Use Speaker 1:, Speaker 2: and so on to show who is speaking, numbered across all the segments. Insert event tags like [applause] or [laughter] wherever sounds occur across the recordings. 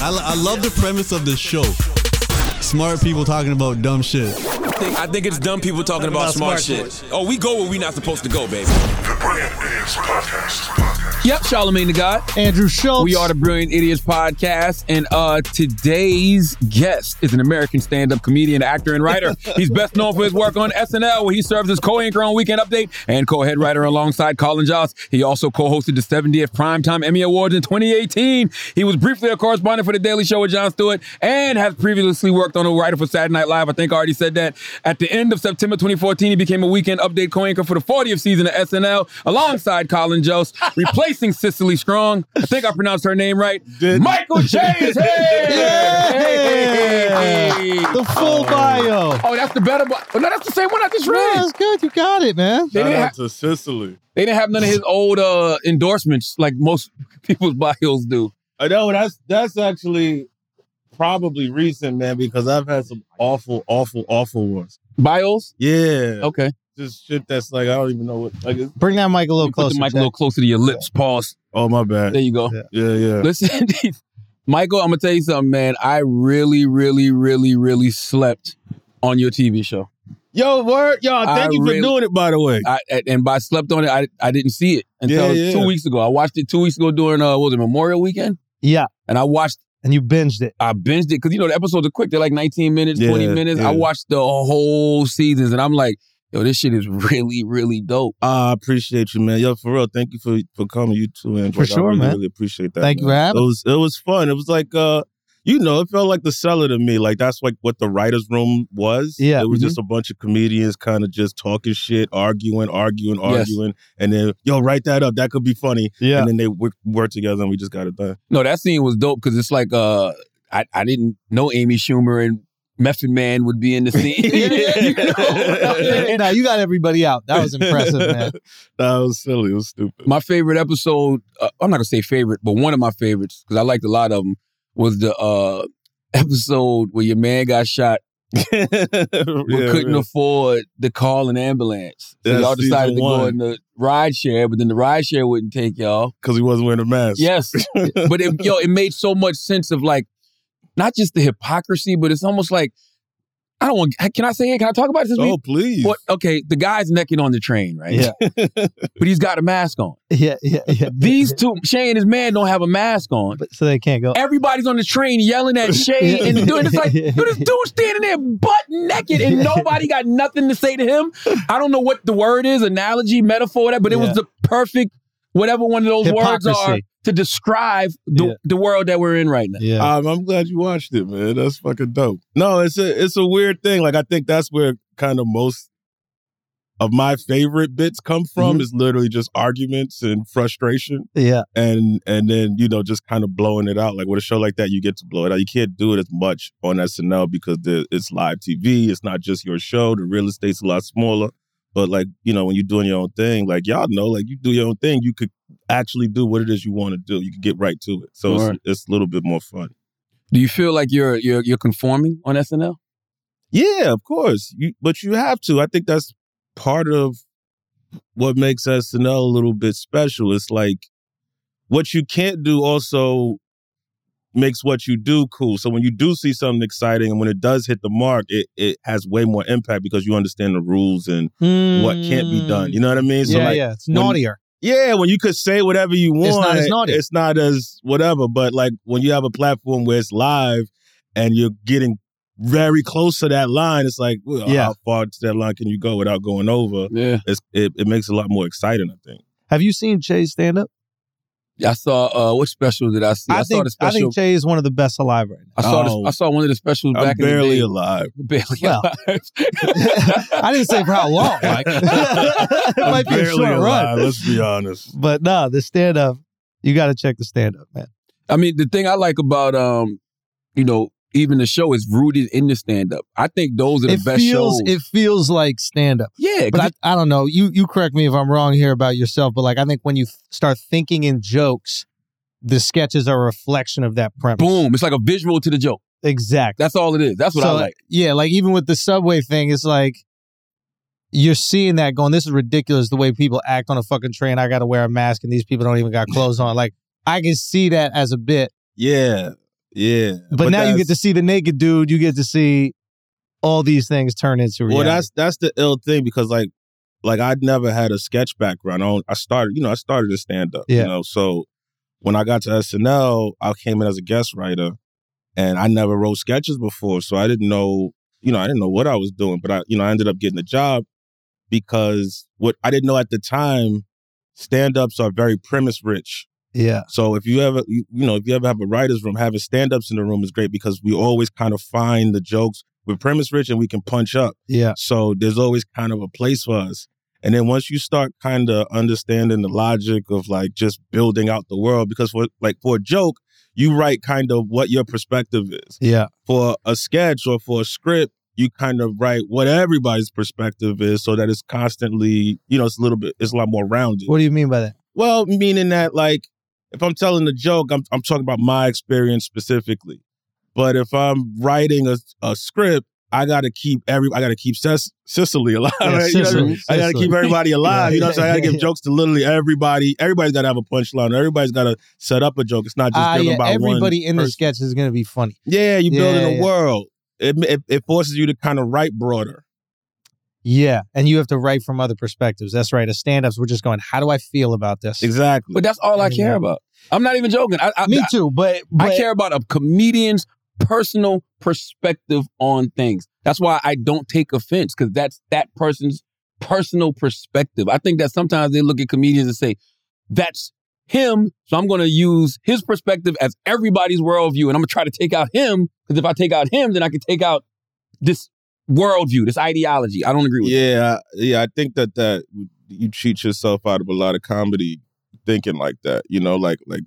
Speaker 1: I, I love the premise of this show. Smart people talking about dumb shit.
Speaker 2: I think, I think it's dumb people talking about, smart, shit. Oh, we go where we not supposed to go, baby.
Speaker 3: The Brilliant Idiots Podcast.
Speaker 2: Yep, Charlemagne the God.
Speaker 4: Andrew Schultz.
Speaker 2: We are the Brilliant Idiots Podcast, and uh, today's guest is an American stand-up comedian, actor, and
Speaker 4: [laughs]
Speaker 2: writer. He's best known for his work on SNL, where he serves as co-anchor on Weekend Update and co-head writer alongside Colin Jost. He also co-hosted the 70th Primetime Emmy Awards in 2018. He was briefly a correspondent for The Daily Show with Jon Stewart, and has previously worked on a writer for Saturday Night Live. I think I already said that. At the end of September 2014, he became a Weekend Update co-anchor for the 40th season of SNL, alongside Colin
Speaker 5: [laughs]
Speaker 2: Jost, replacing Cicely Strong. I think I pronounced her name right.
Speaker 1: Did-
Speaker 2: Michael Chase. Hey!
Speaker 5: [laughs]
Speaker 2: Hey, hey, hey, hey.
Speaker 4: the full bio.
Speaker 2: Oh, that's the better. bu- Oh, no, that's the same one I just
Speaker 4: Yeah,
Speaker 2: read.
Speaker 4: that's good. You got it, man.
Speaker 2: They
Speaker 5: Shout
Speaker 2: didn't,
Speaker 5: out
Speaker 2: ha-
Speaker 5: to Sicily.
Speaker 2: they didn't have none of his old uh, endorsements like most [laughs] people's bios do.
Speaker 5: I know that's that's actually probably recent, man, because I've had some awful, awful, awful ones.
Speaker 2: Bios?
Speaker 5: Yeah,
Speaker 2: Okay.
Speaker 5: just shit that's like I don't even know what. Like, it's,
Speaker 4: Bring that mic a little
Speaker 2: You Put
Speaker 4: closer.
Speaker 2: the mic a
Speaker 4: Jack.
Speaker 2: little closer to your lips. Pause.
Speaker 5: oh my bad.
Speaker 2: There you go.
Speaker 5: Yeah, yeah.
Speaker 2: Listen, Michael, I'm gonna tell you something, man. I really, really, really, really slept on your TV show.
Speaker 5: Yo, word, y'all. Oh, Thank
Speaker 2: I
Speaker 5: you for
Speaker 2: really-
Speaker 5: doing it, by the way.
Speaker 2: I, and by slept on it, I, I didn't see it until
Speaker 5: Yeah, yeah.
Speaker 2: two weeks ago. I watched it two weeks ago during uh, what was it Memorial Weekend?
Speaker 4: Yeah,
Speaker 2: And I watched,
Speaker 4: and you binged it.
Speaker 2: I binged it because you know the episodes are quick. They're like 19 minutes,
Speaker 5: Yeah,
Speaker 2: 20 minutes. I
Speaker 5: yeah.
Speaker 2: watched the whole seasons, and I'm like, yo, this shit is really, really dope.
Speaker 5: I appreciate you, man. Yo, for real, thank you for for coming. You too, Andrew.
Speaker 4: For sure,
Speaker 5: I really,
Speaker 4: man.
Speaker 5: really appreciate that.
Speaker 4: Thank you
Speaker 5: man.
Speaker 4: for having
Speaker 5: It was it was fun. It was like uh, you know, it felt like the cellar to me. Like that's like what the
Speaker 4: [laughs]
Speaker 5: writers' room was.
Speaker 4: Yeah.
Speaker 5: it was just a bunch of comedians kind of just talking shit, arguing, arguing,
Speaker 2: Yes.
Speaker 5: arguing, and then yo, write that up. That could be funny.
Speaker 4: Yeah.
Speaker 5: and then they work work together, and we just got it done.
Speaker 2: No, that scene was dope because it's like uh, I I didn't know Amy Schumer and Method Man would be in the
Speaker 5: [laughs]
Speaker 2: scene. [laughs] You know?
Speaker 4: now you got everybody out. That was impressive, man.
Speaker 5: That was silly. It was stupid.
Speaker 2: My favorite episode, uh, I'm not gonna say favorite, but one of my favorites because I liked a lot of them was the uh [laughs] episode where your man got shot
Speaker 5: yeah,
Speaker 2: but couldn't
Speaker 5: yeah.
Speaker 2: afford to call an ambulance. So
Speaker 5: That's
Speaker 2: y'all decided
Speaker 5: season
Speaker 2: to go
Speaker 5: one.
Speaker 2: in the ride share, but then the ride share wouldn't take y'all.
Speaker 5: because he wasn't wearing a mask.
Speaker 2: Yes, but it, yo, it made so much sense of like not just the hypocrisy, but it's almost like I don't want. Can I say it? Can I talk about this?
Speaker 5: Oh please!
Speaker 2: What, okay, the guy's naked on the train, right?
Speaker 4: Yeah.
Speaker 2: [laughs] but he's got a mask on.
Speaker 4: [laughs] Yeah, yeah, yeah.
Speaker 2: These two, Shay and his man, don't have a mask on.
Speaker 4: But- so they can't go.
Speaker 2: Everybody's on the train yelling at Shay and doing it's
Speaker 4: [laughs]
Speaker 2: like, dude, this dude standing there butt naked and nobody got nothing to say to him. I don't know what the word is, analogy, metaphor, whatever, but it was
Speaker 4: Yeah.
Speaker 2: the perfect, whatever one of those words are
Speaker 4: Hypocrisy.
Speaker 2: to describe the,
Speaker 4: Yeah.
Speaker 2: the world that we're in right now.
Speaker 4: Yeah.
Speaker 5: Um, I'm glad you watched it, man. That's fucking dope. No, it's a it's a weird thing. Like I think that's where kind of most of my favorite bits come from
Speaker 4: Mm-hmm.
Speaker 5: is literally just arguments and frustration,
Speaker 4: yeah.
Speaker 5: and and then you know just kind of blowing it out. Like with a show like that, you get to blow it out. You can't do it as much on SNL because the, it's live TV. It's not just your show. The real estate's a lot smaller. But like you know, when you're doing your own thing, like y'all know, like you do your own thing, you could actually do what it is you want to do. You can get right to it. So
Speaker 2: Right.
Speaker 5: it's, it's a little bit more fun.
Speaker 2: Do you feel like you're you're you're conforming on SNL?
Speaker 5: Yeah, of course. You, but you have to. I think that's part of what makes SNL a little bit special. It's like what you can't do also makes what you do cool. So when you do see something exciting and when it does hit the mark, it, it has way more impact because you understand the rules and what can't be done. You know what I mean?
Speaker 4: Mm. yeah,
Speaker 5: like,
Speaker 4: yeah. It's
Speaker 5: when-
Speaker 4: naughtier.
Speaker 5: yeah, when you could say whatever you want,
Speaker 4: It's not as naughty.
Speaker 5: It's not as whatever. But like when you have a platform where it's live and you're getting very close to that line, it's like, well,
Speaker 4: Yeah.
Speaker 5: how far to that line can you go without going over?
Speaker 2: Yeah.
Speaker 5: It's, it, it makes it a lot more exciting, I think.
Speaker 4: Have you seen Jay stand up?
Speaker 2: I saw uh what special did I see? I, saw
Speaker 4: think
Speaker 2: the special
Speaker 4: I think Jay is one of the best alive right
Speaker 2: I saw
Speaker 5: Oh.
Speaker 2: the, I saw one of the specials
Speaker 5: I'm
Speaker 2: back in the
Speaker 5: barely
Speaker 2: day.
Speaker 5: alive.
Speaker 2: [laughs] Barely
Speaker 4: Well.
Speaker 5: [laughs]
Speaker 2: alive. [laughs]
Speaker 4: now. I didn't say for how long, Mike. [laughs] it
Speaker 5: I'm
Speaker 4: might be a
Speaker 5: barely
Speaker 4: short
Speaker 5: alive.
Speaker 4: run.
Speaker 5: Let's be honest.
Speaker 4: But no, the stand up, you got to check the stand up, man.
Speaker 2: I mean, the thing I like about um, you know, even the show is rooted in the stand up. I think those are the
Speaker 4: it
Speaker 2: best
Speaker 4: feels
Speaker 2: shows.
Speaker 4: it feels like stand up.
Speaker 2: yeah,
Speaker 4: But
Speaker 2: 'cause
Speaker 4: I, I don't know. You you correct me if I'm wrong here about yourself, but like I think when you th- start thinking in jokes, the sketches are a reflection of that
Speaker 2: it-
Speaker 4: premise.
Speaker 2: boom, it's like a visual to the joke.
Speaker 4: Exactly.
Speaker 2: That's all it is. That's what I
Speaker 4: So,
Speaker 2: like.
Speaker 4: Yeah, like even with the subway thing, it's like you're seeing that going, this is ridiculous the way people act on a fucking train. I got to wear a mask and these people don't even got clothes on. Like I can see that as a bit.
Speaker 5: Yeah. Yeah.
Speaker 4: But, now you
Speaker 5: that's-
Speaker 4: get to see the naked dude. You get to see all these things turn into reality.
Speaker 5: Well, that's that's the ill thing because like like I'd never had a sketch background. I, don't- I started, you know, I started to stand up.
Speaker 4: Yeah.
Speaker 5: You know, so when I got to SNL, I came in as a guest writer, and I never wrote sketches before, so I didn't know, you know, I didn't know what I was doing. But I, you know, I ended up getting a job because what I didn't know at the time, stand ups are very premise rich.
Speaker 4: yeah.
Speaker 5: So if you ever, you, you know, if you ever have a writer's room, having stand ups in the room is great because we always kind of find the jokes. We're premise rich and we can punch up.
Speaker 4: Yeah.
Speaker 5: So there's always kind of a place for us. And then once you start kind of understanding the logic of like just building out the world, because for like for a joke, you write kind of what your perspective is.
Speaker 4: Yeah.
Speaker 5: For a sketch or for a script, you kind of write what everybody's perspective is so that it's constantly, you know, it's a little bit, it's a lot more rounded.
Speaker 4: What do you mean by that?
Speaker 5: Well, meaning that like if I'm telling a joke, I'm I'm talking about my experience specifically. But if I'm writing a, a script, I gotta keep every I gotta keep Ces- Sicily alive. [laughs]
Speaker 4: Yeah,
Speaker 5: right? You know what I mean?
Speaker 4: Sicily,
Speaker 5: I gotta
Speaker 4: Sicily.
Speaker 5: keep
Speaker 4: [laughs]
Speaker 5: everybody alive. You know, what I'm saying? I gotta
Speaker 4: Yeah.
Speaker 5: give jokes to literally everybody. Everybody's gotta have a punchline. Everybody's gotta set up a joke. It's not just
Speaker 4: Ah,
Speaker 5: given
Speaker 4: yeah,
Speaker 5: by one.
Speaker 4: everybody in the
Speaker 5: person.
Speaker 4: sketch is going to be funny.
Speaker 5: Yeah, you
Speaker 4: Yeah,
Speaker 5: build building
Speaker 4: yeah.
Speaker 5: a world. It, it it forces you to kind of write broader.
Speaker 4: Yeah, and you have to write from other perspectives. That's right. As stand-ups, we're just going, how do I feel about this?
Speaker 5: Exactly.
Speaker 2: But that's all I care about. I'm not even joking. I, I,
Speaker 4: Me
Speaker 2: I,
Speaker 4: too, but,
Speaker 2: I
Speaker 4: but
Speaker 2: care about a comedian's personal perspective on things. That's why I don't take offense because that's that person's personal perspective. I think that sometimes they look at comedians and say, that's him. So I'm going to use his perspective as everybody's worldview. And I'm going to try to take out him because if I take out him, then I can take out this worldview, this ideology. I don't agree with
Speaker 5: Yeah, I- yeah, I think that that you cheat yourself out of a lot of comedy thinking like that. You know, like like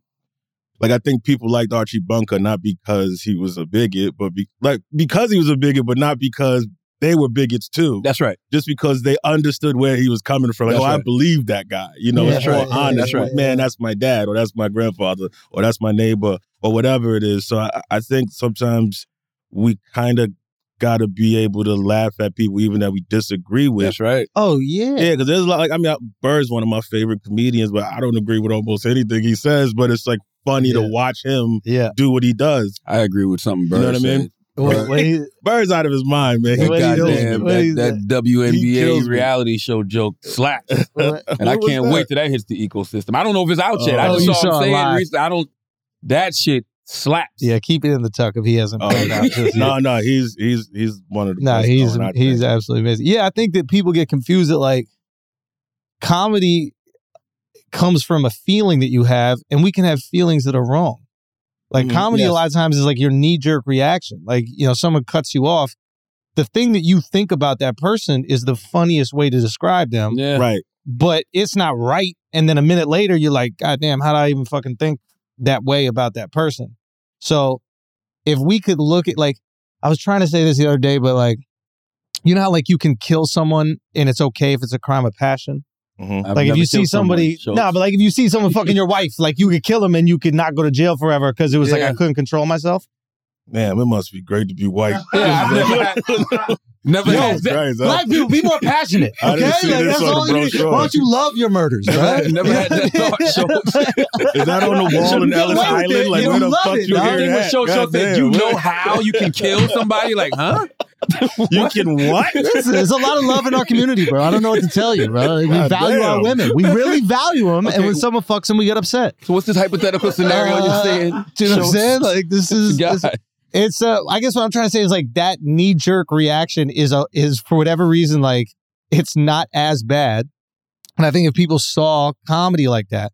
Speaker 5: like I think people liked Archie Bunker not because he was a bigot, but be, like because he was a bigot, but not because they were bigots too.
Speaker 2: it. That's right.
Speaker 5: Just because they understood where he was coming from. Like,
Speaker 2: That's
Speaker 5: oh, I
Speaker 2: right.
Speaker 5: believe that guy. You know,
Speaker 4: Yeah,
Speaker 5: it's
Speaker 4: that's
Speaker 5: more
Speaker 4: right.
Speaker 5: honest.
Speaker 4: That's right.
Speaker 5: Man, that's my dad, or that's my grandfather, or that's my neighbor, or whatever it is. So I, I think sometimes we kind of got to be able to laugh at people even that we disagree with.
Speaker 2: That's right.
Speaker 4: Oh, yeah.
Speaker 5: Yeah, because there's a lot. Like, I mean, uh, Bird's one of my favorite comedians, but I don't agree with almost anything he says. But it's like funny to
Speaker 4: Yeah.
Speaker 5: watch him
Speaker 4: Yeah.
Speaker 5: do what he does.
Speaker 2: I agree with something Bird
Speaker 5: know what I mean?
Speaker 2: said.
Speaker 4: What- what he-
Speaker 5: Bird's out of his mind, man.
Speaker 2: That
Speaker 5: He
Speaker 4: What
Speaker 5: kills
Speaker 4: doing?
Speaker 5: me.
Speaker 2: goddamn,
Speaker 4: What
Speaker 2: that,
Speaker 4: is
Speaker 2: that
Speaker 5: He kills
Speaker 2: WNBA
Speaker 5: me.
Speaker 2: reality show joke slaps.
Speaker 4: what-
Speaker 5: [laughs]
Speaker 2: And I
Speaker 5: What was
Speaker 2: can't
Speaker 5: that?
Speaker 2: wait till that hits the ecosystem. I don't know if it's out yet. I
Speaker 5: Oh,
Speaker 2: just
Speaker 5: you
Speaker 2: saw,
Speaker 4: saw it
Speaker 2: him saying
Speaker 4: live.
Speaker 2: recently. I don't. That shit slaps.
Speaker 4: yeah, keep it in the tuck if he hasn't
Speaker 5: Oh,
Speaker 4: played out.
Speaker 5: no.
Speaker 4: just
Speaker 5: [laughs]
Speaker 4: yet.
Speaker 5: no, no, he's he's he's one of the.
Speaker 4: No,
Speaker 5: best
Speaker 4: he's
Speaker 5: going, I think.
Speaker 4: he's absolutely amazing. Yeah, I think that people get confused that like comedy comes from a feeling that you have, and we can have feelings that are wrong. Like
Speaker 5: Mhm,
Speaker 4: comedy,
Speaker 5: yes.
Speaker 4: a lot of times is like your knee jerk reaction. Like you know, someone cuts you off. The thing that you think about that person is the funniest way to describe them,
Speaker 2: Yeah.
Speaker 5: right.
Speaker 4: but it's not right. And then a minute later, you're like, God damn, how do I even fucking think that way about that person? So if we could look at like, I was trying to say this the other day, but like, you know how like you can kill someone and it's okay if it's a crime of passion.
Speaker 5: Mhm.
Speaker 2: I've
Speaker 4: like if
Speaker 2: never
Speaker 4: you see
Speaker 2: killed
Speaker 4: somebody, no,
Speaker 2: someone, so-
Speaker 4: but like if you
Speaker 5: [laughs]
Speaker 4: see someone fucking your wife, like you could kill him and you could not go to jail forever because it was like
Speaker 2: Yeah.
Speaker 4: I couldn't control myself.
Speaker 5: Man, it must be great to be white.
Speaker 2: [laughs]
Speaker 4: [laughs]
Speaker 2: Yeah, I've never had- never
Speaker 5: Yo,
Speaker 2: had that.
Speaker 5: Christ, I-
Speaker 4: Black people, be more
Speaker 5: [laughs]
Speaker 4: passionate,
Speaker 5: I
Speaker 4: okay?
Speaker 5: didn't see
Speaker 4: Like
Speaker 5: this
Speaker 4: that's
Speaker 5: on the
Speaker 4: all you.
Speaker 5: brochure.
Speaker 4: Why
Speaker 5: [laughs]
Speaker 4: don't you [laughs] love your murders, bro?
Speaker 2: Never had that thought. Schultz.
Speaker 5: Is that on the wall in
Speaker 4: You
Speaker 5: Ellis
Speaker 4: love it.
Speaker 5: Island? Like,
Speaker 4: You
Speaker 5: where the
Speaker 4: love
Speaker 5: fuck
Speaker 4: it,
Speaker 5: you
Speaker 4: dog.
Speaker 5: hear
Speaker 2: Thing
Speaker 5: that?
Speaker 2: with Schultz, Schultz said,
Speaker 5: Goddamn,
Speaker 2: you
Speaker 5: where-
Speaker 2: know how you can kill somebody? Like, huh?
Speaker 5: you can
Speaker 4: [laughs]
Speaker 5: what?
Speaker 4: Listen, there's a lot of love in our community, bro. I don't know what to tell you, bro. Like, we
Speaker 5: God
Speaker 4: value our
Speaker 5: damn.
Speaker 4: women. We really value them. And
Speaker 2: Ah, Okay.
Speaker 4: when someone fucks them, we get upset.
Speaker 2: So what's this hypothetical scenario
Speaker 4: Uh,
Speaker 2: you're saying?
Speaker 4: Do you know what I'm
Speaker 2: Schultz?
Speaker 4: saying? Like this is
Speaker 2: God.
Speaker 4: this- it's uh I guess what I'm trying to say is like that knee jerk reaction is a is for whatever reason like it's not as bad. And I think if people saw comedy like that,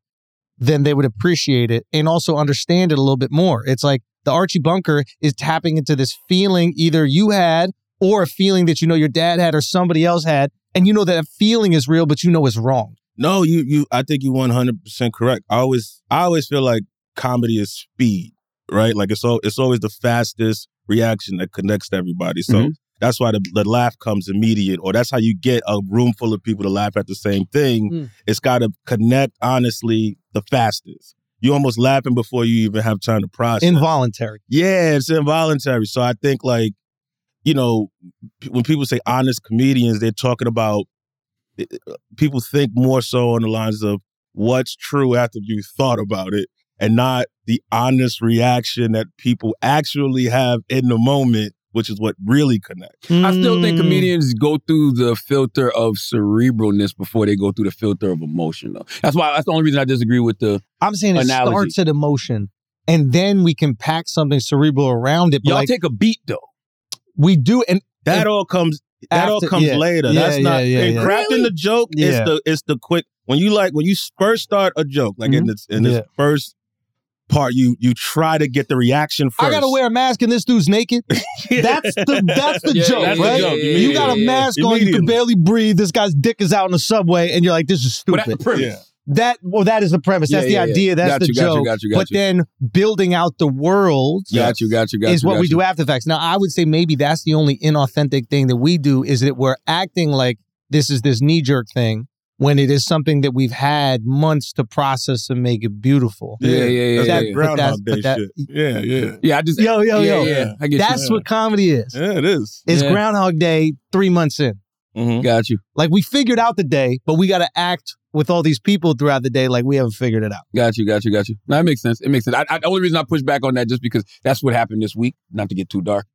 Speaker 4: then they would appreciate it and also understand it a little bit more. It's like the Archie Bunker is tapping into this feeling either you had or a feeling that you know your dad had or somebody else had, and you know that feeling is real, but you know it's wrong.
Speaker 5: No, you you I think you one hundred percent correct. I always I always feel like comedy is speed, right? Like it's all it's always the fastest reaction that connects to everybody. So
Speaker 2: Mhm.
Speaker 5: that's why the, the laugh comes immediate, or that's how you get a room full of people to laugh at the same thing.
Speaker 4: Mm.
Speaker 5: It's gotta connect honestly the fastest. You almost laughing before you even have time to process.
Speaker 4: Involuntary.
Speaker 5: Yeah, it's involuntary. So I think like, you know, p- when people say honest comedians, they're talking about eh, people think more so on the lines of what's true after you thought about it and not the honest reaction that people actually have in the moment, which is what really connects.
Speaker 2: I still
Speaker 4: Mm.
Speaker 2: think comedians go through the filter of cerebralness before they go through the filter of emotion. Though that's why that's the only reason I disagree with the.
Speaker 4: I'm saying it
Speaker 2: analogy.
Speaker 4: starts at emotion, and then we can pack something cerebral around it. But
Speaker 2: Y'all
Speaker 4: like
Speaker 2: take a beat though.
Speaker 4: we do, and
Speaker 5: That all comes that all
Speaker 4: After-
Speaker 5: comes
Speaker 4: yeah.
Speaker 5: later.
Speaker 4: Yeah,
Speaker 5: That's
Speaker 4: yeah,
Speaker 5: not
Speaker 4: yeah,
Speaker 5: and
Speaker 4: yeah.
Speaker 5: crafting the joke is
Speaker 4: Yeah.
Speaker 5: the it's the quick when you like when you first start a joke, like in its in its
Speaker 4: Mm-hmm. Yeah.
Speaker 5: first part, you you try to get the reaction first.
Speaker 4: I gotta wear a mask, and this dude's
Speaker 2: [laughs]
Speaker 4: naked.
Speaker 5: [laughs]
Speaker 4: [laughs] That's the that's the
Speaker 2: Yeah,
Speaker 4: joke,
Speaker 2: that's
Speaker 5: the
Speaker 4: right?
Speaker 5: joke.
Speaker 4: you got a
Speaker 2: Yeah, yeah,
Speaker 4: mask on, you can
Speaker 5: Immediately.
Speaker 4: barely breathe. This guy's dick is out in the subway, and you're like, "This is
Speaker 2: But that's the
Speaker 4: stupid."
Speaker 2: premise.
Speaker 5: Yeah.
Speaker 4: that well, that is the premise.
Speaker 2: Yeah,
Speaker 4: That's
Speaker 2: yeah,
Speaker 4: the
Speaker 2: yeah.
Speaker 4: idea. That's
Speaker 2: Got
Speaker 4: the
Speaker 2: you, got you,
Speaker 4: joke.
Speaker 2: got you, got
Speaker 4: but
Speaker 2: you.
Speaker 4: then building out the world
Speaker 2: Got you, got you, got you.
Speaker 4: is what
Speaker 2: got
Speaker 4: we
Speaker 2: you.
Speaker 4: do after the facts. Now, I would say maybe that's the only inauthentic thing that we do is that we're acting like this is this knee jerk thing when it is something that we've had months to process and make it beautiful.
Speaker 2: Yeah, yeah, yeah,
Speaker 5: That's
Speaker 2: yeah,
Speaker 5: that
Speaker 2: yeah.
Speaker 5: groundhog
Speaker 4: But
Speaker 5: day
Speaker 4: that's-
Speaker 5: shit.
Speaker 4: but
Speaker 5: Yeah, yeah.
Speaker 2: Yeah, I just
Speaker 4: Yo, yo,
Speaker 2: yeah,
Speaker 4: yo.
Speaker 2: yeah. I get
Speaker 4: That's
Speaker 5: Yeah.
Speaker 4: what comedy is.
Speaker 5: Yeah, it is. Mm-hmm.
Speaker 4: It's
Speaker 2: Yeah.
Speaker 4: Groundhog Day three months in.
Speaker 2: you. Got you,
Speaker 4: Like we figured out the day, but we got to act with all these people throughout the day like we haven't figured it out.
Speaker 2: got you, got you, got you. No, that makes sense. It makes sense. I, I, the only reason I push back on that just because that's what happened this week. Not to get too dark.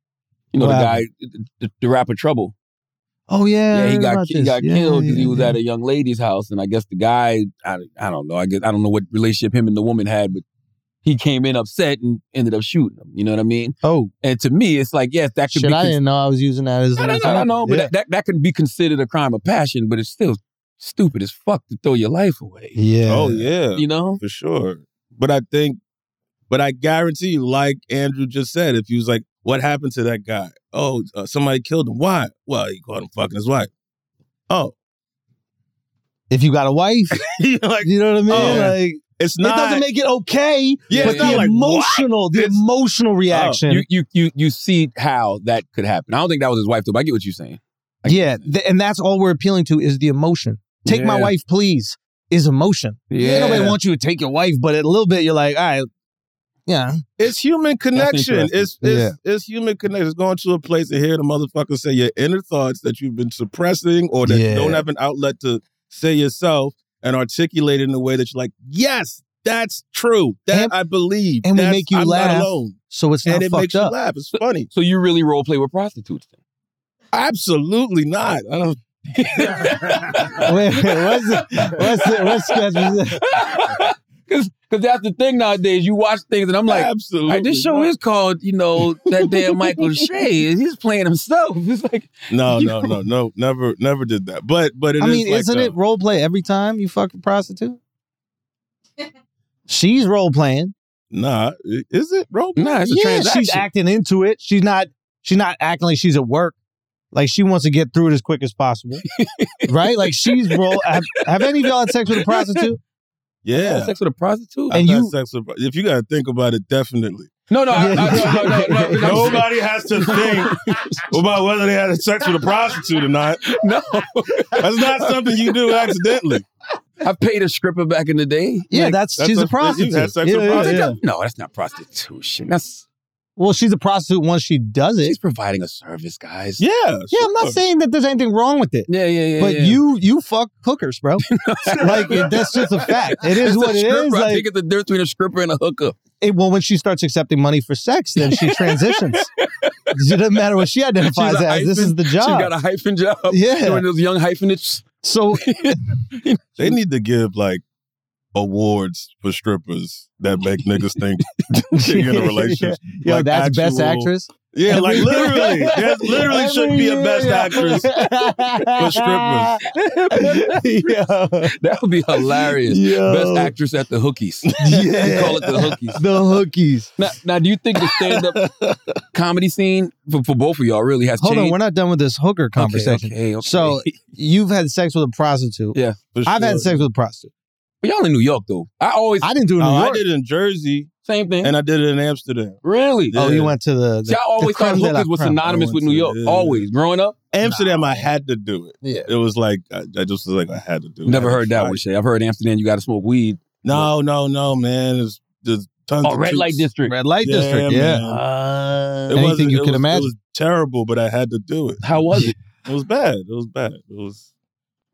Speaker 2: You know
Speaker 4: What
Speaker 2: the guy, the, the rapper Trouble.
Speaker 4: Oh yeah, I
Speaker 2: Yeah, he
Speaker 4: heard
Speaker 2: got
Speaker 4: about
Speaker 2: he
Speaker 4: this.
Speaker 2: got
Speaker 4: Yeah,
Speaker 2: killed
Speaker 4: yeah,
Speaker 2: because he was
Speaker 4: yeah.
Speaker 2: at a young lady's house, and I guess the guy I, I don't know I guess I don't know what relationship him and the woman had, but he came in upset and ended up shooting him. You know what I mean?
Speaker 4: Oh
Speaker 2: And to me, it's like yes, that could
Speaker 4: shit!
Speaker 2: be.
Speaker 4: I
Speaker 2: cons-
Speaker 4: didn't know I was using that as.
Speaker 2: I
Speaker 4: an
Speaker 2: don't know, I don't know, but
Speaker 4: example.
Speaker 2: that, that that can be considered a crime of passion, but it's still stupid as fuck to throw your life away.
Speaker 4: yeah.
Speaker 5: Oh yeah,
Speaker 2: You know?
Speaker 5: for sure. But I think, but I guarantee you, like Andrew just said, if he was like, "What happened to that guy? Oh, uh, somebody killed him. Why? Well, he caught him fucking his wife. Oh, [laughs]
Speaker 4: If you got
Speaker 2: [laughs]
Speaker 4: a wife,
Speaker 5: You're like
Speaker 4: you know what I mean.
Speaker 5: Oh.
Speaker 4: like
Speaker 5: it's
Speaker 4: it
Speaker 5: not.
Speaker 4: doesn't make it okay,
Speaker 5: yeah,
Speaker 4: but
Speaker 5: it's
Speaker 4: the
Speaker 5: not like what?
Speaker 4: emotional, the
Speaker 5: It's-
Speaker 4: emotional reaction.
Speaker 2: You you you you see how that could happen. I don't think that was his wife though. But I get what you're saying. I get
Speaker 4: yeah,
Speaker 2: what
Speaker 4: th- and that's all we're appealing to is the emotion. Take my
Speaker 2: Yeah.
Speaker 4: wife, please. Is emotion.
Speaker 2: you're
Speaker 4: Yeah.
Speaker 2: saying.
Speaker 4: nobody wants you to take your wife, but a little bit you're like, all right, yeah,
Speaker 5: It's human connection.
Speaker 2: interesting.
Speaker 5: It's it's, it's human connection. It's going to a place and hear the motherfucker say your inner thoughts that you've been suppressing or that
Speaker 4: Yeah.
Speaker 5: you don't have an outlet to say yourself and articulate it in a way that you're like, yes, that's true. That
Speaker 4: And-
Speaker 5: I believe.
Speaker 4: and we
Speaker 5: That's-
Speaker 4: make you
Speaker 5: I'm
Speaker 4: laugh.
Speaker 5: Not alone.
Speaker 4: so it's not
Speaker 5: And it makes
Speaker 4: fucked
Speaker 5: you
Speaker 4: up.
Speaker 5: laugh. It's funny.
Speaker 2: So you really role play with prostitutes? Then?
Speaker 5: Absolutely not. I don't.
Speaker 2: [laughs]
Speaker 4: Wait, wait, what's the, what's the, what's sketch? was that?
Speaker 2: Because that's the thing nowadays. You watch things, and I'm like,
Speaker 5: absolutely.
Speaker 2: "All right, this show
Speaker 5: not.
Speaker 2: is called, you know, that damn Michael Shea. and He's playing himself. It's like,
Speaker 5: No,
Speaker 2: you-
Speaker 5: no, no, no. Never, never did that. But, but [laughs] it
Speaker 4: I
Speaker 5: is
Speaker 4: mean,
Speaker 5: like
Speaker 4: isn't
Speaker 5: the-
Speaker 4: it role play every time you fuck
Speaker 5: [laughs]
Speaker 4: a prostitute? She's role playing.
Speaker 5: Nah, i- is it, bro?
Speaker 2: nah, it's a
Speaker 4: yeah,
Speaker 2: transaction.
Speaker 4: she's acting into it. She's not. She's not acting like she's at work. Like she wants to get through it as quick
Speaker 5: [laughs]
Speaker 4: as possible, right? Like she's role. Have, have any of y'all had sex with a
Speaker 5: [laughs]
Speaker 4: prostitute?
Speaker 2: Yeah,
Speaker 5: Yeah.
Speaker 2: sex with a prostitute.
Speaker 5: I've
Speaker 4: And
Speaker 5: had
Speaker 4: you-
Speaker 5: sex with- if you got to think about it, definitely.
Speaker 2: no, no, I, I, no, no,
Speaker 4: [laughs]
Speaker 2: no, no, no, no,
Speaker 5: Nobody has to [laughs] think about whether they had sex with a prostitute or not.
Speaker 2: no.
Speaker 5: That's not something you do accidentally.
Speaker 2: I paid a stripper back in the day.
Speaker 4: Yeah,
Speaker 2: Like,
Speaker 4: that's,
Speaker 5: that's
Speaker 4: she's
Speaker 5: a-
Speaker 4: a, prostitute.
Speaker 5: you've had sex
Speaker 4: yeah,
Speaker 5: with a
Speaker 4: yeah,
Speaker 2: I was like,
Speaker 4: yeah.
Speaker 2: No, that's not prostitution. That's
Speaker 4: Well, she's a prostitute once she does it.
Speaker 2: she's providing a service, guys.
Speaker 5: Yeah.
Speaker 4: yeah, I'm not
Speaker 5: sure.
Speaker 4: saying that there's anything wrong with it.
Speaker 2: yeah, yeah. yeah
Speaker 4: But
Speaker 2: yeah.
Speaker 4: you you fuck hookers, bro. like that's just a fact. It is
Speaker 2: It's a
Speaker 4: what it
Speaker 2: stripper.
Speaker 4: is.
Speaker 2: I
Speaker 4: Like
Speaker 2: think it's the difference between a stripper and a hooker.
Speaker 4: it- well, when she starts accepting money for sex, then she transitions. it doesn't matter what she identifies
Speaker 2: She's a
Speaker 4: as. This
Speaker 2: hyphen.
Speaker 4: is the
Speaker 2: She
Speaker 4: job.
Speaker 2: got a hyphen job. [laughs]
Speaker 4: yeah.
Speaker 2: Doing those young hyphenates.
Speaker 4: [laughs] So
Speaker 5: They need to give like awards for strippers that make niggas think you're
Speaker 4: [laughs]
Speaker 5: in a relationship.
Speaker 4: yo,
Speaker 5: Like
Speaker 4: that's best
Speaker 5: actual-
Speaker 4: actress.
Speaker 5: Yeah, like
Speaker 4: Every-
Speaker 5: literally. That literally should be a
Speaker 4: Every
Speaker 5: best
Speaker 4: year.
Speaker 5: actress. for
Speaker 4: [laughs] yo,
Speaker 2: That would be hilarious.
Speaker 4: yo.
Speaker 2: Best actress at the
Speaker 4: [laughs]
Speaker 2: hookies.
Speaker 4: Yeah.
Speaker 2: We call it the hookies.
Speaker 4: The hookies.
Speaker 2: Now, now do you think the stand up
Speaker 4: [laughs]
Speaker 2: comedy scene for, for both of y'all really has
Speaker 4: Hold on,
Speaker 2: changed?
Speaker 4: we're not done with this hooker
Speaker 2: Okay,
Speaker 4: conversation.
Speaker 2: Okay, okay.
Speaker 4: So you've had sex with a prostitute.
Speaker 2: Yeah.
Speaker 5: For
Speaker 4: I've
Speaker 5: sure.
Speaker 4: had sex with a prostitute.
Speaker 2: but y'all in New York though. I always
Speaker 4: I didn't do it in
Speaker 5: Oh,
Speaker 4: New
Speaker 5: I
Speaker 4: York.
Speaker 5: did it in Jersey
Speaker 2: same thing.
Speaker 5: and I did it in Amsterdam.
Speaker 2: really? Uh,
Speaker 5: Yeah.
Speaker 4: Oh, you went to the. the
Speaker 2: See, I always
Speaker 4: the
Speaker 2: thought
Speaker 4: creme de la
Speaker 2: hookers was
Speaker 4: creme.
Speaker 2: synonymous
Speaker 5: I
Speaker 2: with
Speaker 5: went
Speaker 2: New
Speaker 5: to-
Speaker 2: York.
Speaker 5: yeah.
Speaker 2: Always growing up,
Speaker 5: Amsterdam, I had to do it.
Speaker 4: Yeah.
Speaker 5: It was like I, I just was like I had to do it.
Speaker 2: never
Speaker 5: I had to
Speaker 2: heard that
Speaker 5: try
Speaker 2: one.
Speaker 5: it.
Speaker 2: Shay. I've heard Amsterdam, you got to smoke weed.
Speaker 5: No, no, no, man. It's there's tons
Speaker 2: Oh,
Speaker 5: of
Speaker 2: red light district.
Speaker 5: district.
Speaker 4: Red light
Speaker 5: Yeah,
Speaker 4: district.
Speaker 5: man. Uh,
Speaker 4: Yeah.
Speaker 5: It
Speaker 4: Anything
Speaker 5: wasn't-
Speaker 4: you
Speaker 5: it
Speaker 4: can
Speaker 5: was-
Speaker 4: imagine.
Speaker 5: It was terrible, but I had to do it.
Speaker 2: How was it?
Speaker 5: It was bad. It was bad. It was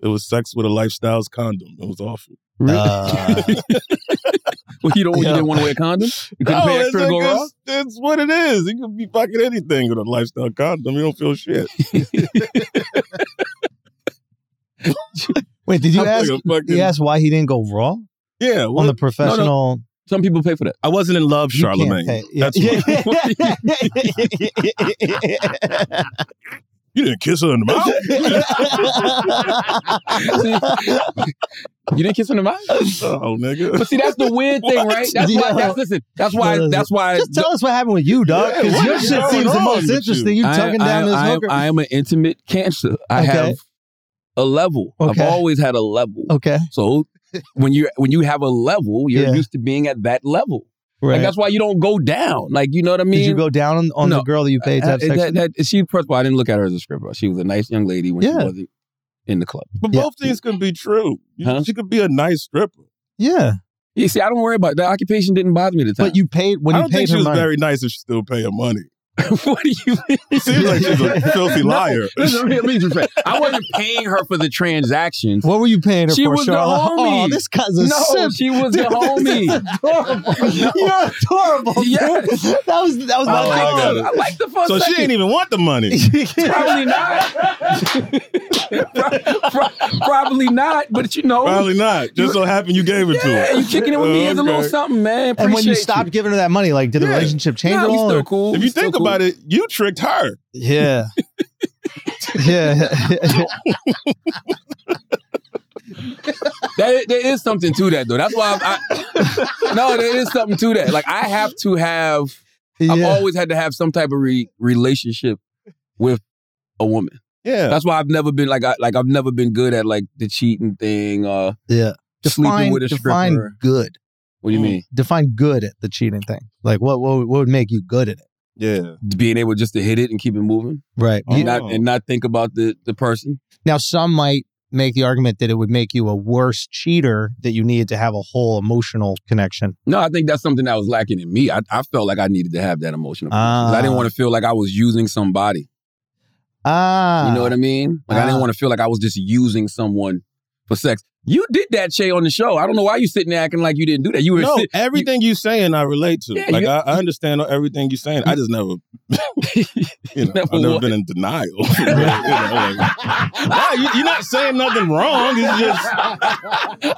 Speaker 5: uh, it was sex with a lifestyles condom. It was awful.
Speaker 4: Uh,
Speaker 2: Well, you don't. You
Speaker 4: Yeah.
Speaker 2: didn't want to wear a condom. You couldn't pay
Speaker 5: it's,
Speaker 2: extra to go
Speaker 5: like
Speaker 2: raw.
Speaker 5: it's, it's what it is. You can be fucking anything with a lifestyle condom. You don't feel shit.
Speaker 4: [laughs] Wait, did you
Speaker 5: I'm like
Speaker 4: ask?
Speaker 5: a fucking-
Speaker 4: Did you ask why he didn't go raw
Speaker 5: yeah. What,
Speaker 4: on the professional?
Speaker 2: Some people pay for that.
Speaker 5: I wasn't in love,
Speaker 4: You can't
Speaker 5: Charlemagne.
Speaker 4: pay- yeah.
Speaker 5: That's You didn't kiss her in the
Speaker 4: [laughs]
Speaker 5: mouth. [laughs]
Speaker 2: See? you didn't kiss her in the mouth.
Speaker 5: oh, nigga.
Speaker 2: But see, that's the weird thing, right? That's why.
Speaker 4: Yo.
Speaker 2: That's listen. That's why.
Speaker 4: No, listen.
Speaker 2: That's why.
Speaker 4: [laughs] Just tell us what happened with you, dog.
Speaker 5: Yeah,
Speaker 4: Because
Speaker 5: what
Speaker 4: your
Speaker 5: is
Speaker 4: shit
Speaker 5: going
Speaker 4: seems the
Speaker 5: on
Speaker 4: most
Speaker 5: with
Speaker 4: interesting. You
Speaker 2: I-
Speaker 4: tucking
Speaker 2: I-
Speaker 4: down this
Speaker 2: I am,
Speaker 4: hooker.
Speaker 2: I am an intimate cancer. I
Speaker 4: Okay.
Speaker 2: have a level. I've
Speaker 4: Okay.
Speaker 2: always had a level.
Speaker 4: okay,
Speaker 2: So when you when you have a level, you're
Speaker 4: Yeah.
Speaker 2: used to being at that level.
Speaker 4: right.
Speaker 2: Like that's why you don't go down. Like you know what I mean?
Speaker 4: Did you go down on, on
Speaker 2: No.
Speaker 4: the girl that you paid to
Speaker 2: Uh,
Speaker 4: have sex?
Speaker 2: that-
Speaker 4: with?
Speaker 2: that- she first of all, I didn't look at her as a stripper. She was a nice young lady when
Speaker 4: Yeah.
Speaker 2: she wasn't in the club.
Speaker 5: But
Speaker 4: Yeah.
Speaker 5: both things could be true. You-
Speaker 2: Huh?
Speaker 5: She could be a nice stripper.
Speaker 4: yeah,
Speaker 2: You see, I don't worry about that. Occupation didn't bother me at the time.
Speaker 4: but you paid when
Speaker 5: I
Speaker 4: you
Speaker 5: don't think
Speaker 4: paid
Speaker 5: she
Speaker 4: her
Speaker 5: was
Speaker 4: money.
Speaker 5: very nice if she still paid her money.
Speaker 2: [laughs] what do you mean?
Speaker 5: Seems like
Speaker 2: [laughs]
Speaker 5: she's a filthy liar.
Speaker 2: Listen, let me- let me just say, I wasn't paying her for the transactions.
Speaker 4: What were you paying her
Speaker 2: She
Speaker 4: for,
Speaker 2: was the
Speaker 4: Charlotte?
Speaker 2: homie.
Speaker 4: Oh, this guy's a
Speaker 2: [laughs] No,
Speaker 4: simp.
Speaker 2: she was the homie. [laughs]
Speaker 4: Adorable. You're adorable. dude.
Speaker 2: Yes.
Speaker 4: That was that was
Speaker 2: I
Speaker 5: Oh,
Speaker 4: my
Speaker 5: I got
Speaker 2: like
Speaker 5: it.
Speaker 2: the, I like the first
Speaker 5: So she
Speaker 2: second.
Speaker 5: didn't even want
Speaker 2: [laughs]
Speaker 5: the money.
Speaker 2: Probably not. [laughs] Pro- pro- probably not. But you know,
Speaker 5: Probably not. Just so happened you gave it to
Speaker 2: yeah,
Speaker 5: her. Uh,
Speaker 2: you kicking it with me is a
Speaker 5: Okay.
Speaker 2: little something, man.
Speaker 4: [laughs] and when you
Speaker 2: Appreciate
Speaker 4: stopped giving her that money, like, did the
Speaker 5: Yeah.
Speaker 4: relationship change
Speaker 2: nah,
Speaker 4: at
Speaker 2: we [laughs]
Speaker 4: all?
Speaker 2: still
Speaker 4: or-
Speaker 2: cool.
Speaker 5: If
Speaker 2: We
Speaker 5: you
Speaker 2: still
Speaker 5: think
Speaker 2: cool.
Speaker 5: about it, you tricked her.
Speaker 4: Yeah. yeah.
Speaker 2: That, there is something to that though. That's why I,
Speaker 5: [laughs]
Speaker 2: I no, there is something to that. Like I have to have. I've
Speaker 4: [laughs] Yeah.
Speaker 2: always had to have some type of re- relationship with a woman.
Speaker 5: Yeah.
Speaker 2: That's why I've never been like I, like I've never been good at like the cheating thing. Uh,
Speaker 4: yeah.
Speaker 2: Sleeping with a
Speaker 4: define
Speaker 2: stripper.
Speaker 4: good.
Speaker 2: what do
Speaker 5: Mm.
Speaker 2: you mean?
Speaker 4: Define good at the cheating thing. Like, what what, would- what would make you good at it?
Speaker 5: Yeah.
Speaker 2: Being able just to hit it and keep it moving,
Speaker 4: Right.
Speaker 5: Oh.
Speaker 2: and, not, and not think about the the person.
Speaker 4: Now, some might make the argument that it would make you a worse cheater that you needed to have a whole emotional connection.
Speaker 2: No, I think that's something that was lacking in me. I, I felt like I needed to have that emotional. connection. 'Cause I didn't
Speaker 4: Ah.
Speaker 2: want to feel like I was using somebody.
Speaker 4: Ah.
Speaker 2: You know what I mean? Like I
Speaker 4: Ah.
Speaker 2: didn't want to feel like I was just using someone for sex. You did that, Shay, on the show. I don't know why you sitting there acting like you didn't do that. You were
Speaker 5: No, [laughs]
Speaker 2: sit- [laughs]
Speaker 5: everything you saying I relate to.
Speaker 2: Yeah,
Speaker 5: like
Speaker 2: you-
Speaker 5: I, I understand everything you're saying. I just never, you know,
Speaker 2: Never
Speaker 5: I've never
Speaker 2: what?
Speaker 5: been in denial. [laughs] you know, like,
Speaker 2: [laughs]
Speaker 5: nah, you, you're not saying nothing wrong. It's just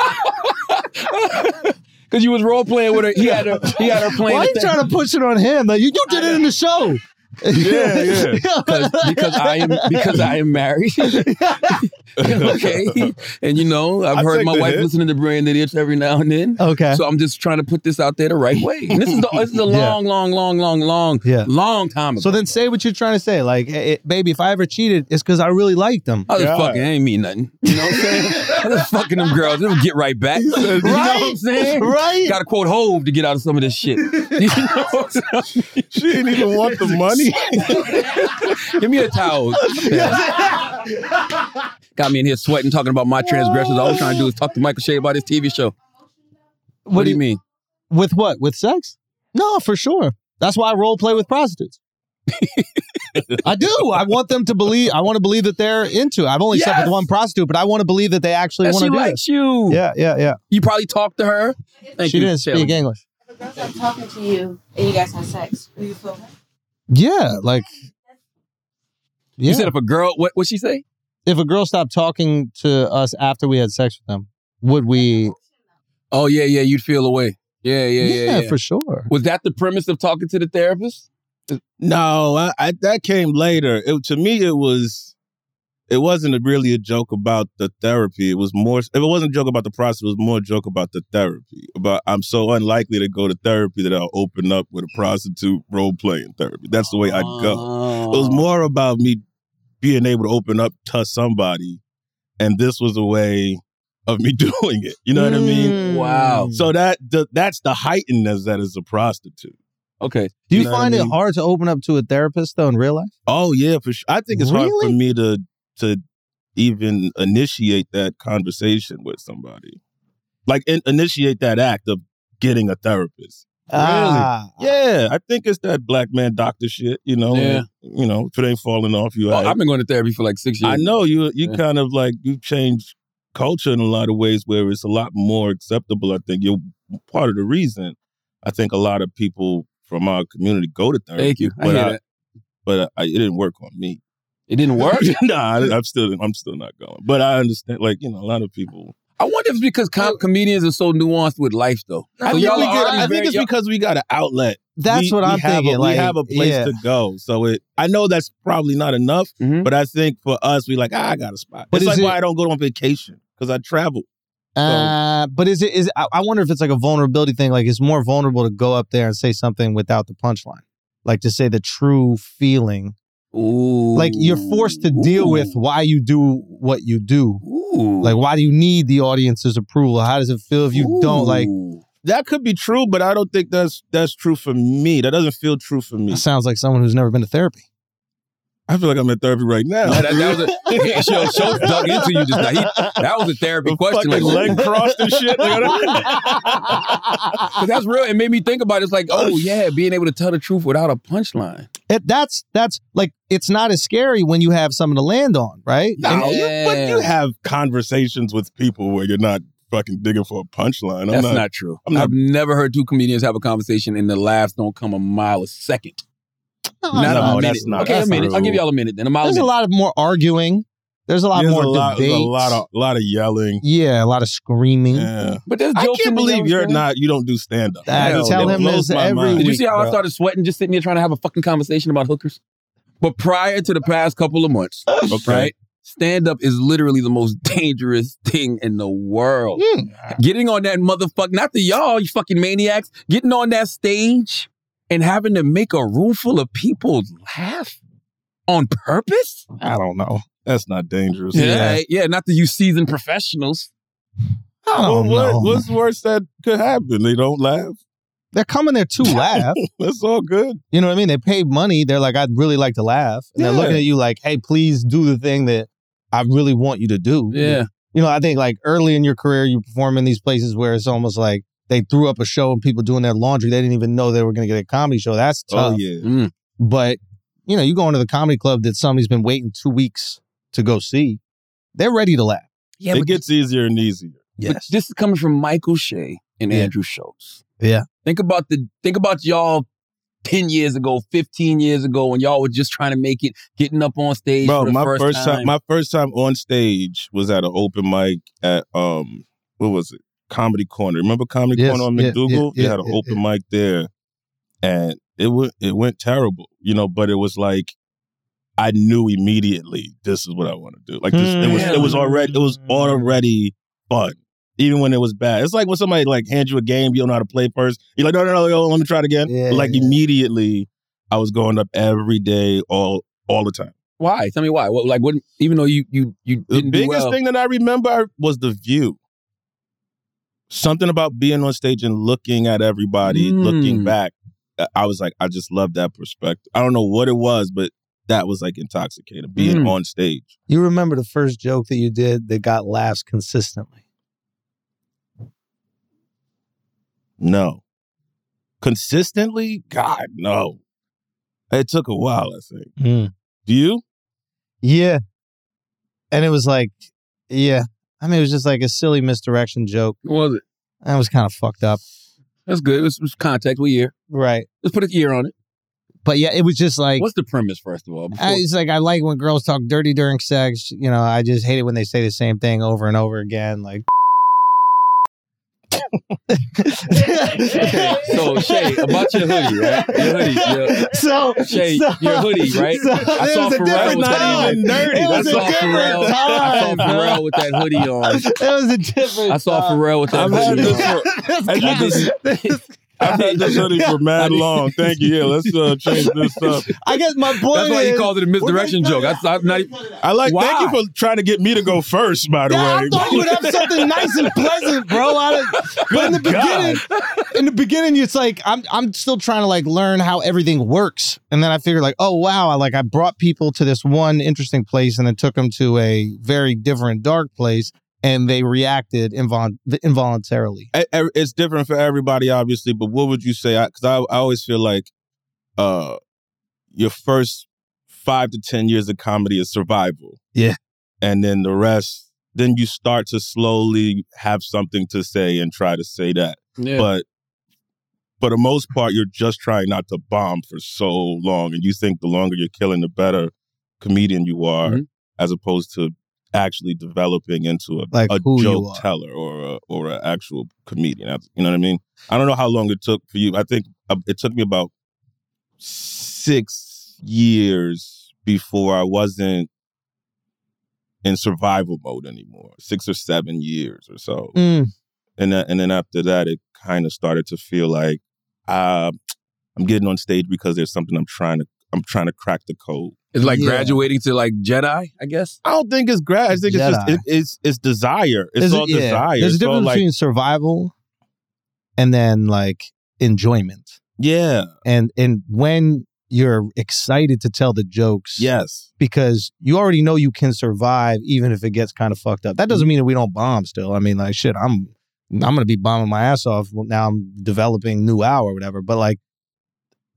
Speaker 2: Cause you was role playing with her. He had her. He had her playing.
Speaker 4: Why are you
Speaker 2: the thing. [laughs]
Speaker 4: trying to push it on him? Like, you, you did it in the show.
Speaker 5: Yeah, yeah.
Speaker 2: Because- because I am because I am married. [laughs] okay, and you know I've
Speaker 5: I
Speaker 2: heard
Speaker 5: take
Speaker 2: my
Speaker 5: the
Speaker 2: wife
Speaker 5: hit.
Speaker 2: listening to Brilliant Idiots every now and then.
Speaker 4: [laughs] Okay.
Speaker 2: So I'm just trying to put this out there the right way. And this is the, this is a
Speaker 4: Yeah.
Speaker 2: long, long, long, long, long,
Speaker 4: Yeah.
Speaker 2: long time ago.
Speaker 4: So then say what you're trying to say. Like, hey, baby, if I ever cheated, it's because I really liked them.
Speaker 2: I was
Speaker 5: God.
Speaker 2: fucking, I ain't mean nothing. You know what I'm
Speaker 4: [laughs]
Speaker 2: saying? I was fucking them girls. They'll get right back. You know [laughs] what I'm saying?
Speaker 4: Right?
Speaker 2: Got to quote Hove to get out of some of this shit. [laughs] You know what I'm saying?
Speaker 5: she didn't even want the money.
Speaker 2: Give me a towel.
Speaker 4: [laughs]
Speaker 2: Got me in here sweating, talking about my transgressions. All I'm trying to do is talk to Michael Shea about his TV show. What, do you mean?
Speaker 4: With what? With sex? No, for sure. That's why I role play
Speaker 2: [laughs]
Speaker 4: with prostitutes. I do. I want them to believe. I want to believe that they're into. It. I've only slept
Speaker 2: Yes.
Speaker 4: with one prostitute, but I want to believe that they actually
Speaker 2: That
Speaker 4: want
Speaker 2: she
Speaker 4: to do
Speaker 2: likes you.
Speaker 4: this. Yeah, yeah, yeah.
Speaker 2: You probably talked to her. Thank
Speaker 4: she
Speaker 2: you.
Speaker 4: didn't
Speaker 2: Shelly.
Speaker 4: speak English.
Speaker 6: The girls are talking to you and you guys have sex. Do you feel
Speaker 4: Yeah, like yeah.
Speaker 2: You said if a girl, what what she say?
Speaker 4: if a girl stopped talking to us after we had sex with them, would we?
Speaker 2: Oh yeah, yeah. You'd feel away. Yeah, yeah, yeah. yeah,
Speaker 4: for sure.
Speaker 2: Was that the premise of talking to the therapist?
Speaker 5: No, I, I that came later. It, to me, it was it wasn't really a joke about the therapy. It was more. If it wasn't a joke about the process, it was more a joke about the therapy. About I'm so unlikely to go to therapy that I'll open up with a prostitute role playing therapy. That's the way I go. It
Speaker 2: Oh.
Speaker 5: was more about me being able to open up to somebody, and this was a way of me [laughs] doing it. You know what I
Speaker 4: Mm.
Speaker 5: mean?
Speaker 4: Hmm.
Speaker 2: Wow.
Speaker 5: So that the, that's the heightenedness that is a prostitute.
Speaker 2: Okay.
Speaker 4: Do
Speaker 5: You
Speaker 4: you,
Speaker 5: know what I
Speaker 4: find
Speaker 5: mean?
Speaker 4: it hard to open up to a therapist though in real life?
Speaker 5: Oh yeah, for sure. I think it's hard for
Speaker 4: Really?
Speaker 5: me to to even initiate that conversation with somebody, like in, initiate that act of getting a therapist. Really?
Speaker 4: Ah,
Speaker 5: Yeah, I think it's that black man doctor shit. You know,
Speaker 2: Yeah.
Speaker 5: you know, if it ain't falling off you,
Speaker 2: Well,
Speaker 5: I,
Speaker 2: I've been going to therapy for like six years.
Speaker 5: I know you. You
Speaker 2: Yeah.
Speaker 5: kind of like you changed culture in a lot of ways where it's a lot more acceptable. I think you're part of the reason I think a lot of people from our community go to therapy.
Speaker 2: Thank you. uh, I
Speaker 5: But
Speaker 2: hear
Speaker 5: I,
Speaker 2: that.
Speaker 5: but I, it didn't work on me.
Speaker 2: It didn't work.
Speaker 5: [laughs] nah, I, am still I'm still not going. But I understand. Like you know, a lot of people.
Speaker 2: [laughs] I wonder if it's because com- comedians are so nuanced with life, though. So
Speaker 5: I think,
Speaker 2: y'all
Speaker 5: we
Speaker 2: are
Speaker 5: get,
Speaker 2: already
Speaker 5: I think
Speaker 2: very-
Speaker 5: it's
Speaker 2: y'all-
Speaker 5: because we got an outlet.
Speaker 4: That's
Speaker 5: We-
Speaker 4: what
Speaker 5: we
Speaker 4: I'm
Speaker 5: have a-
Speaker 4: thinking. like,
Speaker 5: we have a place
Speaker 4: yeah.
Speaker 5: to go. So it. I know that's probably not enough,
Speaker 2: Mhm.
Speaker 5: but I think for us, we like ah, I got a spot.
Speaker 4: But
Speaker 5: it's
Speaker 4: is
Speaker 5: like why
Speaker 4: it-
Speaker 5: I don't go on vacation because I travel.
Speaker 4: Uh, but is it is I, I wonder if it's like a vulnerability thing. Like it's more vulnerable to go up there and say something without the punchline, like to say the true feeling.
Speaker 2: Ooh.
Speaker 4: Like you're forced to deal with why you do what you do.
Speaker 2: Ooh.
Speaker 4: Like why do you need the audience's approval? How does it feel if you don't? Like
Speaker 2: Ooh.
Speaker 5: That could be true, but I don't think that's that's true for me. That doesn't feel true for me.
Speaker 4: that sounds like someone who's never been to therapy.
Speaker 5: I feel like I'm in therapy right now.
Speaker 2: No,
Speaker 5: [laughs]
Speaker 2: that, that was a [laughs] show, show dug into you just now. He, that was a therapy
Speaker 5: The
Speaker 2: question.
Speaker 5: fucking
Speaker 2: like,
Speaker 5: leg crossed and shit. Like, [laughs]
Speaker 2: Cause that's real. It made me think about it. It's like, oh yeah, being able to tell the truth without a punchline.
Speaker 4: It, that's that's like it's not as scary when you have something to land on, right?
Speaker 5: No, you, but you
Speaker 2: Yeah.
Speaker 5: have conversations with people where you're not fucking digging for a punchline. I'm
Speaker 2: That's
Speaker 5: not,
Speaker 2: not, true.
Speaker 5: I'm not-
Speaker 2: I've never heard two comedians have a conversation and the laughs don't come a mile a second. Not
Speaker 5: Oh, no,
Speaker 2: a minute.
Speaker 5: that's not
Speaker 2: okay,
Speaker 5: true.
Speaker 2: a minute. I'll give y'all a minute then. A mile.
Speaker 4: There's
Speaker 2: a
Speaker 4: a
Speaker 2: minute.
Speaker 4: lot of more arguing. There's a lot
Speaker 5: There's
Speaker 4: more
Speaker 5: a lot, there's
Speaker 4: debates.
Speaker 5: a lot of lot of yelling.
Speaker 4: yeah, a lot of screaming.
Speaker 2: Mm-hmm.
Speaker 5: Yeah.
Speaker 2: But there's
Speaker 5: I
Speaker 2: jokes
Speaker 5: can't
Speaker 2: in the
Speaker 5: believe
Speaker 2: yellow
Speaker 5: you're
Speaker 2: film.
Speaker 5: not. You don't do stand up.
Speaker 4: I
Speaker 2: Hell,
Speaker 4: tell
Speaker 2: that
Speaker 4: him
Speaker 5: blows
Speaker 4: this
Speaker 5: my
Speaker 4: every
Speaker 5: mind.
Speaker 4: week.
Speaker 2: Did you see how I
Speaker 4: bro.
Speaker 2: started sweating just sitting here trying to have a fucking conversation about hookers? But prior to the past couple of months,
Speaker 4: Hmm,
Speaker 5: Okay.
Speaker 2: right? Stand up is literally the most [laughs] dangerous thing in the world.
Speaker 4: Hmm.
Speaker 2: Getting on that motherfucker, not the y'all, you fucking maniacs, getting on that stage and having to make a room full of people laugh on purpose?
Speaker 5: I don't know. That's not dangerous.
Speaker 2: Yeah, yeah, not the you seasoned professionals.
Speaker 4: I
Speaker 5: Well,
Speaker 4: don't know.
Speaker 5: what, what's the worst that could happen? They don't laugh. [laughs]
Speaker 4: They're coming there to laugh.
Speaker 5: That's all good.
Speaker 4: You know what I mean? They paid money. They're like, I'd really like to laugh. And
Speaker 5: Yeah.
Speaker 4: they're looking at you like, hey, please do the thing that I really want you to do.
Speaker 2: Yeah.
Speaker 4: You know, I think like early in your career, you perform in these places where it's almost like they threw up a show and people doing their laundry. They didn't even know they were going to get a comedy show. That's tough.
Speaker 5: Oh yeah.
Speaker 2: Mm.
Speaker 4: But, you know, you go into the comedy club that somebody's been waiting two weeks to go see, they're ready to laugh.
Speaker 2: Yeah,
Speaker 5: it gets easier and easier.
Speaker 2: But this is coming from Michael Shea and
Speaker 4: Yeah.
Speaker 2: Andrew Schultz.
Speaker 4: Yeah.
Speaker 2: Think about the think about y'all ten years ago, fifteen years ago, when y'all were just trying to make it, getting up on stage.
Speaker 5: Bro,
Speaker 2: for the
Speaker 5: my
Speaker 2: first, time.
Speaker 5: my first time on stage was at an open mic at um what was it? Comedy Corner. Remember Comedy
Speaker 4: Yes,
Speaker 5: Corner on
Speaker 4: yeah, yeah,
Speaker 5: McDougal? they
Speaker 4: yeah,
Speaker 5: had an
Speaker 4: yeah,
Speaker 5: open mic there and it went it went terrible, you know, but it was like I knew immediately this is what I want to do. Like this, it was it was already it was
Speaker 2: Hmm.
Speaker 5: already fun. Even when it was bad. It's like when somebody like hands you a game, you don't know how to play first. You're like, no, no, no, yo, let me try it again.
Speaker 4: Yeah,
Speaker 5: like
Speaker 4: yeah.
Speaker 5: immediately I was going up every day, all all the time.
Speaker 2: why? Tell me why. What, like, what? Even though you you you
Speaker 5: The
Speaker 2: didn't do
Speaker 5: biggest
Speaker 2: well,
Speaker 5: thing that I remember was the view. Something about being on stage and looking at everybody,
Speaker 2: Mm.
Speaker 5: looking back. I- I was like, I just love that perspective. I don't know what it was, but that was like intoxicating, being
Speaker 2: Mm.
Speaker 5: on stage.
Speaker 4: You remember the first joke that you did that got laughs consistently.
Speaker 5: No. Consistently? God, no. It took a while, I think. Do you?
Speaker 4: Yeah. And it was like, yeah. I mean, it was just like a silly misdirection joke.
Speaker 2: What was it?
Speaker 4: That was kind of fucked up.
Speaker 2: That's good. It was, it was context. What year?
Speaker 4: Right.
Speaker 2: Let's put a year on it.
Speaker 4: But yeah, it was just like,
Speaker 2: What's the premise first of all? Before,
Speaker 4: I, it's like, I like when girls talk dirty during sex. You know, I just hate it when they say the same thing over and over again. Like, [laughs]
Speaker 2: Okay, so Shay, about your hoodie, right? Your hoodie, your-
Speaker 4: So
Speaker 2: Shay,
Speaker 4: so-
Speaker 2: your hoodie, right?
Speaker 4: [laughs] so-
Speaker 2: I saw
Speaker 4: It was a
Speaker 2: Pharrell
Speaker 4: different
Speaker 2: with that
Speaker 4: time.
Speaker 2: even
Speaker 5: dirty.
Speaker 4: It
Speaker 2: I
Speaker 4: was a
Speaker 2: saw Pharrell.
Speaker 4: different
Speaker 2: I saw
Speaker 4: time. bro.
Speaker 2: Pharrell with that hoodie on.
Speaker 4: It was a different.
Speaker 2: I saw
Speaker 4: time.
Speaker 2: Pharrell with that
Speaker 5: I've
Speaker 4: [laughs]
Speaker 5: had
Speaker 2: hoodie
Speaker 5: this
Speaker 2: on.
Speaker 5: for, I've had this- I've had
Speaker 2: [laughs]
Speaker 5: this hoodie for mad long. Thank you. Yeah, let's uh, change this up.
Speaker 4: [laughs] I guess my point
Speaker 2: That's why
Speaker 4: is,
Speaker 2: he called it a misdirection joke. That's I'm not. e, even-
Speaker 5: I like.
Speaker 2: Why?
Speaker 5: Thank you for trying to get me to go first. By the
Speaker 4: Yeah,
Speaker 5: way,
Speaker 4: I thought you would have something nice and pleasant, bro. I didn't- but in the
Speaker 5: God.
Speaker 4: beginning, in the beginning, it's like I'm I'm still trying to like learn how everything works, and then I figured like, oh wow, I like I brought people to this one interesting place, and then took them to a very different dark place, and they reacted invol- involuntarily.
Speaker 5: I- I- e-, it's different for everybody, obviously. But what would you say? Because I, I always feel like uh, your first five to ten years of comedy is survival.
Speaker 4: Yeah.
Speaker 5: and then the rest, then you start to slowly have something to say and try to say that.
Speaker 2: Yeah.
Speaker 5: but for the most part, you're just trying not to bomb for so long, and you think the longer you're killing, the better comedian you are,
Speaker 2: Mhm.
Speaker 5: as opposed to actually developing into a,
Speaker 4: Mm-hmm. Like
Speaker 5: a
Speaker 4: who you
Speaker 5: joke
Speaker 4: are.
Speaker 5: teller or a, or an actual comedian. That's- You know what I mean? I don't know how long it took for you. I think uh, it took me about six years before I wasn't in survival mode anymore. Six or seven years or so
Speaker 4: Mm.
Speaker 5: and that, and then after that, it kind of started to feel like uh, I'm getting on stage because there's something I'm trying to I'm trying to crack the code.
Speaker 2: It's like
Speaker 4: Yeah.
Speaker 2: graduating to like Jedi, I guess.
Speaker 5: I don't think it's grad. I think it's just
Speaker 4: Jedi.
Speaker 5: it, it's it's desire. It's
Speaker 4: There's a-
Speaker 5: all
Speaker 4: yeah,
Speaker 5: desire.
Speaker 4: There's a
Speaker 5: It's all
Speaker 4: difference
Speaker 5: like-
Speaker 4: between survival and then like enjoyment.
Speaker 5: yeah,
Speaker 4: And and when you're excited to tell the jokes,
Speaker 5: yes,
Speaker 4: because you already know you can survive even if it gets kind of fucked up. That doesn't mean that we don't bomb still. I mean, like shit, I'm I'm gonna be bombing my ass off now. I'm developing new hour or whatever. But like,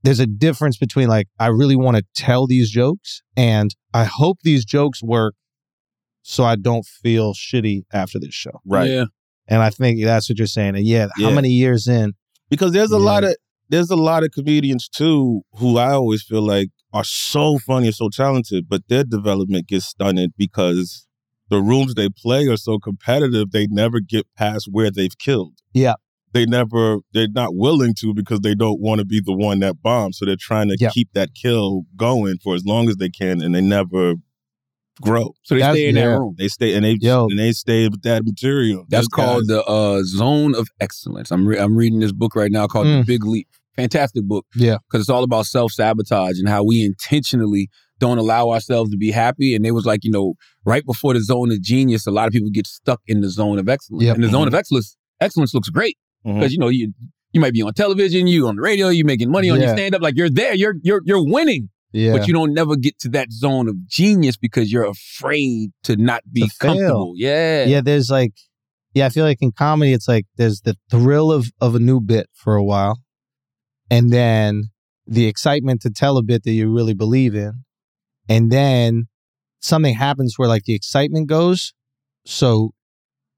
Speaker 4: there's a difference between like I really want to tell these jokes and I hope these jokes work, so I don't feel shitty after this show.
Speaker 5: right.
Speaker 2: Yeah.
Speaker 4: And I think that's what you're saying. And yeah, how
Speaker 5: Yeah.
Speaker 4: many years in?
Speaker 5: Because there's a
Speaker 4: Yeah.
Speaker 5: lot of there's a lot of comedians too who I always feel like are so funny and so talented, but their development gets stunted because the rooms they play are so competitive they never get past where they've killed.
Speaker 4: Yeah.
Speaker 5: They never they're not willing to because they don't want to be the one that bombs. So they're trying to
Speaker 4: Yeah.
Speaker 5: keep that kill going for as long as they can and they never grow.
Speaker 2: So they
Speaker 4: That's-
Speaker 2: stay in
Speaker 4: yeah.
Speaker 2: that room.
Speaker 5: They stay and they
Speaker 4: Yo.
Speaker 5: and they stay with that material.
Speaker 2: That's
Speaker 5: Those
Speaker 2: called
Speaker 5: guys-
Speaker 2: the uh, Zone of Excellence. I'm re- I'm reading this book right now called The
Speaker 4: Mm.
Speaker 2: Big Leap. Fantastic book.
Speaker 4: Yeah.
Speaker 2: because it's all about self sabotage and how we intentionally don't allow ourselves to be happy. And it was like you know, right before the zone of genius, a lot of people get stuck in the zone of excellence.
Speaker 4: Yep. Mm-hmm.
Speaker 2: And the zone of excellence excellence looks great
Speaker 5: Mhm.
Speaker 2: because you know you you might be on television, you on the radio, you making money on your
Speaker 4: Yeah.
Speaker 2: stand up. Like you're there, you're you're you're winning,
Speaker 4: Yeah,
Speaker 2: but you don't never get to that zone of genius because you're afraid to not be
Speaker 4: To fail.
Speaker 2: comfortable. Yeah.
Speaker 4: yeah there's like yeah i feel like in comedy it's like there's the thrill of of a new bit for a while and then the excitement to tell a bit that you really believe in and then something happens where like the excitement goes so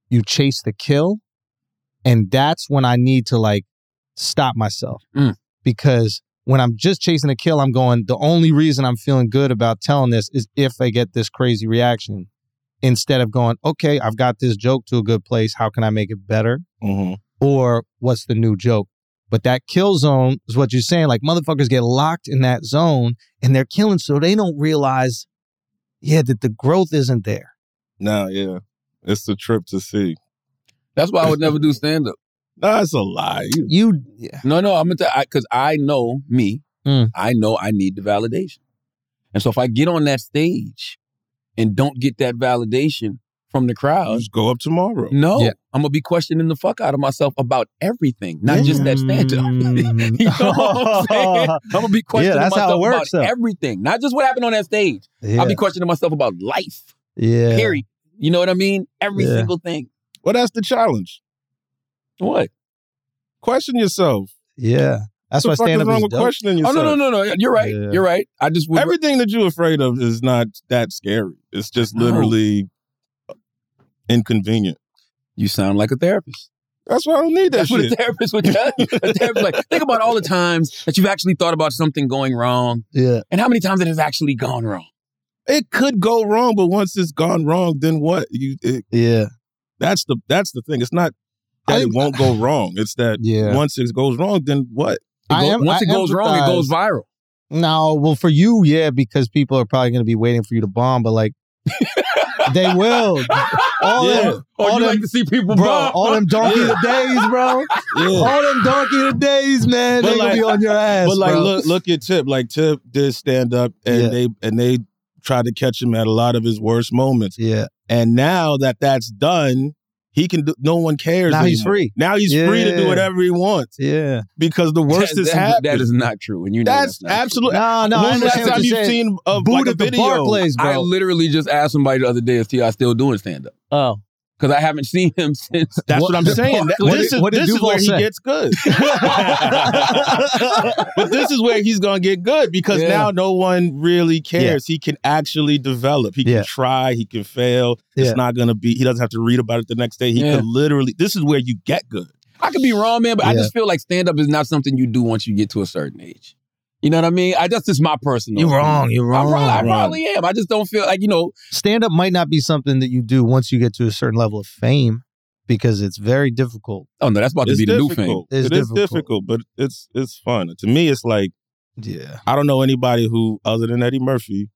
Speaker 4: you chase the kill and that's when i need to like stop myself
Speaker 2: Mm.
Speaker 4: because when i'm just chasing a kill i'm going the only reason i'm feeling good about telling this is if i get this crazy reaction instead of going, okay, I've got this joke to a good place. How can I make it better?
Speaker 5: Mhm.
Speaker 4: Or what's the new joke? But that kill zone is what you're saying. Like motherfuckers get locked in that zone and they're killing, so they don't realize, yeah, that the growth isn't there.
Speaker 5: No, yeah. It's the trip to see.
Speaker 2: That's why I would never do stand up.
Speaker 5: No, it's a lie. You-
Speaker 4: You, yeah,
Speaker 2: No, no, I'm gonna tell because I know me.
Speaker 4: Mm.
Speaker 2: I know I need the validation, and so if I get on that stage and don't get that validation from the crowd,
Speaker 5: just go up tomorrow.
Speaker 2: no,
Speaker 4: Yeah.
Speaker 2: I'm gonna be questioning the fuck out of myself about everything, not just that stand up. [laughs]
Speaker 4: Mm.
Speaker 2: you know what I'm saying? I'm gonna be questioning
Speaker 4: that's how it
Speaker 2: myself
Speaker 4: works,
Speaker 2: about
Speaker 4: though.
Speaker 2: everything, not just what happened on that stage.
Speaker 4: [laughs] yeah.
Speaker 2: I'll be questioning myself about life.
Speaker 4: yeah.
Speaker 2: Period. You know what I mean? Every
Speaker 4: Yeah.
Speaker 2: single thing.
Speaker 5: Well, that's the challenge.
Speaker 2: What?
Speaker 5: Question yourself.
Speaker 4: Yeah. That's why
Speaker 5: what the fuck is
Speaker 4: stand up
Speaker 5: wrong
Speaker 4: is
Speaker 5: with
Speaker 4: dope.
Speaker 5: questioning
Speaker 2: Oh
Speaker 5: yourself?
Speaker 2: no, no, no, no. You're right.
Speaker 4: Yeah.
Speaker 2: You're right. I just would,
Speaker 5: Everything that you're afraid of is not that scary. It's just
Speaker 2: No.
Speaker 5: literally inconvenient.
Speaker 2: you sound like a therapist.
Speaker 5: That's why I don't need that
Speaker 2: That's what a
Speaker 5: shit.
Speaker 2: therapist would tell [laughs] you. A therapist like, think about all the times that you've actually thought about something going wrong,
Speaker 4: Yeah.
Speaker 2: and how many times it has actually gone wrong.
Speaker 5: [laughs] It could go wrong, but once it's gone wrong, then what? You it,
Speaker 4: Yeah.
Speaker 5: that's the that's the thing. It's not that
Speaker 4: I-
Speaker 5: it won't go wrong. It's that
Speaker 4: Yeah.
Speaker 5: once it goes wrong, then what?
Speaker 2: It
Speaker 4: I
Speaker 2: go-
Speaker 4: am-
Speaker 2: once
Speaker 4: I
Speaker 2: it goes wrong, it
Speaker 4: empathize.
Speaker 2: goes viral.
Speaker 4: No, well, for you, yeah, because people are probably going to be waiting for you to bomb, but like, they will. All
Speaker 5: Yeah.
Speaker 4: them,
Speaker 2: Or
Speaker 4: all
Speaker 2: Oh, you
Speaker 4: them,
Speaker 2: like to see people
Speaker 4: bro,
Speaker 2: bomb.
Speaker 4: all them donkey of the days, bro.
Speaker 5: Yeah.
Speaker 4: All them donkey of the days, man.
Speaker 5: But
Speaker 4: they going
Speaker 5: like-
Speaker 4: to be on your ass.
Speaker 5: But like,
Speaker 4: bro.
Speaker 5: look, look at Tip. Like Tip did stand up, and
Speaker 4: Yeah.
Speaker 5: they and they tried to catch him at a lot of his worst moments.
Speaker 4: Yeah.
Speaker 5: And now that that's done, he can. Do, no one cares.
Speaker 4: Now he's
Speaker 5: anymore.
Speaker 4: free.
Speaker 5: Now he's free to do
Speaker 4: Yeah.
Speaker 5: whatever he wants
Speaker 4: Yeah.
Speaker 5: because the
Speaker 2: [laughs]
Speaker 5: worst
Speaker 2: that,
Speaker 5: is
Speaker 2: that-
Speaker 5: happening.
Speaker 2: That is not true, and you know
Speaker 5: that's
Speaker 2: that's, not
Speaker 5: absolutely.
Speaker 4: No, no, I
Speaker 5: When's the last
Speaker 4: understand
Speaker 5: time
Speaker 4: what
Speaker 5: you've
Speaker 4: you're saying.
Speaker 5: seen of
Speaker 4: Boot
Speaker 5: like a
Speaker 4: at the
Speaker 5: video?
Speaker 4: Barclays,
Speaker 2: true. I
Speaker 4: bro.
Speaker 2: literally just asked somebody the other day if T.I. still doing stand up
Speaker 4: oh.
Speaker 2: because I haven't [laughs] seen him since.
Speaker 5: That's
Speaker 4: What-
Speaker 5: what, I'm
Speaker 4: the
Speaker 5: saying. That-
Speaker 4: Barclays.
Speaker 5: this is,
Speaker 4: What did
Speaker 5: this is
Speaker 4: Duval
Speaker 5: where
Speaker 4: say?
Speaker 5: he gets
Speaker 4: [laughs]
Speaker 5: good. but this is where he's gonna get good because
Speaker 4: Yeah.
Speaker 5: now no one really cares. He can actually develop. He
Speaker 4: Yeah.
Speaker 5: can try. He can fail.
Speaker 4: Yeah.
Speaker 5: It's not gonna be. He doesn't have to read about it the next day. He
Speaker 2: Yeah.
Speaker 5: can literally. This is where you get good.
Speaker 2: I could be wrong, man, but I
Speaker 4: Yeah.
Speaker 2: just feel like stand up is not something you do once you get to a certain age. You know what I mean? I that's just my personal.
Speaker 4: You're
Speaker 2: opinion.
Speaker 4: wrong. You're
Speaker 2: I
Speaker 4: wrong.
Speaker 2: probably, I probably am. I just don't feel like you know.
Speaker 4: Stand up might not be something that you do once you get to a certain level of fame because it's very difficult.
Speaker 2: Oh no, that's about to
Speaker 5: It's
Speaker 2: be the new thing.
Speaker 5: difficult.
Speaker 4: It's
Speaker 5: It is
Speaker 4: difficult.
Speaker 5: difficult, but it's it's fun. To me, it's like
Speaker 4: Yeah.
Speaker 5: I don't know anybody who, other than Eddie Murphy,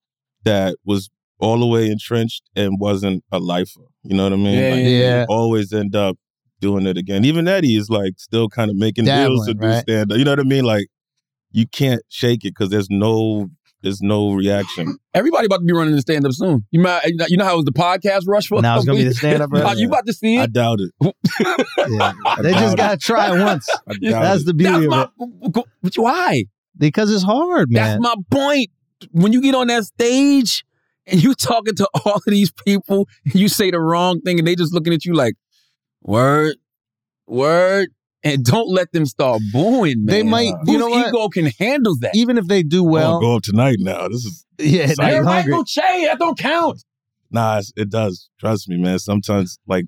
Speaker 5: that was all the way entrenched and wasn't a lifer. You know what I mean?
Speaker 2: Yeah,
Speaker 5: Like,
Speaker 2: yeah,
Speaker 5: you
Speaker 4: yeah.
Speaker 5: [laughs] Always end up doing it again. Even Eddie is like still kind of making deals to
Speaker 4: Dabbling,
Speaker 5: do
Speaker 4: right?
Speaker 5: stand up. You know what I mean? Like you can't shake it because there's no there's no reaction.
Speaker 2: Everybody about to be running the stand up soon. You might, you know how it was the podcast rush for?
Speaker 4: Now it's gonna be the stand-up
Speaker 2: [laughs] It's about-
Speaker 4: rush.
Speaker 2: You about to see
Speaker 5: I
Speaker 2: it?
Speaker 5: doubt it.
Speaker 4: Yeah.
Speaker 5: I
Speaker 4: they
Speaker 5: doubt
Speaker 4: just gotta try it once.
Speaker 5: it. I doubt
Speaker 4: That's
Speaker 5: it.
Speaker 4: the
Speaker 2: [laughs] That's
Speaker 4: beauty of
Speaker 2: my.
Speaker 4: it.
Speaker 2: But why?
Speaker 4: Because it's hard, man.
Speaker 2: That's my point. When you get on that stage and you talking to all of these people, you say the wrong thing, and they just looking at you like, "Word, word," and don't let them start booing, man.
Speaker 4: They might- you
Speaker 2: Whose
Speaker 4: know what?
Speaker 2: ego can handle that?
Speaker 4: Even if they do
Speaker 5: Well,
Speaker 4: well,
Speaker 5: go up tonight now. This is
Speaker 4: [laughs] yeah,
Speaker 5: Sorry.
Speaker 4: they're
Speaker 2: Everybody
Speaker 4: hungry.
Speaker 2: go Che. That don't count.
Speaker 5: Nah, it's, it does. Trust me, man. Sometimes like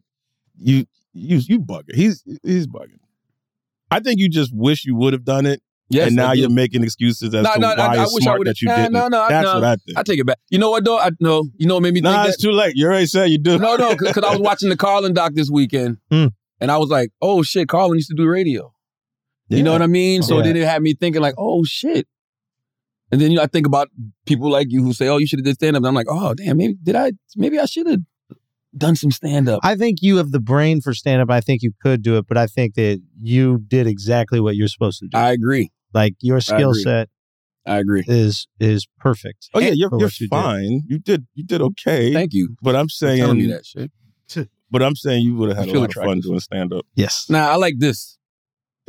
Speaker 5: you you you bugging. He's he's bugging. I think you just wish you would have done it,
Speaker 2: Yes,
Speaker 5: and now
Speaker 2: I do.
Speaker 5: you're making excuses as
Speaker 2: No,
Speaker 5: to
Speaker 2: no, I-
Speaker 5: why
Speaker 2: I
Speaker 5: it's
Speaker 2: wish I
Speaker 5: smart
Speaker 2: would've-
Speaker 5: that you
Speaker 2: Nah,
Speaker 5: didn't.
Speaker 2: no, no,
Speaker 5: That's
Speaker 2: no.
Speaker 5: what I think.
Speaker 2: I take it back. You know what though? I know. You know what made me
Speaker 5: nah,
Speaker 2: think
Speaker 5: it's [laughs] too late. You already said you do.
Speaker 2: that? No, no, because I was watching the Carlin doc this weekend,
Speaker 5: Mm.
Speaker 4: Hmm.
Speaker 2: and I was like, "Oh shit, Carlin used to do radio." You know what I mean? So
Speaker 4: Yeah.
Speaker 2: then it had me thinking like, oh shit. And then you know, I think about people like you who say, oh, you should have did stand up. And I'm like, oh damn, maybe did I? Maybe I should have done some stand up.
Speaker 4: I think you have the brain for stand up. I think you could do it, but I think that you did exactly what you're supposed to do.
Speaker 2: I agree.
Speaker 4: like your skill
Speaker 2: agree.
Speaker 4: set
Speaker 2: I agree.
Speaker 4: is is perfect.
Speaker 5: Oh yeah, you're,
Speaker 4: for
Speaker 5: you're
Speaker 4: what you did.
Speaker 5: fine. You did you did okay.
Speaker 2: Thank you
Speaker 5: but I'm
Speaker 2: for telling me
Speaker 5: saying
Speaker 2: that shit.
Speaker 5: but I'm saying you would have
Speaker 2: I
Speaker 5: had a
Speaker 2: feel
Speaker 5: lot of fun
Speaker 2: attractive.
Speaker 5: doing stand up.
Speaker 4: Yes.
Speaker 2: Now I like this.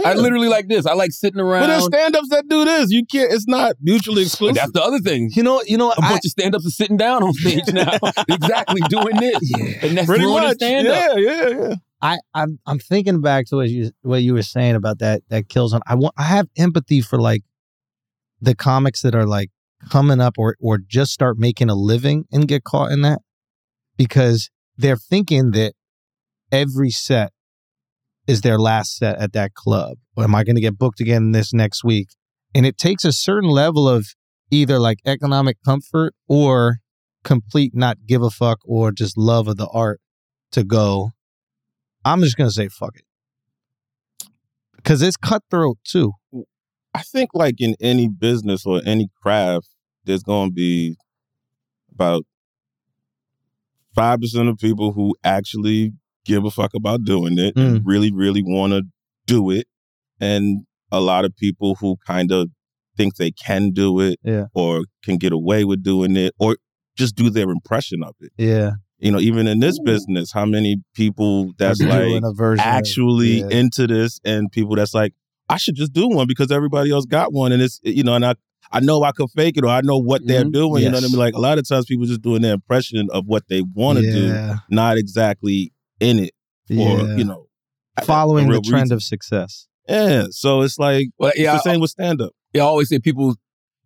Speaker 2: I literally like this. I like sitting
Speaker 5: But there's
Speaker 2: around.
Speaker 5: stand ups that do this. You can't it's not mutually exclusive.
Speaker 2: That's the other thing.
Speaker 4: You know, you know,
Speaker 2: A bunch of stand ups are sitting down on stage
Speaker 5: [laughs]
Speaker 2: now. exactly doing this. And that's
Speaker 5: Pretty
Speaker 2: ruining
Speaker 5: much.
Speaker 2: stand up.
Speaker 5: Yeah, yeah, yeah.
Speaker 4: I, I'm I'm thinking back to what you what you were saying about that that kills on. I want I have empathy for like the comics that are like coming up or or just start making a living and get caught in that because they're thinking that every set is their last set at that club. Or am I going to get booked again this next week? And it takes a certain level of either like economic comfort or complete not give a fuck or just love of the art to go I'm just gonna say fuck it. Cause it's cutthroat too.
Speaker 5: I think like in any business or any craft, there's gonna be about five percent of people who actually give a fuck about doing it and really, really wanna do it. And a lot of people who kind of think they can do it
Speaker 4: Yeah.
Speaker 5: or can get away with doing it or just do their impression of it.
Speaker 4: Yeah.
Speaker 5: You know, even in this business, how many people
Speaker 4: [clears throat]
Speaker 5: that's
Speaker 4: Doing
Speaker 5: like
Speaker 4: a version of-
Speaker 5: actually
Speaker 4: yeah.
Speaker 5: into this and people that's like i should just do one because everybody else got one and it's you know and i i know i could fake it or i know what they're
Speaker 2: Mhm.
Speaker 5: doing you know what i
Speaker 4: Mm-hmm. Yes.
Speaker 5: mean like a lot of times people just doing their impression of what they want to do
Speaker 4: Yeah.
Speaker 5: not exactly in it or
Speaker 4: Yeah.
Speaker 5: you know
Speaker 4: following
Speaker 5: a
Speaker 4: the
Speaker 5: real
Speaker 4: trend of success.
Speaker 5: yeah so it's like
Speaker 2: Well,
Speaker 5: it's
Speaker 2: yeah, uh
Speaker 5: the same with stand-up
Speaker 2: I always say people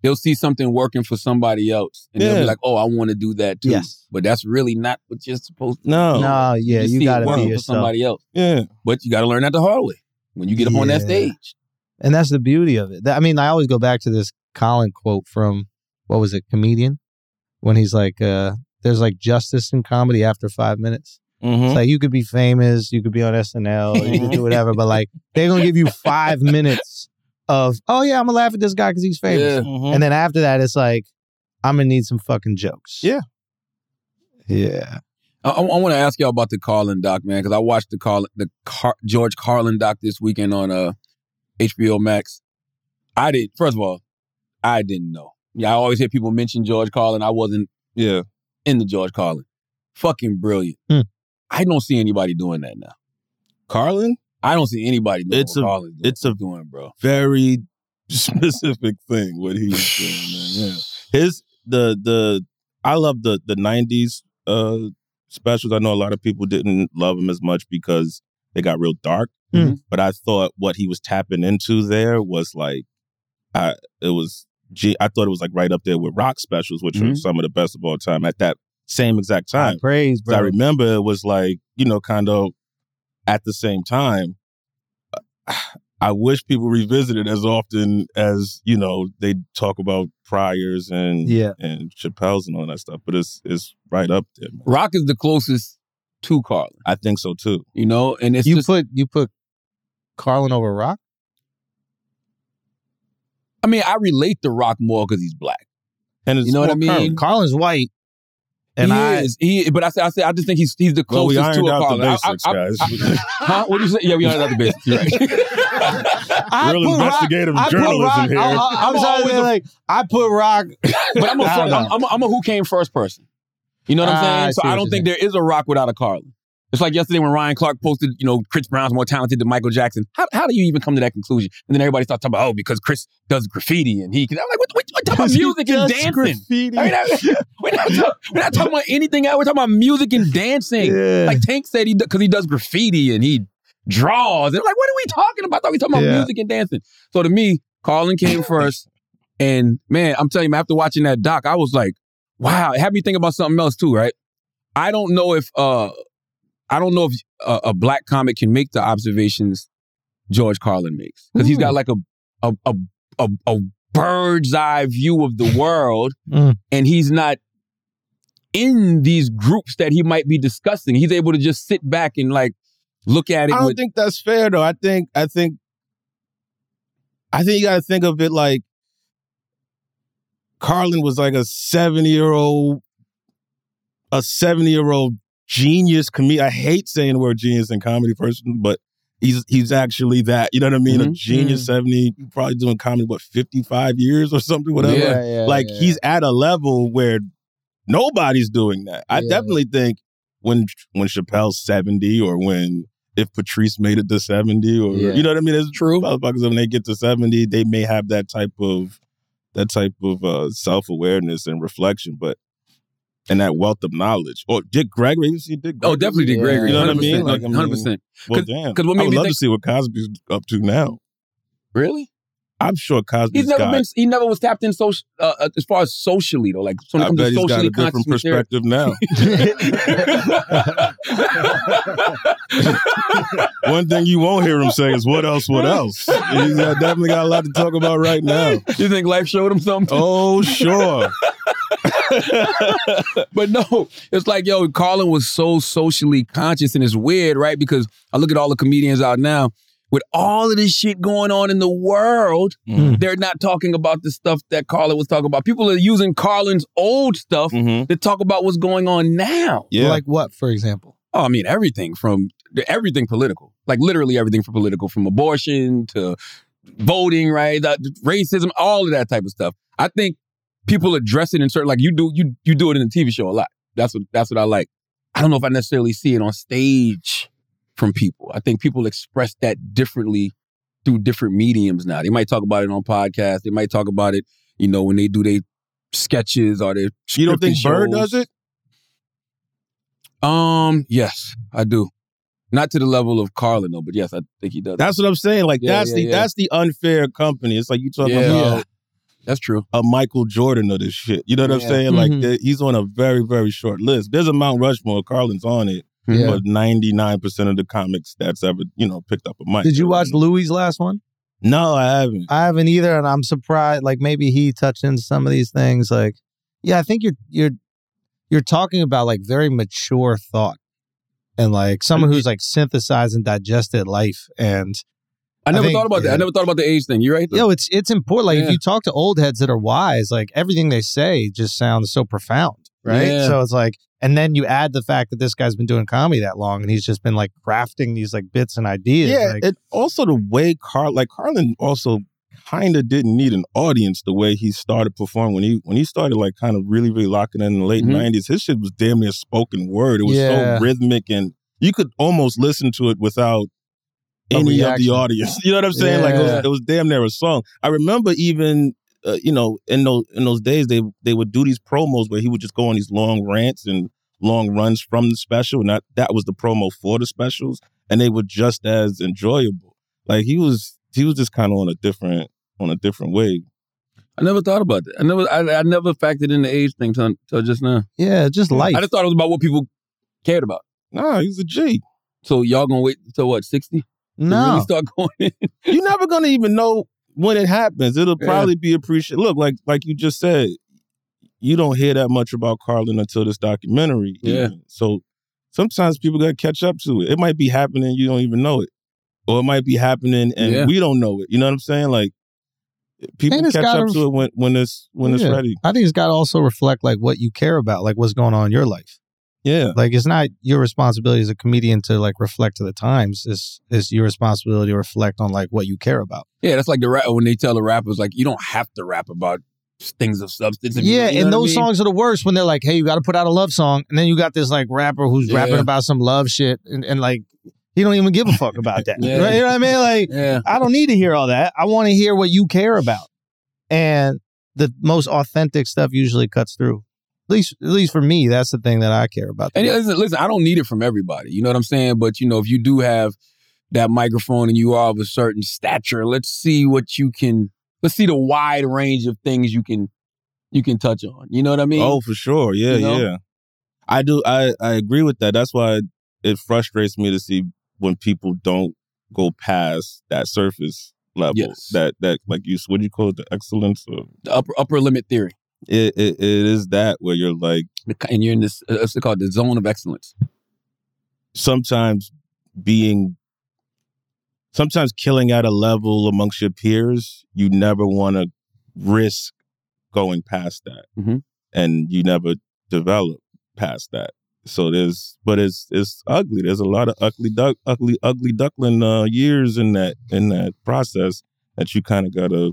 Speaker 2: they'll see something working for somebody else and they'll
Speaker 5: Yeah.
Speaker 2: be like, "Oh, I want to do that too."
Speaker 4: Yes.
Speaker 2: But that's really not what you're supposed to.
Speaker 5: no
Speaker 4: no, yeah,
Speaker 2: just
Speaker 4: you
Speaker 2: see it
Speaker 4: gotta be
Speaker 2: working for
Speaker 4: yourself.
Speaker 2: somebody else.
Speaker 5: yeah
Speaker 2: But you got to learn that the hard way when you get up on that
Speaker 4: Yeah.
Speaker 2: stage.
Speaker 4: And that's the beauty of it. That- I mean, I always go back to this Colin quote from what was it, comedian? When he's like, uh, there's like justice in comedy after five minutes.
Speaker 2: Hmm?
Speaker 4: It's like you could be famous, you could be on SNL, you could do whatever, but like they're gonna give you
Speaker 2: [laughs]
Speaker 4: five minutes of, oh yeah, I'm gonna laugh at this guy because he's famous.
Speaker 2: Yeah.
Speaker 5: Mm-hmm.
Speaker 4: And then after that, it's like, I'm gonna need some fucking jokes.
Speaker 5: Yeah.
Speaker 4: Yeah.
Speaker 2: I, I want to ask y'all about the Carlin doc, man, because I watched the Carl the Car- George Carlin doc this weekend on uh, HBO Max. I did. First of all, I didn't know. Yeah, I always hear people mention George Carlin. I wasn't
Speaker 5: yeah
Speaker 2: into George Carlin. Fucking brilliant.
Speaker 4: Hmm.
Speaker 2: I don't see anybody doing that now.
Speaker 5: carlin
Speaker 2: I don't see anybody doing
Speaker 5: It's
Speaker 2: what
Speaker 5: a-
Speaker 2: Carlin's doing,
Speaker 5: it's a-
Speaker 2: doing, bro.
Speaker 5: very [laughs] specific thing what he was doing man. yeah his the the I love the the '90s uh, specials. I know a lot of people didn't love him as much because they got real dark.
Speaker 4: Mhm.
Speaker 5: But I thought what he was tapping into there was like, I it was ge- I thought it was like right up there with rock specials, which are
Speaker 2: Mhm.
Speaker 5: some of the best of all time at that same exact time.
Speaker 4: Praise,
Speaker 5: So I
Speaker 4: bro.
Speaker 5: remember it was like, you know, kind of at the same time, I wish people revisit it as often as you know they talk about Priors and
Speaker 4: Yeah.
Speaker 5: and Chappelle's and all that stuff. But it's it's right up there. man.
Speaker 2: Rock is the closest to Carlin,
Speaker 5: I think so too.
Speaker 2: you know, and it's
Speaker 4: you
Speaker 2: just,
Speaker 4: put you put Carlin over Rock?
Speaker 2: I mean, I relate to Rock more because he's black.
Speaker 5: And it's
Speaker 2: You know what
Speaker 5: more
Speaker 2: I mean?
Speaker 5: current.
Speaker 4: Carlin's white. And
Speaker 2: Mm. he
Speaker 4: I
Speaker 2: is, he, but I say, I say, I just think he's he's the
Speaker 5: Well, we
Speaker 2: closest to
Speaker 5: ironed
Speaker 2: a
Speaker 5: out the
Speaker 2: Carlin. I-
Speaker 5: basics,
Speaker 2: I- I-
Speaker 5: guys.
Speaker 2: Huh? What do you say? Yeah, we ironed out the basics. You're
Speaker 4: [laughs]
Speaker 2: right.
Speaker 4: I
Speaker 5: Real
Speaker 4: put Rock-
Speaker 5: investigative
Speaker 4: I put
Speaker 5: journalism
Speaker 4: Rock-
Speaker 5: here.
Speaker 4: I,
Speaker 2: I'm
Speaker 4: am sorry,
Speaker 2: always
Speaker 4: they're
Speaker 2: a-
Speaker 4: like I put Rock. [laughs]
Speaker 2: but I'm a,
Speaker 4: I
Speaker 2: fir-
Speaker 4: don't know.
Speaker 2: I'm, I'm, a, I'm a who came first person. You know what I'm
Speaker 4: Ah,
Speaker 2: saying?
Speaker 4: I
Speaker 2: so
Speaker 4: see what
Speaker 2: I don't
Speaker 4: you're
Speaker 2: think there is a rock without a Carlin. It's like yesterday when Ryan Clark posted, you know, Chris Brown's more talented than Michael Jackson. How, how do you even come to that conclusion? And then everybody starts talking about, oh, because Chris does graffiti and he can. I'm like, what, what, what type of music and dancing? [laughs] I mean, I- we're, not talk- we're not talking about anything else. We're talking about music and dancing.
Speaker 4: Yeah.
Speaker 2: Like Tank said, he because he does graffiti and he draws. And like, what are we talking about? I thought we talking about
Speaker 4: Yeah.
Speaker 2: music and dancing. So to me, Carlin came first. And man, I'm telling you, man, after watching that doc, I was like, wow, it had me think about something else too, right? I don't know if uh I don't know if uh, a, a black comic can make the observations George Carlin makes. Because
Speaker 4: Hmm.
Speaker 2: he's got like a a, a a a bird's eye view of the world
Speaker 4: Mm.
Speaker 2: and he's not in these groups that he might be discussing. He's able to just sit back and like look at it
Speaker 5: I don't
Speaker 2: with
Speaker 5: think that's fair though. I think I think I think you got to think of it like Carlin was like a seventy year old, a seventy year old genius comedian. I hate saying the word genius in comedy person, but he's he's actually that. You know what I mean? A
Speaker 2: Mhm.
Speaker 5: genius seventy, probably doing comedy what fifty five years or something, whatever.
Speaker 2: Yeah.
Speaker 5: Like he's at a level where nobody's doing that. I
Speaker 4: Yeah.
Speaker 5: definitely think when when Chappelle's seventy or when if Patrice made it to seventy or
Speaker 4: Yeah.
Speaker 5: you know what I mean, it's
Speaker 2: true.
Speaker 5: motherfuckers when they get to seventy, they may have that type of that type of uh, self awareness and reflection, but and that wealth of knowledge. Or Dick Gregory, you see Dick? Gregory?
Speaker 2: Oh, definitely Dick
Speaker 4: Yeah.
Speaker 2: Gregory.
Speaker 5: You know what I
Speaker 2: 100%,
Speaker 5: mean? Like, I mean-
Speaker 2: 100%.
Speaker 5: Well,
Speaker 2: 'cause-
Speaker 5: damn.
Speaker 2: 'cause what
Speaker 5: I
Speaker 2: made
Speaker 5: would
Speaker 2: me
Speaker 5: love
Speaker 2: think-
Speaker 5: to see what Cosby's up to now.
Speaker 2: Really?
Speaker 5: I'm sure Cosby's
Speaker 2: He's never
Speaker 5: got,
Speaker 2: been. He never was tapped in social uh, uh, as far as socially though. Like so when it
Speaker 5: I
Speaker 2: comes
Speaker 5: bet
Speaker 2: to
Speaker 5: he's got
Speaker 2: socially
Speaker 5: a different
Speaker 2: conscious material.
Speaker 5: perspective
Speaker 2: [laughs]
Speaker 5: now. [laughs] One thing you won't hear him say is "What else? What else?" He's got, definitely got a lot to talk about right now.
Speaker 2: you think life showed him something?
Speaker 5: Oh, sure. Oh.
Speaker 2: [laughs] But no, it's like, yo, Carlin was so socially conscious and it's weird, right? Because I look at all the comedians out now with all of this shit going on in the world,
Speaker 4: Mm.
Speaker 2: they're not talking about the stuff that Carlin was talking about. People are using Carlin's old stuff
Speaker 5: Mm-hmm.
Speaker 2: to talk about what's going on now.
Speaker 5: Yeah,
Speaker 4: Like what, for example?
Speaker 2: Oh, I mean, everything from everything political, like literally everything from political, from abortion to voting, right? that- racism, all of that type of stuff. I think people address it in certain, like you do, you you do it in the TV show a lot. That's what that's what I like. I don't know if I necessarily see it on stage from people. I think people express that differently through different mediums now. They might talk about it on podcasts. They might talk about it, you know, when they do their sketches or their
Speaker 5: you don't think
Speaker 2: scripted
Speaker 5: Bird
Speaker 2: shows.
Speaker 5: does it?
Speaker 2: Um, yes, I do. Not to the level of Carlin though, but yes, I think he does.
Speaker 5: That's what I'm saying. Like
Speaker 2: Yeah,
Speaker 5: that's
Speaker 2: yeah,
Speaker 5: the
Speaker 2: yeah.
Speaker 5: that's the unfair company. It's like you talking
Speaker 2: Yeah.
Speaker 5: about
Speaker 2: Yeah. That's true.
Speaker 5: a Michael Jordan of this shit. You know what
Speaker 2: Yeah.
Speaker 5: I'm saying? Like
Speaker 4: Mhm.
Speaker 5: th- he's on a very very short list. There's a Mount Rushmore. Carlin's on it,
Speaker 2: Yeah.
Speaker 5: but 99 percent of the comics that's ever you know picked up a mic.
Speaker 4: Did you watch Louis' last one?
Speaker 5: No, I haven't.
Speaker 4: I haven't either, and I'm surprised. Like maybe he touched into some of these things. Like, yeah, I think you're you're you're talking about like very mature thought, and like someone who's like synthesized and digested life. And
Speaker 2: I never
Speaker 4: think-
Speaker 2: thought about that.
Speaker 4: yeah.
Speaker 2: I never thought about the age thing. You're right.
Speaker 4: yo, it's it's important. Like
Speaker 2: Yeah.
Speaker 4: if you talk to old heads that are wise, like everything they say just sounds so profound, right?
Speaker 2: Yeah.
Speaker 4: So it's like, and then you add the fact that this guy's been doing comedy that long, and he's just been like crafting these like bits and ideas.
Speaker 5: Yeah,
Speaker 4: like,
Speaker 5: and also the way Carl, like Carlin, also kind of didn't need an audience the way he started performing when he when he started like kind of really really locking in, in the late
Speaker 2: Mhm.
Speaker 5: 90s. His shit was damn near spoken word. It was
Speaker 4: Mm-hmm. Yeah.
Speaker 5: so rhythmic and you could almost listen to it without
Speaker 4: A
Speaker 5: any of the
Speaker 4: reaction.
Speaker 5: audience. [laughs] You know what I'm saying? Like it
Speaker 4: Yeah.
Speaker 5: was, it was damn near a song. I remember even. Uh, you know, in those in those days, they they would do these promos where he would just go on these long rants and long runs from the special, and that, that was the promo for the specials and they were just as enjoyable. Like he was, he was just kind of on a different, on a different wave.
Speaker 2: I never thought about that. I never I, I never factored in the age thing till, till just now.
Speaker 4: yeah, just life.
Speaker 2: I just thought it was about what people cared about.
Speaker 5: Nah, he's a G.
Speaker 2: So y'all gonna wait till what, sixty? to
Speaker 4: No.
Speaker 2: really start [laughs] going in.
Speaker 5: You're never gonna even know when it happens. It'll probably be appreciated. Look, like like you just said, you don't hear that much about Carlin until this documentary.
Speaker 2: Yeah.
Speaker 5: even. So sometimes people gotta catch up to it. It might be happening, you don't even know it. Or it might be happening and
Speaker 2: Yeah.
Speaker 5: we don't know it. You know what I'm saying? Like people
Speaker 4: And
Speaker 5: catch
Speaker 4: it's
Speaker 5: up
Speaker 4: gotta-
Speaker 5: to it when when it's when it's
Speaker 4: Yeah.
Speaker 5: ready.
Speaker 4: I think it's got to also reflect like what you care about, like what's going on in your life.
Speaker 5: Yeah.
Speaker 4: Like it's not your responsibility as a comedian to like reflect to the times. It's it's your responsibility to reflect on like what you care about.
Speaker 2: Yeah, that's like the rap when they tell the rappers like you don't have to rap about things of substance. if you-
Speaker 4: yeah,
Speaker 2: you know
Speaker 4: and
Speaker 2: what I
Speaker 4: those
Speaker 2: mean?
Speaker 4: songs are the worst when they're like, "Hey, you got to put out a love song," and then you got this like rapper who's
Speaker 2: Yeah.
Speaker 4: rapping about some love shit, and, and like he don't even give a fuck about that.
Speaker 2: [laughs] Yeah.
Speaker 4: right? You know what I mean? Like
Speaker 2: Yeah,
Speaker 4: I don't need to hear all that. I want to hear what you care about, and the most authentic stuff usually cuts through. At least, at least for me, that's the thing that I care about.
Speaker 2: and listen, listen, I don't need it from everybody. You know what I'm saying? But you know, if you do have that microphone and you are of a certain stature, let's see what you can. Let's see the wide range of things you can you can touch on. You know what I mean?
Speaker 5: Oh, for sure. Yeah,
Speaker 2: You know?
Speaker 5: yeah. I do. I I agree with that. That's why it frustrates me to see when people don't go past that surface level.
Speaker 2: Yes.
Speaker 5: That that like you what do you call it the excellence of
Speaker 2: the upper upper limit theory,
Speaker 5: it, it. It is that where you're like
Speaker 2: The ki- and you're in this. Uh, what's it called? The zone of excellence.
Speaker 5: sometimes being sometimes killing at a level amongst your peers. You never want to risk going past that,
Speaker 2: Mhm.
Speaker 5: and you never develop past that. So there's, but it's it's ugly. There's a lot of ugly duck, ugly, ugly duckling uh, years in that in that process that you kind of gotta,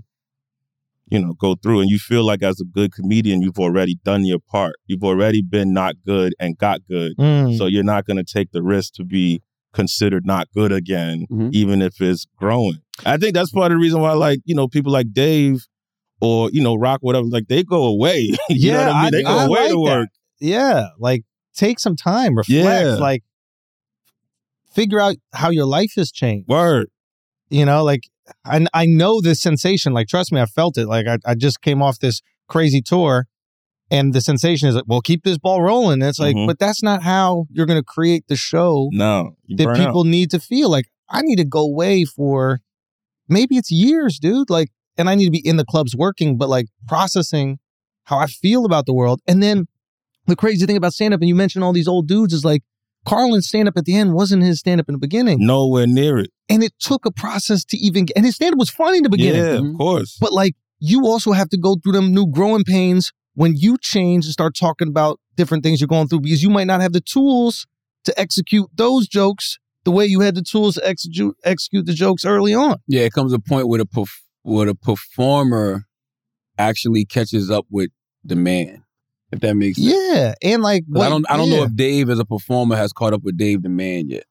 Speaker 5: you know, go through. And you feel like as a good comedian, you've already done your part. You've already been not good and got good.
Speaker 4: Mm.
Speaker 5: So you're not going to take the risk to be considered not good again,
Speaker 4: Mm-hmm.
Speaker 2: Mhm.
Speaker 5: even if it's growing. I think that's part of the reason why, like, you know, people like Dave or, you know, Rock, whatever, like, they go away. [laughs] you know
Speaker 4: Yeah,
Speaker 5: what I mean?
Speaker 4: I-
Speaker 5: they go
Speaker 4: I
Speaker 5: away
Speaker 4: like
Speaker 5: to work.
Speaker 4: yeah, like take some time, reflect,
Speaker 5: Yeah.
Speaker 4: like figure out how your life has changed.
Speaker 5: Word.
Speaker 4: You know, like I I know this sensation. Like trust me, I felt it. Like I, I just came off this crazy tour, and the sensation is like, well, keep this ball rolling. And it's like,
Speaker 5: Mhm.
Speaker 4: but that's not how you're going to create the show
Speaker 5: No. You
Speaker 4: that
Speaker 5: burn
Speaker 4: people need to feel. Like I need to go away for maybe it's years, dude. Like, and I need to be in the clubs working, but like processing how I feel about the world. And then the crazy thing about stand up, and you mentioned all these old dudes, is like Carlin's stand up at the end wasn't his stand up in the
Speaker 5: out.
Speaker 4: beginning.
Speaker 5: nowhere near it.
Speaker 4: And it took a process to even get, and his stand up was funny in the beginning.
Speaker 5: Yeah,
Speaker 2: Mhm.
Speaker 5: of course.
Speaker 4: But like you also have to go through them new growing pains when you change and start talking about different things you're going through because you might not have the tools to execute those jokes the way you had the tools to execute execute the jokes early on.
Speaker 2: Yeah, it comes a point where the perf- where the performer actually catches up with the man, if that makes sense.
Speaker 4: Yeah, and like
Speaker 2: 'Cause I
Speaker 4: what-
Speaker 2: don't I don't know
Speaker 4: yeah.
Speaker 2: if Dave as a performer has caught up with Dave the man yet.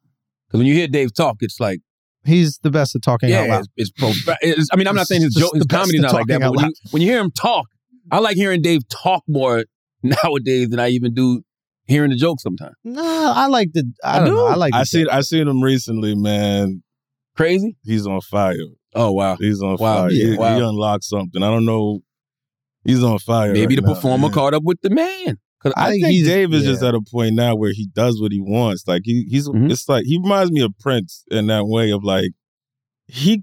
Speaker 2: Because when you hear Dave talk, it's like
Speaker 4: he's the best at talking out
Speaker 2: yeah,
Speaker 4: loud.
Speaker 2: it's, it's profound. It's- I mean, I'm not
Speaker 4: It's
Speaker 2: saying his
Speaker 4: just
Speaker 2: joke, his
Speaker 4: the best
Speaker 2: comedy's
Speaker 4: at
Speaker 2: not like that,
Speaker 4: talking
Speaker 2: but
Speaker 4: out
Speaker 2: when you,
Speaker 4: loud.
Speaker 2: when you hear him talk, I like hearing Dave talk more [laughs] nowadays than I even do hearing the joke sometimes.
Speaker 4: No, I like the I, don't know. I like
Speaker 5: I
Speaker 4: the-
Speaker 5: seen I seen him recently, man.
Speaker 2: Crazy?
Speaker 5: He's on fire.
Speaker 2: Oh wow.
Speaker 5: He's on
Speaker 2: Wow.
Speaker 5: fire.
Speaker 2: Yeah.
Speaker 5: He, he
Speaker 2: Wow.
Speaker 5: unlocked something. I don't know. He's on fire.
Speaker 2: Maybe
Speaker 5: right
Speaker 2: the
Speaker 5: now,
Speaker 2: performer
Speaker 5: yeah.
Speaker 2: caught up with the man. 'Cause
Speaker 5: I,
Speaker 4: I
Speaker 5: think,
Speaker 4: think he's-
Speaker 5: Dave is
Speaker 4: yeah. Mm-hmm.
Speaker 5: just at a point now where he does what he wants. Like he he's
Speaker 2: Mhm.
Speaker 5: it's like he reminds me of Prince in that way of like he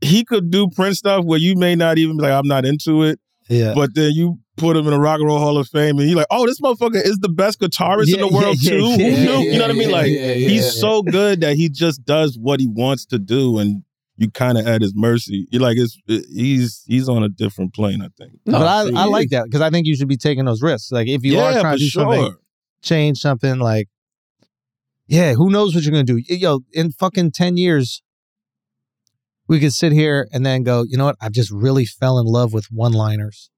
Speaker 5: he could do Prince stuff where you may not even be like I'm not into it,
Speaker 4: yeah.
Speaker 5: but then you put him in the Rock and Roll Hall of Fame and you're like, oh, this motherfucker is the best guitarist in
Speaker 4: Yeah,
Speaker 5: the world
Speaker 4: yeah,
Speaker 5: too.
Speaker 4: yeah,
Speaker 5: Who
Speaker 4: yeah,
Speaker 5: knew? you know what I mean?
Speaker 2: yeah,
Speaker 5: Like
Speaker 2: yeah, yeah,
Speaker 5: he's
Speaker 2: yeah.
Speaker 5: so good that he just does what he wants to do and. You kind of at his mercy. You're like it's it, he's he's on a different plane. I think.
Speaker 2: No,
Speaker 4: but I,
Speaker 2: see,
Speaker 4: I like
Speaker 2: it-
Speaker 4: that because I think you should be taking those risks. Like if you
Speaker 5: yeah,
Speaker 4: are trying
Speaker 5: for
Speaker 4: to do
Speaker 5: sure.
Speaker 4: something change something like yeah who knows what you're gonna do Y- yo in fucking 10 years we could sit here and then go you know what i just really fell in love with one liners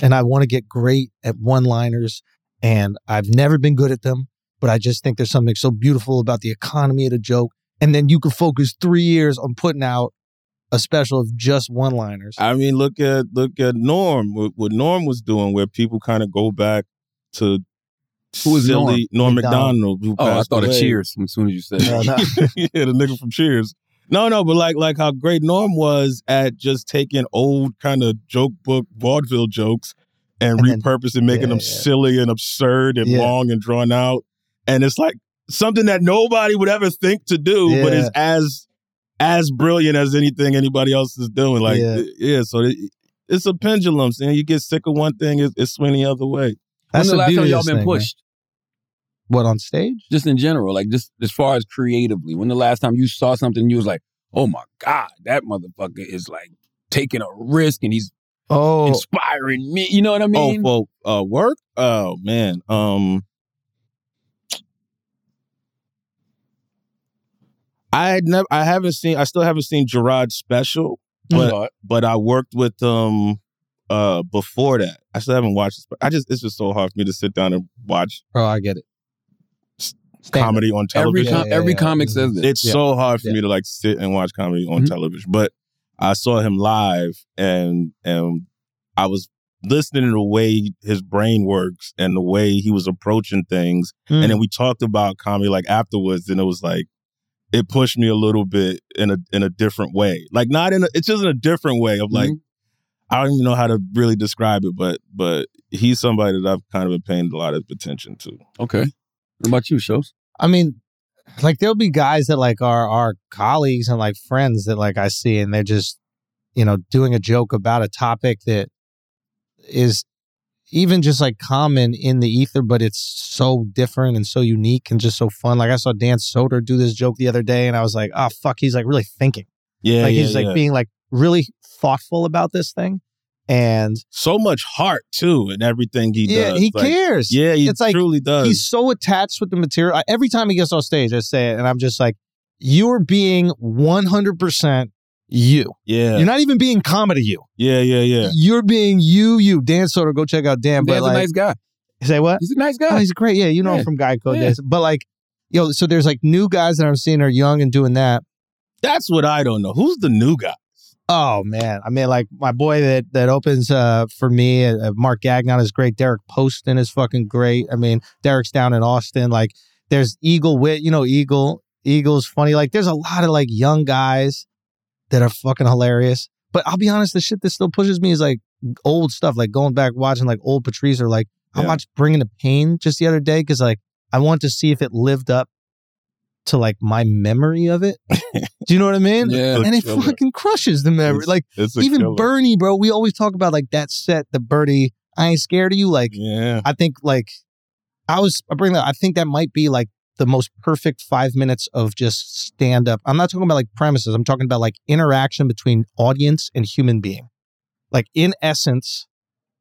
Speaker 4: and i want to get great at one liners and i've never been good at them but i just think there's something so beautiful about the economy of the joke and then you could focus three years on putting out a special of just one liners
Speaker 2: Uh,
Speaker 5: I mean, look at look at Norm. What, what Norm was doing, where people kind of go back to
Speaker 2: Who is
Speaker 5: silly Norm, Macdonald. who
Speaker 2: Oh, I
Speaker 5: passed
Speaker 2: thought of
Speaker 5: away.
Speaker 2: Cheers as soon as you said.
Speaker 4: No,
Speaker 2: that. [laughs]
Speaker 4: no.
Speaker 5: [laughs] yeah, the nigga from Cheers. No, no, but like like how great Norm was at just taking old kind of joke book vaudeville jokes and,
Speaker 4: And then-
Speaker 5: repurposing, making
Speaker 4: yeah,
Speaker 5: them
Speaker 4: yeah.
Speaker 5: silly and absurd and
Speaker 4: Yeah.
Speaker 5: long and drawn out. And it's like something that nobody would ever think to do, but
Speaker 4: Yeah.
Speaker 5: it's as as brilliant as anything anybody else is doing. Like,
Speaker 4: Yeah.
Speaker 5: yeah, so it, it's a pendulum, and you get sick of one thing, it's it's swinging the other way.
Speaker 2: When's
Speaker 4: That's
Speaker 2: the last time
Speaker 4: beauty of
Speaker 2: y'all
Speaker 4: this
Speaker 2: been
Speaker 4: thing, man.
Speaker 2: pushed?
Speaker 4: What on stage?
Speaker 2: Just in general, like just as far as creatively. When the last time you saw something, and you was like, "Oh my god, that motherfucker is like taking a risk and he's
Speaker 4: Oh,
Speaker 2: inspiring me." You know what I mean?
Speaker 5: oh, well, uh, work. Oh man, um, I had never, I haven't seen, I still haven't seen Gerard's special. but-
Speaker 2: Lord.
Speaker 5: but I worked with them uh before that. I still haven't watched this, but I just it's just so hard for me to sit down and watch
Speaker 4: oh, I get it. Stand-up.
Speaker 5: comedy on
Speaker 2: every
Speaker 5: television.
Speaker 2: com-
Speaker 4: Yeah, yeah,
Speaker 2: every
Speaker 4: yeah.
Speaker 2: comic says this.
Speaker 5: it's
Speaker 4: yeah.
Speaker 5: so hard for
Speaker 4: Yeah. Mm-hmm.
Speaker 5: me to like sit and watch comedy on
Speaker 2: Mhm.
Speaker 5: television. But I saw him live and and I was listening to the way his brain works and the way he was approaching things.
Speaker 4: Mm.
Speaker 5: And then we talked about comedy like afterwards and it was like it pushed me a little bit in a in a different way. Like not in a it's just in a different way of
Speaker 4: Mm-hmm.
Speaker 5: like
Speaker 2: Mhm.
Speaker 5: I don't even know how to really describe it, but but he's somebody that I've kind of been paying a lot of attention to.
Speaker 2: okay. What about you, shows?
Speaker 4: I mean, like there'll be guys that like are our colleagues and like friends that like I see and they're just, you know, doing a joke about a topic that is even just like common in the ether, but it's so different and so unique and just so fun. Like I saw Dan Soder do this joke the other day and I was like, oh fuck, he's like really thinking.
Speaker 5: Yeah,
Speaker 4: like he's like being like really thoughtful about this thing. And
Speaker 5: so much heart too, and everything he
Speaker 4: yeah,
Speaker 5: does.
Speaker 4: he
Speaker 5: Like,
Speaker 4: cares.
Speaker 5: Yeah, he
Speaker 4: It's like
Speaker 5: truly does.
Speaker 4: He's so attached with the material. I, every time he gets on stage, I say it, and I'm just like, you're being 100% you.
Speaker 5: yeah,
Speaker 4: You're not even being comedy you.
Speaker 5: yeah, yeah, yeah.
Speaker 4: You're being you, you. Dan Soder, go check out Dan.
Speaker 2: Dan's
Speaker 4: but like,
Speaker 2: a nice guy.
Speaker 4: say what?
Speaker 2: He's a nice
Speaker 4: Oh,
Speaker 2: guy.
Speaker 4: he's great. Yeah, you know
Speaker 2: Yeah.
Speaker 4: him from Geico
Speaker 2: Yeah.
Speaker 4: days. But like, yo, so there's like new guys that I'm seeing are young and doing that.
Speaker 5: That's what I don't know. Who's the new guy?
Speaker 4: Oh man, I mean, like my boy that that opens uh, for me, uh, Mark Gagnon is great. Derek Poston is fucking great. I mean, Derek's down in Austin. Like, there's Eagle Wit, you know, Eagle. Eagle's funny. Like, there's a lot of like young guys that are fucking hilarious. But I'll be honest, the shit that still pushes me is like old stuff, like going back watching like old Patrice or like I
Speaker 5: Yeah.
Speaker 4: watched Bringing the Pain just the other day because like I want to see if it lived up to like my memory of it. Do you know what I mean?
Speaker 2: Yeah.
Speaker 4: and it
Speaker 5: Killer.
Speaker 4: fucking crushes the memory.
Speaker 5: It's-
Speaker 4: like
Speaker 5: It's a
Speaker 4: even
Speaker 5: killer.
Speaker 4: Bernie, bro, we always talk about like that set, the Bernie. I ain't scared of you. Like
Speaker 5: Yeah,
Speaker 4: I think like I was I bring that. I think that might be like the most perfect five minutes of just stand up. I'm not talking about like premises. I'm talking about like interaction between audience and human being. Like in essence,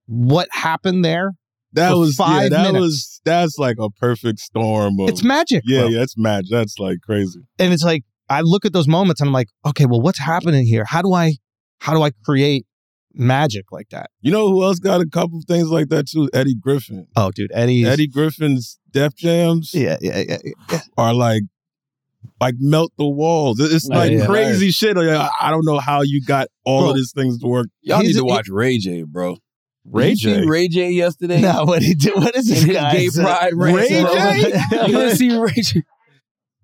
Speaker 4: what happened there?
Speaker 5: that
Speaker 4: For
Speaker 5: was
Speaker 4: five
Speaker 5: yeah, that
Speaker 4: minutes.
Speaker 5: was that's like a perfect storm. Of,
Speaker 4: It's magic.
Speaker 5: yeah,
Speaker 4: bro.
Speaker 5: yeah, that's mad. That's like crazy.
Speaker 4: and it's like I look at those moments and I'm like, okay, well, what's happening here? How do I how do I create magic like that?
Speaker 5: You know who else got a couple things like that too? Eddie Griffin.
Speaker 4: Oh, dude, Eddie's
Speaker 5: Eddie Griffin's Def Jams.
Speaker 4: Yeah, yeah, yeah, yeah.
Speaker 5: are like like melt the walls. It- It's
Speaker 2: Yeah,
Speaker 5: like
Speaker 4: yeah.
Speaker 5: crazy shit. Like, I I don't know how you got all
Speaker 4: Bro.
Speaker 5: of these things to work.
Speaker 2: Y'all need
Speaker 4: He's a-
Speaker 2: to watch Ray J, bro.
Speaker 5: Ray
Speaker 2: you
Speaker 5: J.
Speaker 2: seen Ray J yesterday? [laughs]
Speaker 4: No, what he did? What is
Speaker 2: In
Speaker 4: this
Speaker 2: his
Speaker 4: guy?
Speaker 2: gay pride
Speaker 4: [laughs]
Speaker 2: rant,
Speaker 5: Ray
Speaker 2: bro.
Speaker 5: J?
Speaker 2: You want to see Ray J?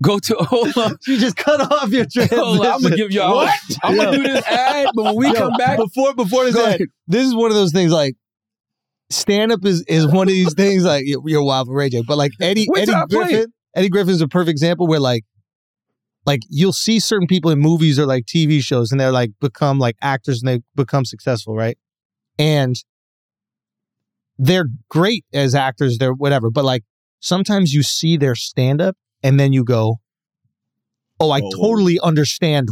Speaker 2: Go to [laughs] hold on.
Speaker 4: you just cut off your
Speaker 2: [laughs]
Speaker 4: transition.
Speaker 2: Hold on. I'm gonna give [laughs] y'all.
Speaker 4: What?
Speaker 2: I'm gonna
Speaker 4: Yo.
Speaker 2: do this ad, but when we
Speaker 4: Yo,
Speaker 2: come back,
Speaker 4: before before this.
Speaker 2: go
Speaker 4: Ad,
Speaker 2: ahead.
Speaker 4: this is one of those things like stand up is is one
Speaker 2: [laughs]
Speaker 4: of these things like you're, you're wild for Ray J, but like Eddie
Speaker 2: Wait
Speaker 4: Eddie
Speaker 2: till I play
Speaker 4: Griffin Eddie Griffin's a perfect example where like like you'll see certain people in movies or like TV shows and they're like become like actors and they become successful, right? And they're great as actors, they're whatever, but like sometimes you see their stand up and then you go, "Oh, I
Speaker 5: Oh.
Speaker 4: totally understand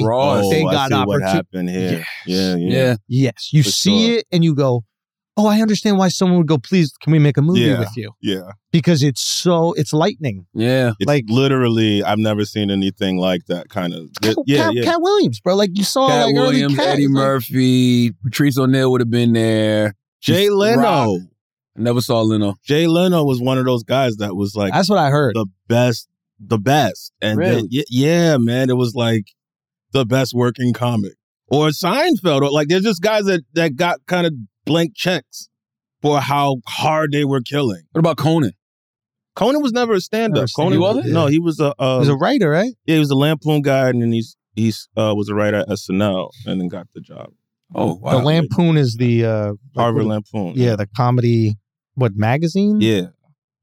Speaker 2: Bro, it's the raw.
Speaker 4: Oh. they got
Speaker 5: see what
Speaker 4: opportu-
Speaker 5: happened here. Yeah, yeah.
Speaker 2: Yeah.
Speaker 4: Yes, you
Speaker 5: For
Speaker 4: see
Speaker 5: sure.
Speaker 4: it and you go, "Oh, I understand why someone would go. Please, can we make a movie
Speaker 5: Yeah.
Speaker 4: with you?"
Speaker 5: yeah.
Speaker 4: Because it's so it's lightning.
Speaker 2: Yeah.
Speaker 5: It's
Speaker 4: Like-
Speaker 5: like literally, I've never seen anything like that kind of. Yeah, yeah,
Speaker 4: Cat, Cat Williams, bro. Like you saw,
Speaker 2: Cat
Speaker 4: Oh, like
Speaker 2: Williams,
Speaker 4: early Cat,
Speaker 2: Eddie
Speaker 4: it's like-
Speaker 2: Murphy, Patrice O'Neill would have been there.
Speaker 5: Jay Leno.
Speaker 2: Rock. I never saw Leno.
Speaker 5: Jay Leno was one of those guys that was like
Speaker 4: That's what I heard.
Speaker 5: the best, the best, and
Speaker 2: Really?
Speaker 5: then, yeah, yeah, man, it was like the best working comic or Seinfeld or like there's just guys that that got kind of blank checks for how hard they were killing.
Speaker 2: What about Conan?
Speaker 5: Conan was never a stand
Speaker 4: Never
Speaker 5: up.
Speaker 4: a stand-up,
Speaker 5: Conan
Speaker 4: yeah.
Speaker 5: No, he was a uh,
Speaker 4: He was a writer, right?
Speaker 5: yeah, he was a Lampoon guy, and then he's he's uh, was a writer at SNL, and then got the job.
Speaker 2: Oh,
Speaker 4: the
Speaker 2: wow.
Speaker 4: Lampoon is the uh,
Speaker 5: Harvard
Speaker 4: like,
Speaker 5: Lampoon.
Speaker 4: Yeah, the comedy what magazine?
Speaker 5: yeah.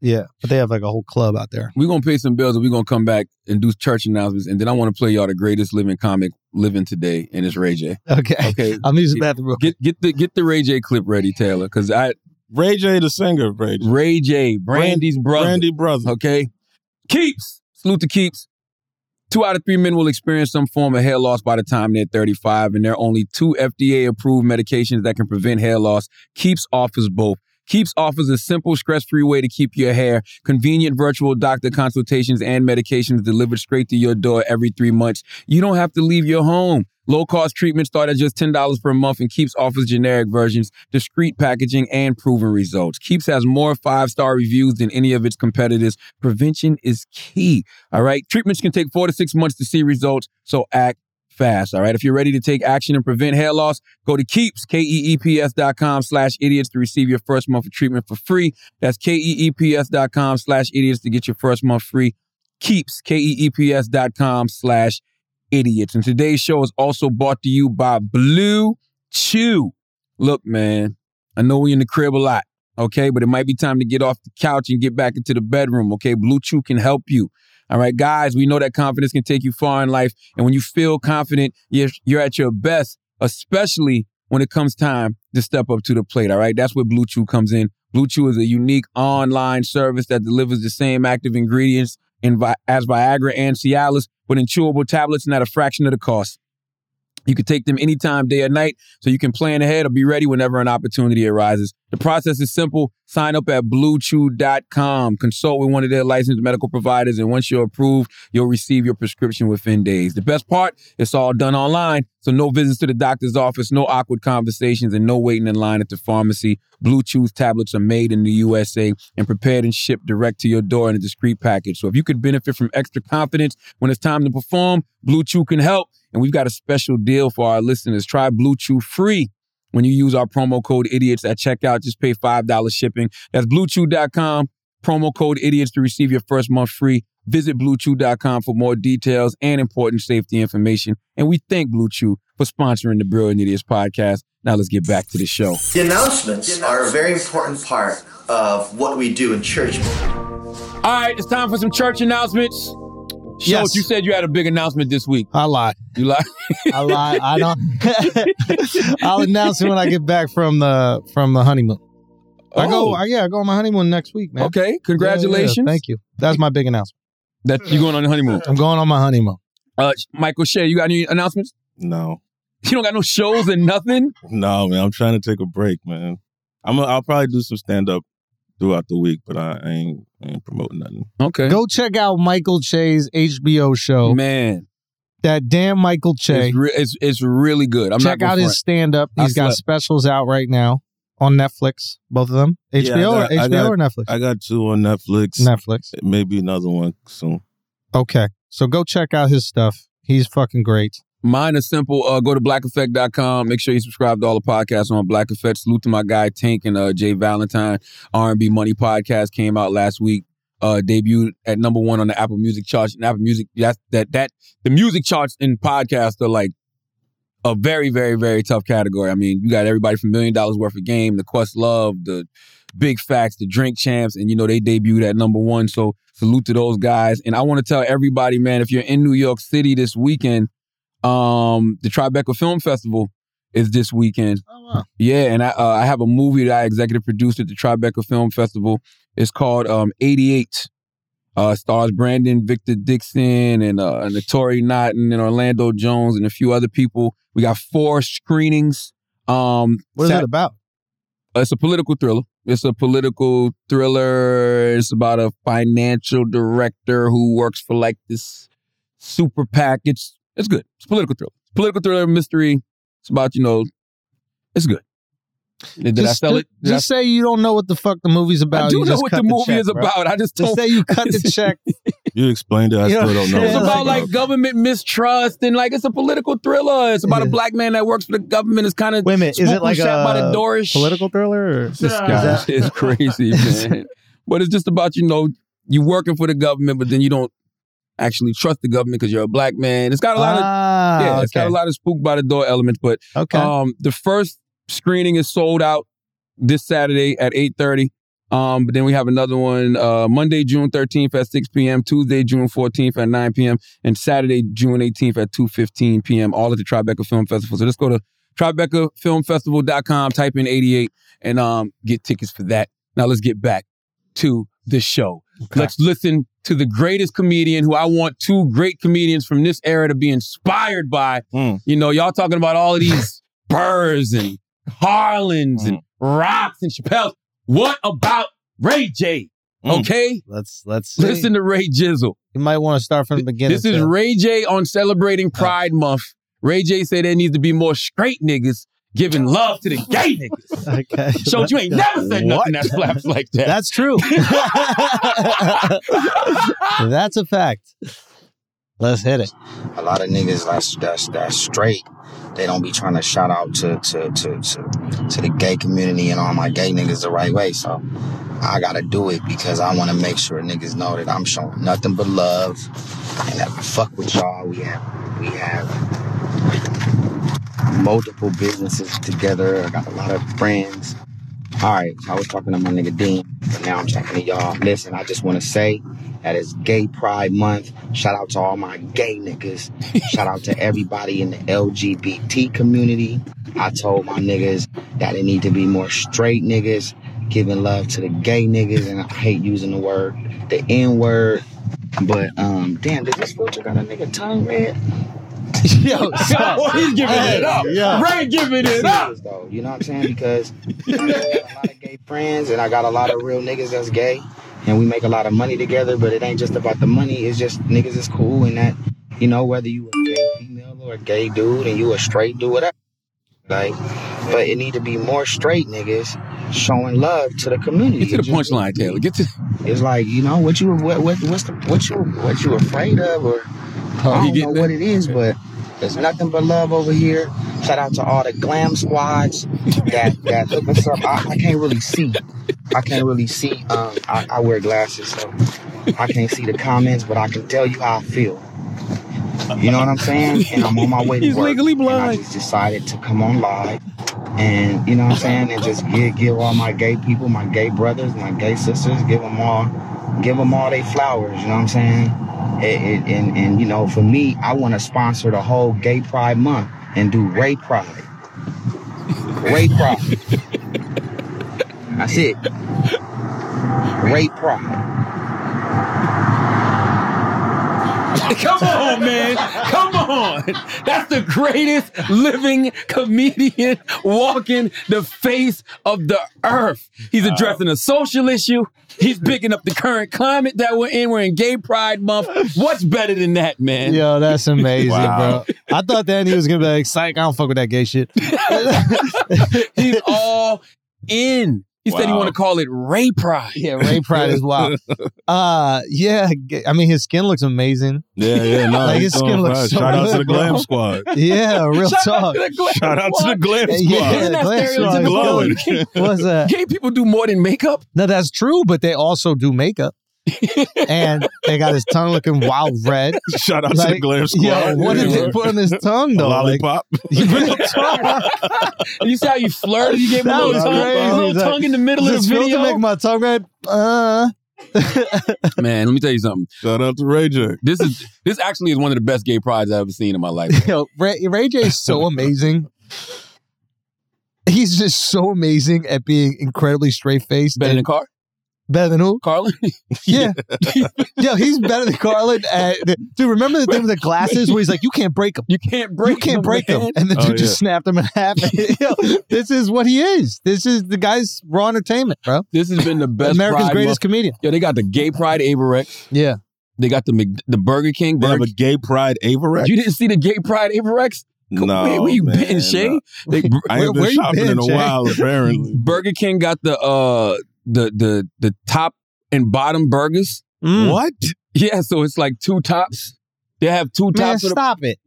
Speaker 4: Yeah, but they have like a whole club out there. [laughs]
Speaker 2: We're gonna pay some bills and we're gonna come back and do church announcements and then I wanna play y'all the greatest living comic living today and it's Ray J.
Speaker 4: Okay,
Speaker 2: Okay.
Speaker 4: I'm using the bathroom. real
Speaker 2: Get get the get the Ray J clip ready, Taylor, because I
Speaker 5: Ray J, the singer, Ray J.
Speaker 2: Ray J, Brandy's brother.
Speaker 5: Brandy brother.
Speaker 2: Okay. Keeps. Salute to Keeps. Two out of three men will experience some form of hair loss by the time they're 35, and there are only two FDA approved medications that can prevent hair loss. Keeps offers both. Keeps offers a simple, stress free way to keep your hair, convenient virtual doctor consultations and medications delivered straight to your door every three months. You don't have to leave your home. Low cost treatments start at just $10 per month, and Keeps offers generic versions, discreet packaging, and proven results. Keeps has more five star reviews than any of its competitors. Prevention is key. All right. Treatments can take four to six months to see results, so act fast. All right. If you're ready to take action and prevent hair loss, go to keeps, K E E P S dot com slash idiots to receive your first month of treatment for free. That's K E E P S dot com slash idiots to get your first month free. Keeps, K E E P S dot com slash idiots. And today's show is also brought to you by Blue Chew. Look, man, I know we in the crib a lot okay? But it might be time to get off the couch and get back into the bedroom, okay? Blue Chew can help you. All right, guys, we know that confidence can take you far in life. And when you feel confident, you're, you're at your best, especially when it comes time to step up to the plate, all right? That's where Blue Chew comes in. Blue Chew is a unique online service that delivers the same active ingredients in Vi- as Viagra and Cialis, but in chewable tablets and at a fraction of the cost. You can take them anytime, day or night, so you can plan ahead or be ready whenever an opportunity arises. The process is simple. Sign up at bluechew.com. Consult with one of their licensed medical providers, and once you're approved, you'll receive your prescription within days. The best part, it's all done online, so no visits to the doctor's office, no awkward conversations, and no waiting in line at the pharmacy. Blue Chew's tablets are made in the USA and prepared and shipped direct to your door in a discreet package. So if you could benefit from extra confidence when it's time to perform, Blue Chew can help. And we've got a special deal for our listeners. Try Blue Chew free when you use our promo code idiots at checkout. Just pay $5 shipping. That's bluechew.com, promo code idiots to receive your first month free. Visit bluechew.com for more details and important safety information. And we thank Blue Chew for sponsoring the Brilliant Idiots podcast. Now let's get back to the show.
Speaker 7: The announcements are a very important part of what we do in church.
Speaker 2: All right, it's time for some church announcements. Schultz,
Speaker 4: Yes.
Speaker 2: you said you had a big announcement this week.
Speaker 4: I lied.
Speaker 2: You like?
Speaker 4: I lied. I don't. [laughs] I'll announce it when I get back from the from the honeymoon. I go. I, yeah, I go on my honeymoon next week, man.
Speaker 2: Oh. [laughs] okay,
Speaker 4: Yeah, yeah,
Speaker 2: congratulations.
Speaker 4: thank you. That's my big announcement.
Speaker 2: That you're going on the honeymoon.
Speaker 4: I'm going on my honeymoon.
Speaker 2: Uh, Michael Shea, you got any announcements?
Speaker 5: No,
Speaker 2: [laughs] You don't got no shows and nothing.
Speaker 5: no, man. I'm trying to take a break, man. I'm. A, I'll probably do some stand up throughout the week, but I ain't, I ain't promoting nothing.
Speaker 2: Okay,
Speaker 4: Go check out Michael Che's HBO show.
Speaker 2: man.
Speaker 4: That damn Michael Che.
Speaker 2: It's, re- it's it's really good. I'm
Speaker 4: check
Speaker 2: not
Speaker 4: out
Speaker 2: gonna
Speaker 4: his stand up.
Speaker 2: I
Speaker 4: He's got
Speaker 2: slept.
Speaker 4: specials out right now on Netflix. Both of them. HBO
Speaker 5: Yeah, I got-
Speaker 4: or
Speaker 5: I
Speaker 4: HBO
Speaker 5: got-
Speaker 4: or Netflix?
Speaker 5: I got two on Netflix.
Speaker 4: Netflix.
Speaker 5: Maybe another one soon.
Speaker 4: Okay. So go check out his stuff. He's fucking great.
Speaker 2: front. Mine is simple. Uh, go to blackeffect.com. Make sure you subscribe to all the podcasts on Black Effect. Salute to my guy Tank and uh, Jay Valentine. R&B Money podcast came out last week. Uh, debuted at number one on the Apple Music charts. And Apple Music, that that that the music charts in podcasts are like a very, very, very tough category. I mean, you got everybody from Million Dollars Worth of Game, The Quest Love, The Big Facts, The Drink Champs, and you know they debuted at number one. So salute to those guys. And I want to tell everybody, man, if you're in New York City this weekend, um, the Tribeca Film Festival is this weekend.
Speaker 4: Oh wow.
Speaker 2: Yeah, and I uh, I have a movie that I executive produced at the Tribeca Film Festival. It's called um, 88. Uh, stars Brandon Victor Dixon and uh, Notori Naughton and Orlando Jones and a few other people. We got four screenings. Um,
Speaker 4: What is
Speaker 2: Sat-
Speaker 4: it about?
Speaker 2: it's a political thriller. It's a political thriller. It's about a financial director who works for like this super pack. It's it's good. It's a political thriller. Political thriller mystery. It's about you know. It's good. Did, did I
Speaker 4: Just-
Speaker 2: sell it? Did I-
Speaker 4: just say you don't know what the fuck the movie's about.
Speaker 2: I, do
Speaker 4: You
Speaker 2: know
Speaker 4: just
Speaker 2: what
Speaker 4: cut
Speaker 2: the movie
Speaker 4: check,
Speaker 2: is
Speaker 4: bro.
Speaker 2: about. I just don't.
Speaker 4: Just say you cut
Speaker 2: [laughs]
Speaker 4: the check.
Speaker 5: You explained it. I
Speaker 4: You know
Speaker 5: still
Speaker 4: what
Speaker 5: don't know.
Speaker 4: I'm saying?
Speaker 2: It's
Speaker 4: Yeah,
Speaker 2: about
Speaker 4: like-
Speaker 2: like government mistrust and like it's a political thriller. It's about a
Speaker 4: Yeah.
Speaker 2: black man that works for the government. It's kind of
Speaker 4: Wait a minute. Is it like
Speaker 2: shot by the
Speaker 4: a
Speaker 2: doorish
Speaker 4: political thriller? Or?
Speaker 2: This guy
Speaker 4: Is
Speaker 2: is
Speaker 4: [laughs]
Speaker 2: crazy, man. but it's just about you know you working for the government, but then you don't actually trust the government because you're a black man. It's got a lot of
Speaker 4: ah,
Speaker 2: yeah, it's
Speaker 4: okay.
Speaker 2: got a lot of spook by the door elements. But
Speaker 4: okay.
Speaker 2: um, the first screening is sold out this Saturday at eight thirty. Um, but then we have another one uh, Monday, June 13th at 6 p.m., Tuesday, June 14th at 9 p.m., and Saturday, June 18th at 2.15 p.m., all at the Tribeca Film Festival. So just go to TribecaFilmFestival.com, type in 88, and um, get tickets for that. Now let's get back to the show. Let's listen to the greatest comedian who I want two great comedians from this era to be inspired by.
Speaker 5: Mm.
Speaker 2: You know, y'all talking about all of these Burrs and Harlins and Rocks and Chappelle's. What about Ray J?
Speaker 5: Mm.
Speaker 2: Okay,
Speaker 4: Let's let's see.
Speaker 2: listen to Ray Jizzle.
Speaker 4: You might want to start from the beginning.
Speaker 2: This is
Speaker 4: Phil.
Speaker 2: Ray J on celebrating Pride Month. Ray J said there needs to be more straight niggas giving love to the gay niggas.
Speaker 4: [laughs] okay.
Speaker 2: [laughs] So you ain't never said nothing that slaps like that.
Speaker 4: That's true. [laughs] That's a fact. Let's hit it. [laughs]
Speaker 8: a lot of niggas that's that's that's straight. They don't be trying to shout out to to to to, to the gay community and all my gay niggas the right way. So I gotta do it because I want to make sure niggas know that I'm showing nothing but love and that I fuck with y'all. We have we have multiple businesses together. I got a lot of friends. All right, so I was talking to my nigga Dean, but now I'm talking to y'all. Listen, I just want to say that it's Gay Pride Month. Shout out to all my gay niggas. Shout out to everybody in the LGBT community. I told my niggas that it need to be more straight niggas giving love to the gay niggas, and I hate using the word, the N word. But um, damn, did this filter got a nigga tongue red?
Speaker 2: [laughs]
Speaker 4: Yo, so,
Speaker 2: Oh, he's giving it up.
Speaker 4: yeah.
Speaker 2: Ray giving it up.
Speaker 8: serious, though. You know what I'm saying? Because I got a lot of gay friends and I got a lot of real niggas that's gay and we make a lot of money together, but it ain't just about the money, it's just niggas is cool and that, you know, whether you a gay female or a gay dude and you a straight dude, whatever. Like, but it need to be more straight niggas showing love to the community.
Speaker 2: Get to the
Speaker 8: It just-
Speaker 2: punchline, Taylor. Get to
Speaker 8: It's like, you know, what you what, what what's the what you what you afraid of or I
Speaker 2: he
Speaker 8: don't know
Speaker 2: getting
Speaker 8: what it is, but there's nothing but love over here. Shout out to all the glam squads that that hook us up. I, I can't really see. I can't really see. Um, I, I wear glasses, so I can't see the comments, but I can tell you how I feel. You know what I'm saying? And I'm on my way
Speaker 2: [laughs]
Speaker 8: to
Speaker 2: He's
Speaker 8: work.
Speaker 2: legally blind.
Speaker 8: And I just decided to come on live, and you know what I'm saying, and just give give all my gay people, my gay brothers, my gay sisters, give them all, give them all they flowers. You know what I'm saying? It, it, and and you know, for me, I want to sponsor the whole Gay Pride Month and do Ray Pride. Ray Pride. That's it. Ray Pride.
Speaker 2: [laughs] Come on, man. Come on. That's the greatest living comedian walking the face of the earth. He's addressing a social issue. He's picking up the current climate that we're in. We're in Gay Pride Month. What's better than that, man?
Speaker 4: Yo, that's amazing,
Speaker 5: Wow.
Speaker 4: bro. I thought that he was gonna be like, psych, I don't fuck with that gay shit. [laughs]
Speaker 2: He's all in. He said he
Speaker 5: Wow.
Speaker 2: want to call it Ray Pride.
Speaker 4: Yeah, Ray Pride is wild. Uh yeah, g- I mean his skin looks amazing.
Speaker 5: Yeah, yeah, no.
Speaker 4: Like,
Speaker 5: it's
Speaker 4: his
Speaker 5: going
Speaker 4: skin looks
Speaker 5: fast.
Speaker 4: so
Speaker 5: Shout out to
Speaker 4: good,
Speaker 5: the
Speaker 4: bro.
Speaker 5: Glam Squad.
Speaker 4: Yeah, real
Speaker 2: Shout out
Speaker 4: talk.
Speaker 2: to the Glam
Speaker 5: Shout out to the
Speaker 2: Squad.
Speaker 5: Glam Squad.
Speaker 4: Yeah,
Speaker 2: Isn't that
Speaker 4: Glam Squad is
Speaker 5: glowing.
Speaker 2: stereotypical?
Speaker 4: What's that?
Speaker 2: Gay people do more than makeup.
Speaker 4: No, that's true, but they also do makeup. and they got his tongue looking wild red.
Speaker 5: [laughs] Shout out to the
Speaker 4: Like,
Speaker 5: Glam Squad.
Speaker 4: Yo, what did
Speaker 5: Yeah.
Speaker 4: they put on his tongue
Speaker 5: A
Speaker 4: though? Like, [laughs]
Speaker 5: lollipop.
Speaker 4: real talk.
Speaker 2: You see how you flirted? You gave him a
Speaker 4: That
Speaker 2: little,
Speaker 4: was
Speaker 2: tongue, a
Speaker 4: crazy.
Speaker 2: little
Speaker 4: Like,
Speaker 2: tongue in the middle of the
Speaker 4: Does this
Speaker 2: video.
Speaker 4: filter make my tongue red? Uh,
Speaker 2: man, let me tell you something.
Speaker 5: Shout out to Ray J.
Speaker 2: This is this actually is one of the best gay prides I've ever seen in my life.
Speaker 4: yo, Ray, Ray J is so amazing. He's just so amazing at being incredibly straight faced.
Speaker 2: Better than Car
Speaker 4: better than who?
Speaker 2: Carlin.
Speaker 4: [laughs] Yeah. yo, he's better than Carlin. At, dude, remember the thing with the glasses where he's like, you can't break them.
Speaker 2: [laughs] You can't break.
Speaker 4: you can't
Speaker 2: him,
Speaker 4: break
Speaker 2: man.
Speaker 4: them. And the
Speaker 5: Oh,
Speaker 4: dude just snapped them in half. [laughs] Yo, this is what he is. This is the guy's raw entertainment, bro.
Speaker 2: This has been the best.
Speaker 4: America's
Speaker 2: pride
Speaker 4: greatest
Speaker 2: month.
Speaker 4: comedian.
Speaker 2: Yo, they got the gay pride Averex.
Speaker 4: Yeah.
Speaker 2: They got the Mc, the Burger King.
Speaker 5: They have
Speaker 2: Burger.
Speaker 5: a gay pride Averett.
Speaker 2: You didn't see the gay pride Averex? Come-
Speaker 5: No,
Speaker 2: where, where you
Speaker 5: man,
Speaker 2: been, Shay?
Speaker 5: no.
Speaker 2: They,
Speaker 5: I
Speaker 4: Where-
Speaker 5: ain't
Speaker 4: where
Speaker 5: been
Speaker 4: you
Speaker 5: shopping
Speaker 4: been,
Speaker 5: in a
Speaker 4: Jay?
Speaker 5: while, apparently.
Speaker 2: Burger King got the uh the the the top and bottom burgers.
Speaker 4: Mm.
Speaker 5: What?
Speaker 2: Yeah, so it's like two tops. They have two
Speaker 4: Man,
Speaker 2: tops. of the,
Speaker 4: stop it.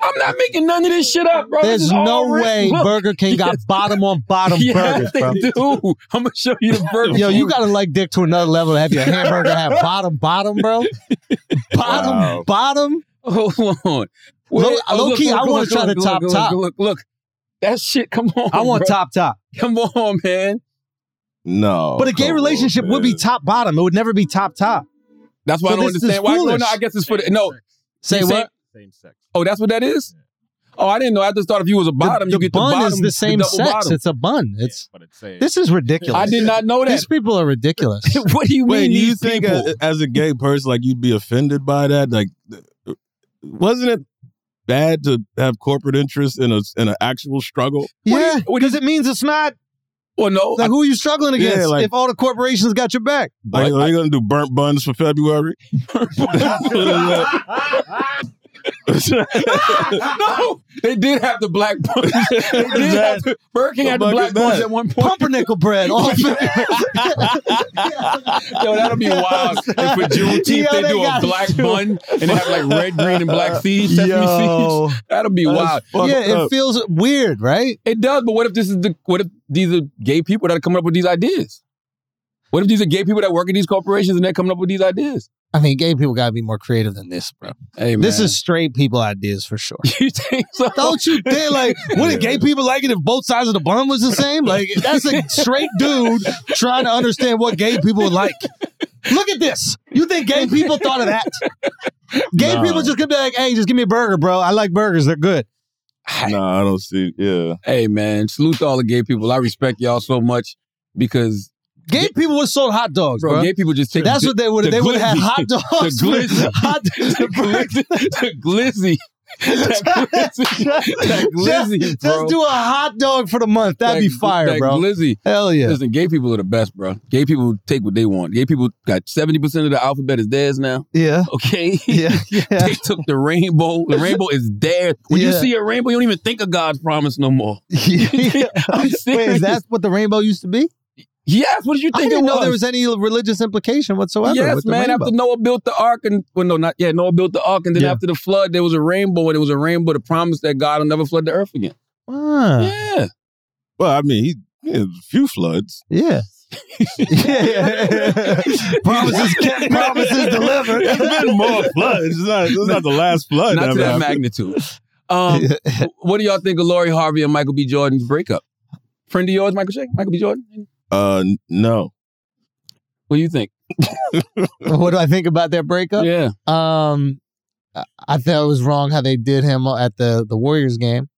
Speaker 2: I'm not making none of this shit up, bro. This
Speaker 4: There's
Speaker 2: is all
Speaker 4: no
Speaker 2: real.
Speaker 4: way
Speaker 2: Look,
Speaker 4: Burger King got
Speaker 2: Yes.
Speaker 4: bottom on bottom
Speaker 2: [laughs] yes,
Speaker 4: burgers,
Speaker 2: they
Speaker 4: bro.
Speaker 2: do. I'm gonna show you the burger.
Speaker 4: Yo, you
Speaker 2: food.
Speaker 4: gotta like dick to another level to have your hamburger have bottom, bottom,
Speaker 5: [laughs]
Speaker 4: bro. Bottom,
Speaker 5: Wow.
Speaker 4: bottom.
Speaker 2: [laughs] Hold on.
Speaker 4: Low- low
Speaker 2: look,
Speaker 4: key,
Speaker 2: look,
Speaker 4: I
Speaker 2: look,
Speaker 4: wanna
Speaker 2: look,
Speaker 4: try
Speaker 2: look,
Speaker 4: the
Speaker 2: look,
Speaker 4: top
Speaker 2: look,
Speaker 4: top.
Speaker 2: Look, look, look. That shit, [laughs] come on.
Speaker 4: I want
Speaker 2: bro.
Speaker 4: top, top.
Speaker 2: Come on, man.
Speaker 5: [laughs] No.
Speaker 4: but a gay
Speaker 5: come on,
Speaker 4: relationship would be
Speaker 5: Oh, man.
Speaker 4: top bottom. It would never be top top.
Speaker 2: That's why I
Speaker 4: So
Speaker 2: don't
Speaker 4: this is
Speaker 2: understand why. No,
Speaker 4: foolish.
Speaker 2: no, I guess it's for the, no.
Speaker 4: Say
Speaker 2: You
Speaker 4: what?
Speaker 9: Same sex.
Speaker 2: Oh, that's what that is. Oh, I didn't know. I just thought if you was a bottom,
Speaker 4: the,
Speaker 2: you
Speaker 4: the
Speaker 2: get
Speaker 4: bun
Speaker 2: the bottom.
Speaker 4: is the same
Speaker 2: double
Speaker 4: sex.
Speaker 2: bottom.
Speaker 4: It's a bun. It's
Speaker 9: yeah, but it's same.
Speaker 4: this is ridiculous.
Speaker 2: I did not know that.
Speaker 4: These people are ridiculous.
Speaker 2: [laughs] what do you mean?
Speaker 5: Wait, do you
Speaker 2: these
Speaker 5: think
Speaker 2: people?
Speaker 5: as, as a gay person, like you'd be offended by that? Like, th- wasn't it bad to have corporate interest in a in an actual struggle?
Speaker 4: yeah,
Speaker 2: what do
Speaker 4: because it means it's not.
Speaker 2: well, Oh, no.
Speaker 5: [laughs]
Speaker 2: [laughs]
Speaker 4: Like, who are you struggling
Speaker 5: Yeah,
Speaker 4: against?
Speaker 5: like-
Speaker 4: if all the corporations got your back,
Speaker 5: Like, are you gonna do burnt buns for [laughs] February? [laughs]
Speaker 2: I- no, they did have the black
Speaker 5: [laughs]
Speaker 2: punch. They did have to, Burger King had the
Speaker 5: Look
Speaker 2: black
Speaker 5: at
Speaker 2: punch
Speaker 5: that.
Speaker 2: at one point. [laughs]
Speaker 4: pumpernickel bread. All
Speaker 2: Yo, that'll be
Speaker 4: [laughs]
Speaker 2: wild. If for Juneteenth
Speaker 4: Yo,
Speaker 2: they,
Speaker 4: they
Speaker 2: do a
Speaker 4: got
Speaker 2: black
Speaker 4: you.
Speaker 2: bun and they have like red, green, and
Speaker 4: [laughs]
Speaker 2: black seeds, sesame seeds, that'll be wild.
Speaker 4: yeah, it feels weird, right?
Speaker 2: It does, but what if this is the what if these are gay people that are coming up with these ideas? What if these are gay people that work at these corporations and they're coming up with these ideas?
Speaker 4: I mean, gay people got to be more creative than this, bro.
Speaker 2: Hey, man.
Speaker 4: This is straight people ideas for sure.
Speaker 2: [laughs] you think so?
Speaker 4: Don't you think like wouldn't gay people like it if both sides of the bun was the same? Like that's a straight dude trying to understand what gay people would like. Look at this. You think gay people thought of that? Gay
Speaker 5: No.
Speaker 4: people just could be like, hey, just give me a burger, bro. I like burgers. They're good.
Speaker 5: No, I don't see. Yeah,
Speaker 2: Hey man, salute to all the gay people. I respect y'all so much because
Speaker 4: Gay people would have sold hot dogs,
Speaker 2: bro,
Speaker 4: bro.
Speaker 2: gay people just take
Speaker 4: That's what they would
Speaker 2: the
Speaker 4: have. They would have had hot
Speaker 2: glizzy.
Speaker 4: dogs. [laughs]
Speaker 2: The
Speaker 4: with-
Speaker 2: glizzy.
Speaker 4: hot-
Speaker 2: [laughs] the glizzy, the
Speaker 4: [laughs]
Speaker 2: glizzy, that glizzy, that
Speaker 4: just,
Speaker 2: glizzy,
Speaker 4: just
Speaker 2: bro.
Speaker 4: do a hot dog for the month. That'd
Speaker 2: That-
Speaker 4: be fire,
Speaker 2: that
Speaker 4: bro.
Speaker 2: Glizzy. [laughs]
Speaker 4: Hell yeah.
Speaker 2: Listen, gay people are the best, bro. Gay people take what they want. Gay people got seventy percent of the alphabet is theirs now. [laughs]
Speaker 4: Yeah. [laughs]
Speaker 2: Okay. [laughs]
Speaker 4: Yeah. Yeah.
Speaker 2: they took the rainbow. The rainbow is theirs. When you
Speaker 4: Yeah.
Speaker 2: see a rainbow, you don't even think of God's promise no more.
Speaker 4: yeah.
Speaker 2: I'm
Speaker 4: Wait,
Speaker 2: serious.
Speaker 4: is that what the rainbow used to be?
Speaker 2: yes. What did you
Speaker 4: I
Speaker 2: think
Speaker 4: didn't
Speaker 2: it
Speaker 4: know there was any religious implication whatsoever.
Speaker 2: Yes,
Speaker 4: with the
Speaker 2: man.
Speaker 4: rainbow.
Speaker 2: After Noah built the ark, and well, no, not yeah. Noah built the ark, and then
Speaker 4: Yeah.
Speaker 2: after the flood, there was a rainbow, and it was a rainbow to promise that God will never flood the earth again.
Speaker 4: Ah,
Speaker 2: Yeah,
Speaker 5: well, I mean, he yeah, a few floods.
Speaker 4: yeah.
Speaker 2: [laughs]
Speaker 4: yeah. [laughs] promises kept, promises delivered.
Speaker 5: There's been more floods. It's not, it's not the last flood.
Speaker 2: not to
Speaker 5: ever
Speaker 2: that
Speaker 5: happened.
Speaker 2: magnitude.
Speaker 4: [laughs]
Speaker 2: Um, what do y'all think of Lori Harvey and Michael B. Jordan's breakup? Friend of yours, Michael Shay? Michael B. Jordan?
Speaker 5: Uh, n- no.
Speaker 2: What do you think?
Speaker 4: [laughs] what do I think about their breakup?
Speaker 2: Yeah.
Speaker 4: Um, I- I thought it was wrong how they did him at the the Warriors game.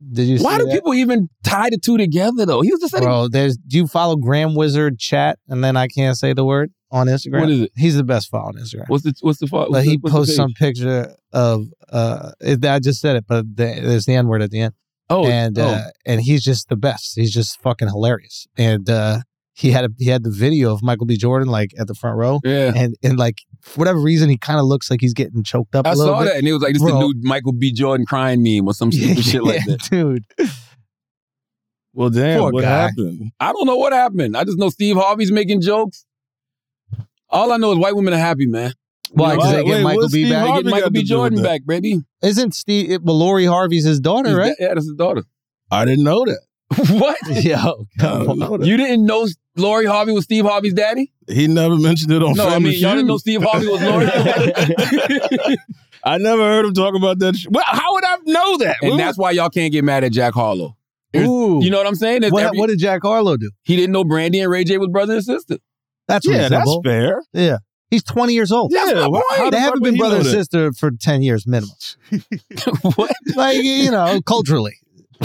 Speaker 4: Did you?
Speaker 2: Why
Speaker 4: see
Speaker 2: do
Speaker 4: that?
Speaker 2: people even tie the two together though? He was just at a
Speaker 4: Bro, there's. Do you follow Graham Wizard chat? And then I can't say the word on
Speaker 2: [laughs]
Speaker 4: Instagram.
Speaker 2: What is it?
Speaker 4: He's the best follow on Instagram.
Speaker 2: What's the what's the fault?
Speaker 4: But he
Speaker 2: what's the
Speaker 4: posts
Speaker 2: page?
Speaker 4: some picture of uh, it, I just said it, but the, there's the N word at the end,
Speaker 2: Oh,
Speaker 4: and
Speaker 2: oh.
Speaker 4: uh, and he's just the best. He's just fucking hilarious, and uh, he had a, he had the video of Michael B. Jordan like at the front row,
Speaker 2: yeah.
Speaker 4: and and like for whatever reason he kind of looks like he's getting choked up. a
Speaker 2: I
Speaker 4: little
Speaker 2: saw
Speaker 4: bit. [laughs]
Speaker 2: that, and it was like this is the
Speaker 4: Bro.
Speaker 2: new Michael B. Jordan crying meme or some stupid shit
Speaker 4: [laughs]
Speaker 2: like that.
Speaker 4: dude.
Speaker 5: Well, damn,
Speaker 4: Poor
Speaker 5: what
Speaker 4: guy.
Speaker 5: happened?
Speaker 2: I don't know what happened. I just know Steve Harvey's making jokes. All I know is white women are happy, man.
Speaker 4: Why?
Speaker 2: You know,
Speaker 4: Because they
Speaker 5: Wait,
Speaker 4: get
Speaker 5: wait,
Speaker 4: Michael
Speaker 5: what's
Speaker 4: B.
Speaker 5: Steve
Speaker 4: back.
Speaker 5: Harvey?
Speaker 2: Get Michael
Speaker 5: got
Speaker 2: B.
Speaker 5: to do with
Speaker 2: Jordan
Speaker 5: that?
Speaker 2: back, baby.
Speaker 4: Isn't Steve? It, well, Lori Harvey's his daughter,
Speaker 2: His
Speaker 4: right?
Speaker 2: da- yeah, that's his
Speaker 4: [laughs]
Speaker 2: daughter.
Speaker 5: I didn't know that.
Speaker 2: what?
Speaker 4: Yo,
Speaker 5: I didn't know that.
Speaker 2: You didn't know Lori Harvey was Steve Harvey's daddy?
Speaker 5: He never mentioned it on
Speaker 2: No, I
Speaker 5: Family
Speaker 2: mean y'all didn't know
Speaker 5: Feud.
Speaker 2: Steve Harvey was [laughs] Lori.
Speaker 5: [laughs] I never heard him talk about that. Sh- well, how would I know that?
Speaker 2: and
Speaker 5: We
Speaker 2: that's why y'all can't get mad at Jack Harlow. Here's-
Speaker 4: Ooh.
Speaker 2: You know what I'm saying? It's
Speaker 4: what,
Speaker 2: every-
Speaker 4: what did Jack Harlow do?
Speaker 2: he didn't know Brandy and Ray J was brother and sister.
Speaker 4: That's
Speaker 5: were- yeah, that's
Speaker 4: reasonable.
Speaker 5: fair.
Speaker 4: he's 20 years old.
Speaker 5: yeah,
Speaker 2: my
Speaker 5: why-
Speaker 2: point.
Speaker 5: how the
Speaker 4: Oh, they
Speaker 5: fuck
Speaker 4: haven't
Speaker 5: would
Speaker 4: been
Speaker 5: he
Speaker 4: brother
Speaker 5: know
Speaker 4: and
Speaker 5: that?
Speaker 4: sister for 10 years minimum.
Speaker 2: [laughs] what?
Speaker 4: Like, you know, culturally.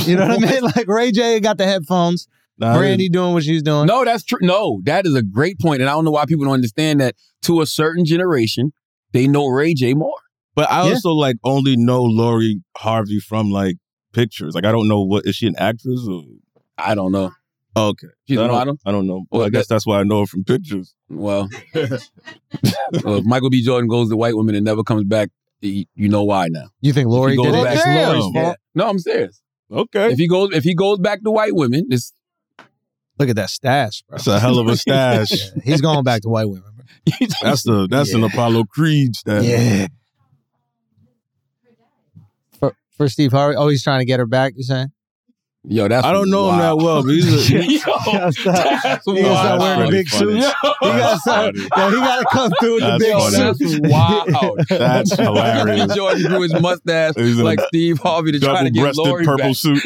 Speaker 4: You know
Speaker 2: [laughs]
Speaker 4: what I mean? Like Ray J got the headphones,
Speaker 5: Nah, I
Speaker 4: Brandy doing what she's doing.
Speaker 2: No, that's true. No, that is a great point, and I don't know why people don't understand that. To a certain generation, they know Ray J more.
Speaker 5: But I
Speaker 4: Yeah.
Speaker 5: also like only know Lori Harvey from like pictures. Like I don't know what is she an actress or Oh,
Speaker 2: I don't know.
Speaker 5: okay.
Speaker 2: She's
Speaker 5: I
Speaker 2: a
Speaker 5: don't,
Speaker 2: model.
Speaker 5: I don't know.
Speaker 2: Well,
Speaker 5: Well, I guess that's why I know her from pictures.
Speaker 2: [laughs] Well, uh, if Michael B. Jordan goes to white women and never comes back. y- You know why now?
Speaker 4: You think
Speaker 2: He
Speaker 4: Lori did
Speaker 2: goes
Speaker 4: it?
Speaker 2: back-
Speaker 4: It's
Speaker 5: Damn.
Speaker 4: Lori's fault.
Speaker 5: Yeah.
Speaker 2: No, I'm serious.
Speaker 5: Okay.
Speaker 2: If he goes, if he goes back to white women, it's
Speaker 4: Look at that stash, bro.
Speaker 5: That's a
Speaker 2: [laughs]
Speaker 5: hell of a
Speaker 4: [laughs]
Speaker 5: stash.
Speaker 4: He's going back to white women. bro.
Speaker 5: That's the that's an Apollo Creed stash.
Speaker 4: For, for Steve Harvey. Oh, he's trying to get her back, you [laughs] saying?
Speaker 2: yo. That's
Speaker 5: I don't know him
Speaker 2: wild.
Speaker 5: that well, but he's a,
Speaker 2: [laughs] Yo, that's
Speaker 4: He gotta start
Speaker 5: Oh, that's
Speaker 4: wearing the
Speaker 5: pretty
Speaker 4: big
Speaker 5: funny.
Speaker 4: suits. He gotta
Speaker 5: [laughs] That's
Speaker 4: start,
Speaker 5: funny.
Speaker 4: yeah, he gotta come through with the
Speaker 5: That's
Speaker 4: big
Speaker 5: funny.
Speaker 4: suit.
Speaker 2: That's
Speaker 4: [laughs]
Speaker 2: [laughs] wild.
Speaker 5: That's hilarious.
Speaker 2: Michael B. Jordan grew his mustache
Speaker 5: He's in
Speaker 2: like
Speaker 5: a
Speaker 2: Steve Harvey to try to get
Speaker 5: [laughs] double-breasted
Speaker 2: Lori
Speaker 5: purple
Speaker 2: back.
Speaker 5: suit.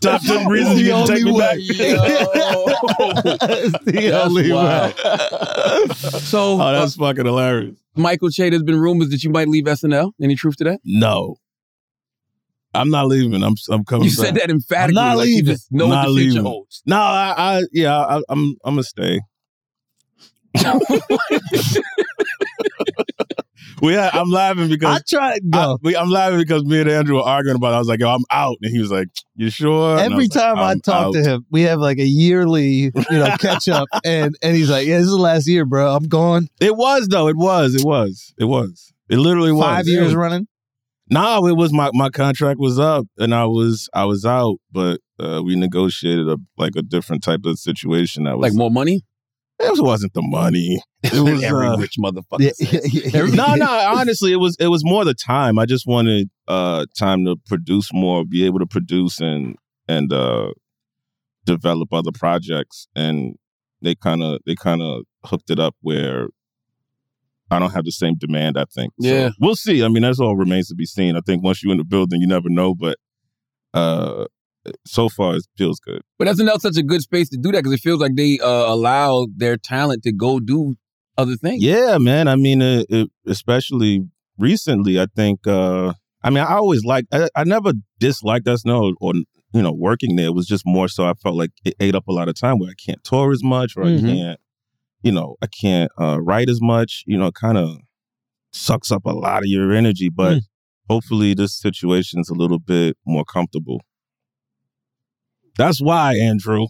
Speaker 5: top ten reasons you can take
Speaker 2: [laughs]
Speaker 5: me back.
Speaker 4: It's the
Speaker 2: That's
Speaker 4: only
Speaker 2: wild.
Speaker 4: way.
Speaker 2: So
Speaker 5: Oh, that's fucking hilarious.
Speaker 2: uh, Michael Che, there's been rumors that you might leave SNL. Any truth to that?
Speaker 5: No, I'm not leaving. I'm I'm coming.
Speaker 2: You
Speaker 5: back.
Speaker 2: said that emphatically.
Speaker 5: I'm not
Speaker 2: like you
Speaker 5: leaving.
Speaker 2: just know what
Speaker 5: Not
Speaker 2: the future
Speaker 5: leaving.
Speaker 2: holds.
Speaker 5: No, I, I yeah, I, I'm I'm gonna stay. [laughs] we had, I'm laughing
Speaker 4: I
Speaker 5: because
Speaker 4: tried.
Speaker 5: I,
Speaker 4: No.
Speaker 5: we, I'm laughing because me and Andrew were arguing about. it. I was like, "Yo, I'm out," and he was like, "You sure?" And
Speaker 4: Every
Speaker 5: was like,
Speaker 4: time I
Speaker 5: "I'm
Speaker 4: talk
Speaker 5: out."
Speaker 4: to him, we have like a yearly, you know,
Speaker 5: [laughs]
Speaker 4: catch up, and and he's like, "Yeah, this is the last year, bro. I'm gone.
Speaker 5: it was though. It was. It was. It was. It literally was.
Speaker 4: Five years running.
Speaker 5: No, it was my my contract was up and I was I was out, but uh, we negotiated a like a different type of situation that was
Speaker 2: Like more money?
Speaker 5: it wasn't the money. It
Speaker 2: [laughs]
Speaker 5: was
Speaker 2: Every
Speaker 5: uh,
Speaker 2: rich motherfucker.
Speaker 4: Yeah,
Speaker 2: says.
Speaker 4: yeah, yeah, [laughs] yeah.
Speaker 5: no, no. Honestly, it was it was more the time. I just wanted uh time to produce more, be able to produce and and uh develop other projects. And they kind of they kind of hooked it up where I don't have the same demand. I think.
Speaker 2: Yeah.
Speaker 5: we'll see. I mean, that's all remains to be seen. I think once you're in the building, you never know. But uh so far, it feels good.
Speaker 2: But SNL's such a good space to do that because it feels like they uh, allow their talent to go do other
Speaker 4: [laughs]
Speaker 2: things.
Speaker 5: Yeah, man. I mean, uh it, especially recently, I think. uh I mean, I always like. I, I never disliked SNL or you know working there. It was just more so I felt like it ate up a lot of time where I can't tour as much or
Speaker 4: Mm-hmm.
Speaker 2: Mhm.
Speaker 5: I can't, you know, I can't uh, write as much. You know, kind of sucks up a lot of your energy.
Speaker 4: Hmm.
Speaker 5: But hopefully, this situation's a little bit more comfortable. That's why, Andrew.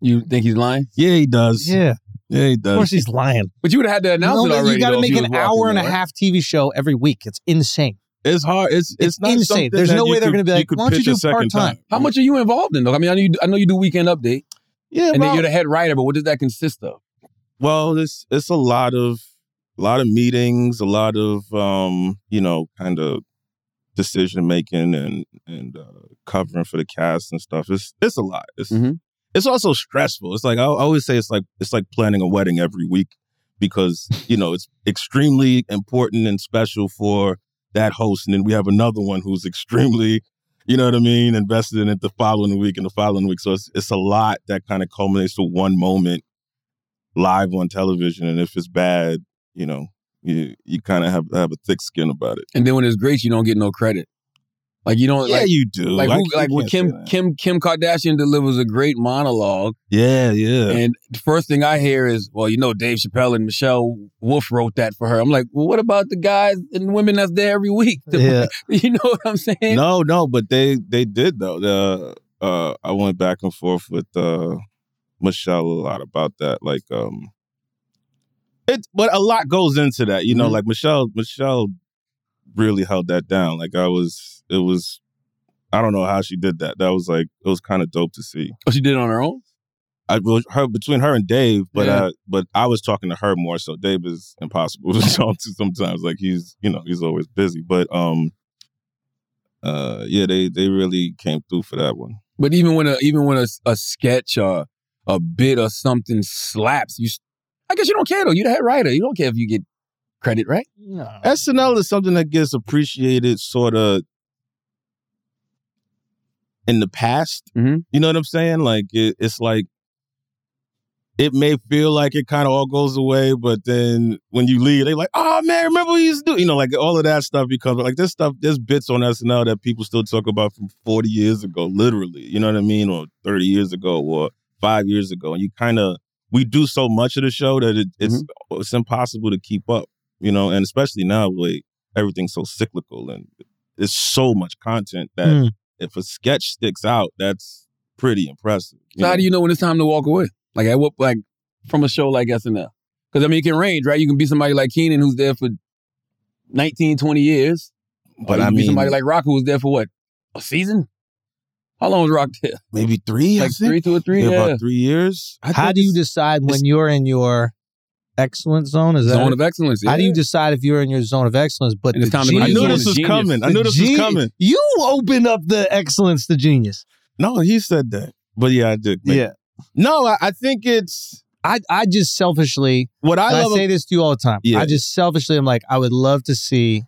Speaker 2: You think he's lying?
Speaker 5: Yeah, he does. Yeah,
Speaker 4: yeah.
Speaker 5: he
Speaker 4: Of
Speaker 5: does.
Speaker 4: course, he's lying.
Speaker 2: But you would have had to announce
Speaker 4: No,
Speaker 2: it
Speaker 4: man,
Speaker 2: already.
Speaker 4: you got
Speaker 2: though,
Speaker 4: to
Speaker 2: if
Speaker 4: make
Speaker 2: you was
Speaker 4: an
Speaker 2: walking
Speaker 4: hour and a
Speaker 2: there, right?
Speaker 4: half TV show every week. It's insane.
Speaker 5: It's hard. It's it's,
Speaker 4: It's
Speaker 5: not
Speaker 4: insane.
Speaker 5: something
Speaker 4: There's
Speaker 5: that
Speaker 4: no
Speaker 5: you
Speaker 4: way they're
Speaker 5: could-
Speaker 4: gonna be like,
Speaker 5: could
Speaker 4: "Why don't you
Speaker 5: pitch a
Speaker 4: do
Speaker 5: second
Speaker 4: part-time?"
Speaker 5: time.
Speaker 2: How much are you involved in? Though? I mean, I know you. I know you do Weekend Update,
Speaker 5: Yeah,
Speaker 2: [laughs] and
Speaker 5: well,
Speaker 2: then you're the head writer. But what does that consist of?
Speaker 5: well, it's it's a lot of a lot of meetings, a lot of um, you know, kind of decision making and and uh, covering for the cast and stuff. It's it's a lot. It's
Speaker 2: Mhm.
Speaker 5: it's also stressful. It's like I always say, it's like it's like planning a wedding every week because you know it's extremely important and special for that host, and then we have another one who's extremely, you know what I mean, invested in it the following week and the following week. So it's it's a lot that kind of culminates to one moment live on television, and if it's bad, you know. You, you kind of have have a thick skin about it.
Speaker 2: And then when it's great, you don't get no credit. Like you don't
Speaker 5: Yeah,
Speaker 2: like
Speaker 5: you do.
Speaker 2: like
Speaker 5: I
Speaker 2: who,
Speaker 5: can't-
Speaker 2: like
Speaker 5: you
Speaker 2: when
Speaker 5: can't say
Speaker 2: Kim
Speaker 5: that.
Speaker 2: Kim Kim Kardashian delivers a great monologue,
Speaker 5: Yeah, yeah.
Speaker 2: and the first thing I hear is, well, you know, Dave Chappelle and Michelle Wolf wrote that for her. I'm like, well, what about the guys and women that's there every week? [laughs]
Speaker 4: Yeah.
Speaker 2: you know what I'm saying?
Speaker 5: No, no, but they they did though. The uh I went back and forth with uh Michelle a lot about that. Like um it but a lot goes into that, you know,
Speaker 2: Mhm.
Speaker 5: like Michelle Michelle really held that down. Like I was it was I don't know how she did that. That was like it was kind of dope to see.
Speaker 2: Oh, she did it on her own.
Speaker 5: I well, her between her and Dave, but
Speaker 2: Yeah.
Speaker 5: uh, but I was talking to her more. So Dave is impossible [laughs] to talk to sometimes. Like he's you know he's always busy. But um, uh, yeah, they they really came through for that one.
Speaker 2: But even when a even when a, a sketch or a bit or something slaps, you, s- I guess you don't care though. You're the head writer. You don't care if you get credit, right?
Speaker 4: No.
Speaker 5: SNL is something that gets appreciated sort of in the past.
Speaker 2: Mhm.
Speaker 5: You know what I'm saying? Like it, it's like it may feel like it kind of all goes away, but then when you leave, they like, oh man, remember we used to do? You know, like all of that stuff becomes like this stuff. There's bits on SNL that people still talk about from 40 years ago, literally. You know what I mean? Or 30 years ago, or five years ago, and you kind of we do so much of the show that it, it's it's impossible to keep up you know, and especially now with everything's so cyclical and it's so much content that
Speaker 4: Mm.
Speaker 5: if a sketch sticks out, that's pretty impressive. you
Speaker 2: So how
Speaker 5: know?
Speaker 2: do you know when it's time to walk away? Like at what like from a show like SNL? Because I mean, it can range, right? You can be somebody like Keenan who's there for 19, 20 years.
Speaker 5: but
Speaker 2: or you
Speaker 5: I
Speaker 2: can be
Speaker 5: mean,
Speaker 2: somebody like Rock who was there for what a season? How long was Rock there?
Speaker 5: maybe three, I
Speaker 2: like
Speaker 5: think?
Speaker 2: three, two or three.
Speaker 5: Yeah,
Speaker 2: Yeah.
Speaker 5: about three years. I
Speaker 4: How
Speaker 5: think
Speaker 4: do you
Speaker 5: it's-
Speaker 4: decide
Speaker 5: it's-
Speaker 4: when you're in your excellent zone? Is that
Speaker 2: Zone of excellence.
Speaker 4: How do
Speaker 2: yeah.
Speaker 4: you decide if you're in your zone of excellence? But
Speaker 2: And it's
Speaker 4: the
Speaker 2: time to go
Speaker 5: I knew
Speaker 2: Zone
Speaker 5: this
Speaker 2: of
Speaker 5: was
Speaker 2: genius.
Speaker 5: coming. I
Speaker 4: the
Speaker 5: knew this
Speaker 4: gen-
Speaker 5: was coming.
Speaker 4: You opened up the excellence to genius.
Speaker 5: No, he said that, but yeah, I did. make- No, I, I think it's
Speaker 4: I, I just selfishly,
Speaker 5: what I
Speaker 4: and I,
Speaker 5: love.
Speaker 4: say this to you all the time.
Speaker 5: Yeah.
Speaker 4: I just selfishly, I'm like, I would love to see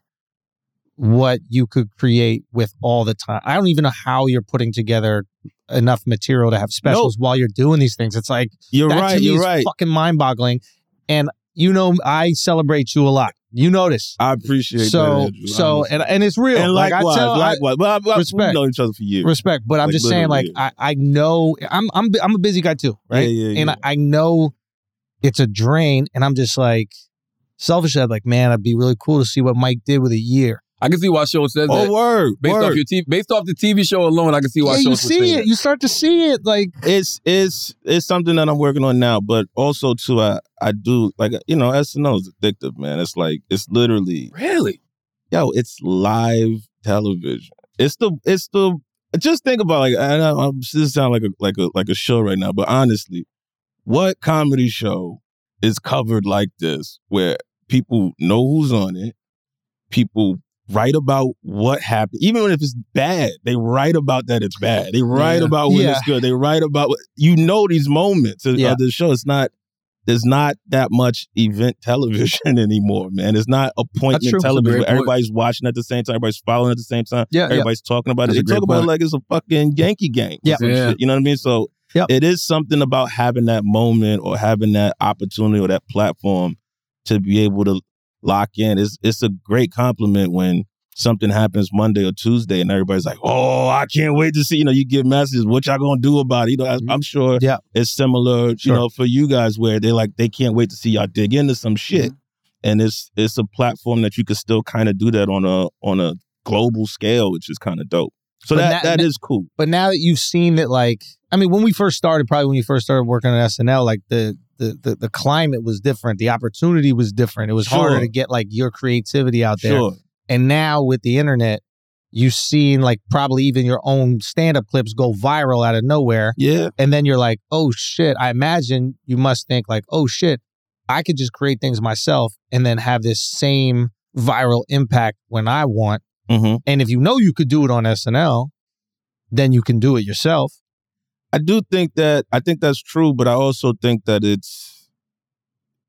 Speaker 4: what you could create with all the time. I don't even know how you're putting together enough material to have specials while you're doing these things. It's like
Speaker 5: You're
Speaker 4: that
Speaker 5: right.
Speaker 4: to me
Speaker 5: You're
Speaker 4: is
Speaker 5: right.
Speaker 4: fucking mind boggling. And you know, I celebrate you a lot. You notice.
Speaker 5: I appreciate that.
Speaker 4: so
Speaker 5: Andrew.
Speaker 4: so
Speaker 5: Honestly.
Speaker 4: and, and it's real.
Speaker 5: and
Speaker 4: like,
Speaker 5: likewise,
Speaker 4: I tell, I-
Speaker 5: likewise. But I, I,
Speaker 4: respect.
Speaker 5: we've known each other for years.
Speaker 4: respect, but I'm
Speaker 5: Like,
Speaker 4: just saying, like
Speaker 5: literally.
Speaker 4: I, I know I'm I'm I'm a busy guy too, right?
Speaker 5: Yeah, yeah,
Speaker 4: and
Speaker 5: yeah.
Speaker 4: I, I know it's a drain, and I'm just like selfish. I'm like, man, it'd be really cool to see what Mike did with a year.
Speaker 2: I can see why Schultz says
Speaker 5: Oh,
Speaker 2: that.
Speaker 5: word,
Speaker 2: Based
Speaker 5: word.
Speaker 2: off your t- based off the TV show alone, I can see why
Speaker 4: yeah, you
Speaker 2: Schultz would
Speaker 4: see
Speaker 2: say
Speaker 4: it.
Speaker 2: that.
Speaker 4: You start to see it. Like
Speaker 5: it's it's it's something that I'm working on now, but also too, I I do like you know SNL is addictive, man. It's like it's literally
Speaker 2: Really?
Speaker 5: yo, it's live television. It's the it's the just think about like and I, I'm this sound like a like a like a show right now, but honestly, what comedy show is covered like this where people know who's on it, people write about what happened, even if it's bad, they write about that it's bad. They write
Speaker 4: Yeah.
Speaker 5: about when
Speaker 4: Yeah.
Speaker 5: it's good. They write about what- you know these moments of, of
Speaker 4: Yeah.
Speaker 5: the show. It's not. There's not that much event [laughs] television anymore, man. It's not appointment
Speaker 2: true. That's a
Speaker 5: television.
Speaker 2: great
Speaker 5: where
Speaker 2: point.
Speaker 5: Everybody's watching at the same time. Everybody's following at the same time.
Speaker 4: yeah, yeah.
Speaker 5: Everybody's talking about it.
Speaker 2: That's
Speaker 5: They
Speaker 2: a
Speaker 5: talk
Speaker 2: great
Speaker 5: about it
Speaker 2: point.
Speaker 5: like it's a fucking Yankee game.
Speaker 4: Yeah.
Speaker 2: Yeah.
Speaker 5: You know what I mean? So
Speaker 4: Yep.
Speaker 5: it is something about having that moment or having that opportunity or that platform to be able to lock in. It's it's a great compliment when something happens Monday or Tuesday and everybody's like, Oh, I can't wait to see. You know, you get messages, what y'all gonna do about it? You know, I, I'm sure
Speaker 4: Mm-hmm. Yeah.
Speaker 5: it's similar,
Speaker 4: Sure.
Speaker 5: you know, for you guys where they like they can't wait to see y'all dig into some shit. And it's it's a platform that you could still kind of do that on a on a global scale, which is kind of dope. So
Speaker 4: But
Speaker 5: that,
Speaker 4: that-
Speaker 5: that is cool.
Speaker 4: But now that you've seen that, like, I mean, when we first started, probably when you first started working on SNL, like the the the, the climate was different, the opportunity was different. It was harder
Speaker 5: Sure.
Speaker 4: to get like your creativity out there.
Speaker 5: Sure.
Speaker 4: And now with the internet, you've seen like probably even your own stand up clips go viral out of nowhere.
Speaker 5: Yeah.
Speaker 4: And then you're like, oh shit. I imagine you must think like, oh shit, I could just create things myself and then have this same viral impact when I want.
Speaker 5: Mm-hmm.
Speaker 4: And if you know you could do it on SNL, then you can do it yourself.
Speaker 5: I do think that I think that's true, but I also think that it's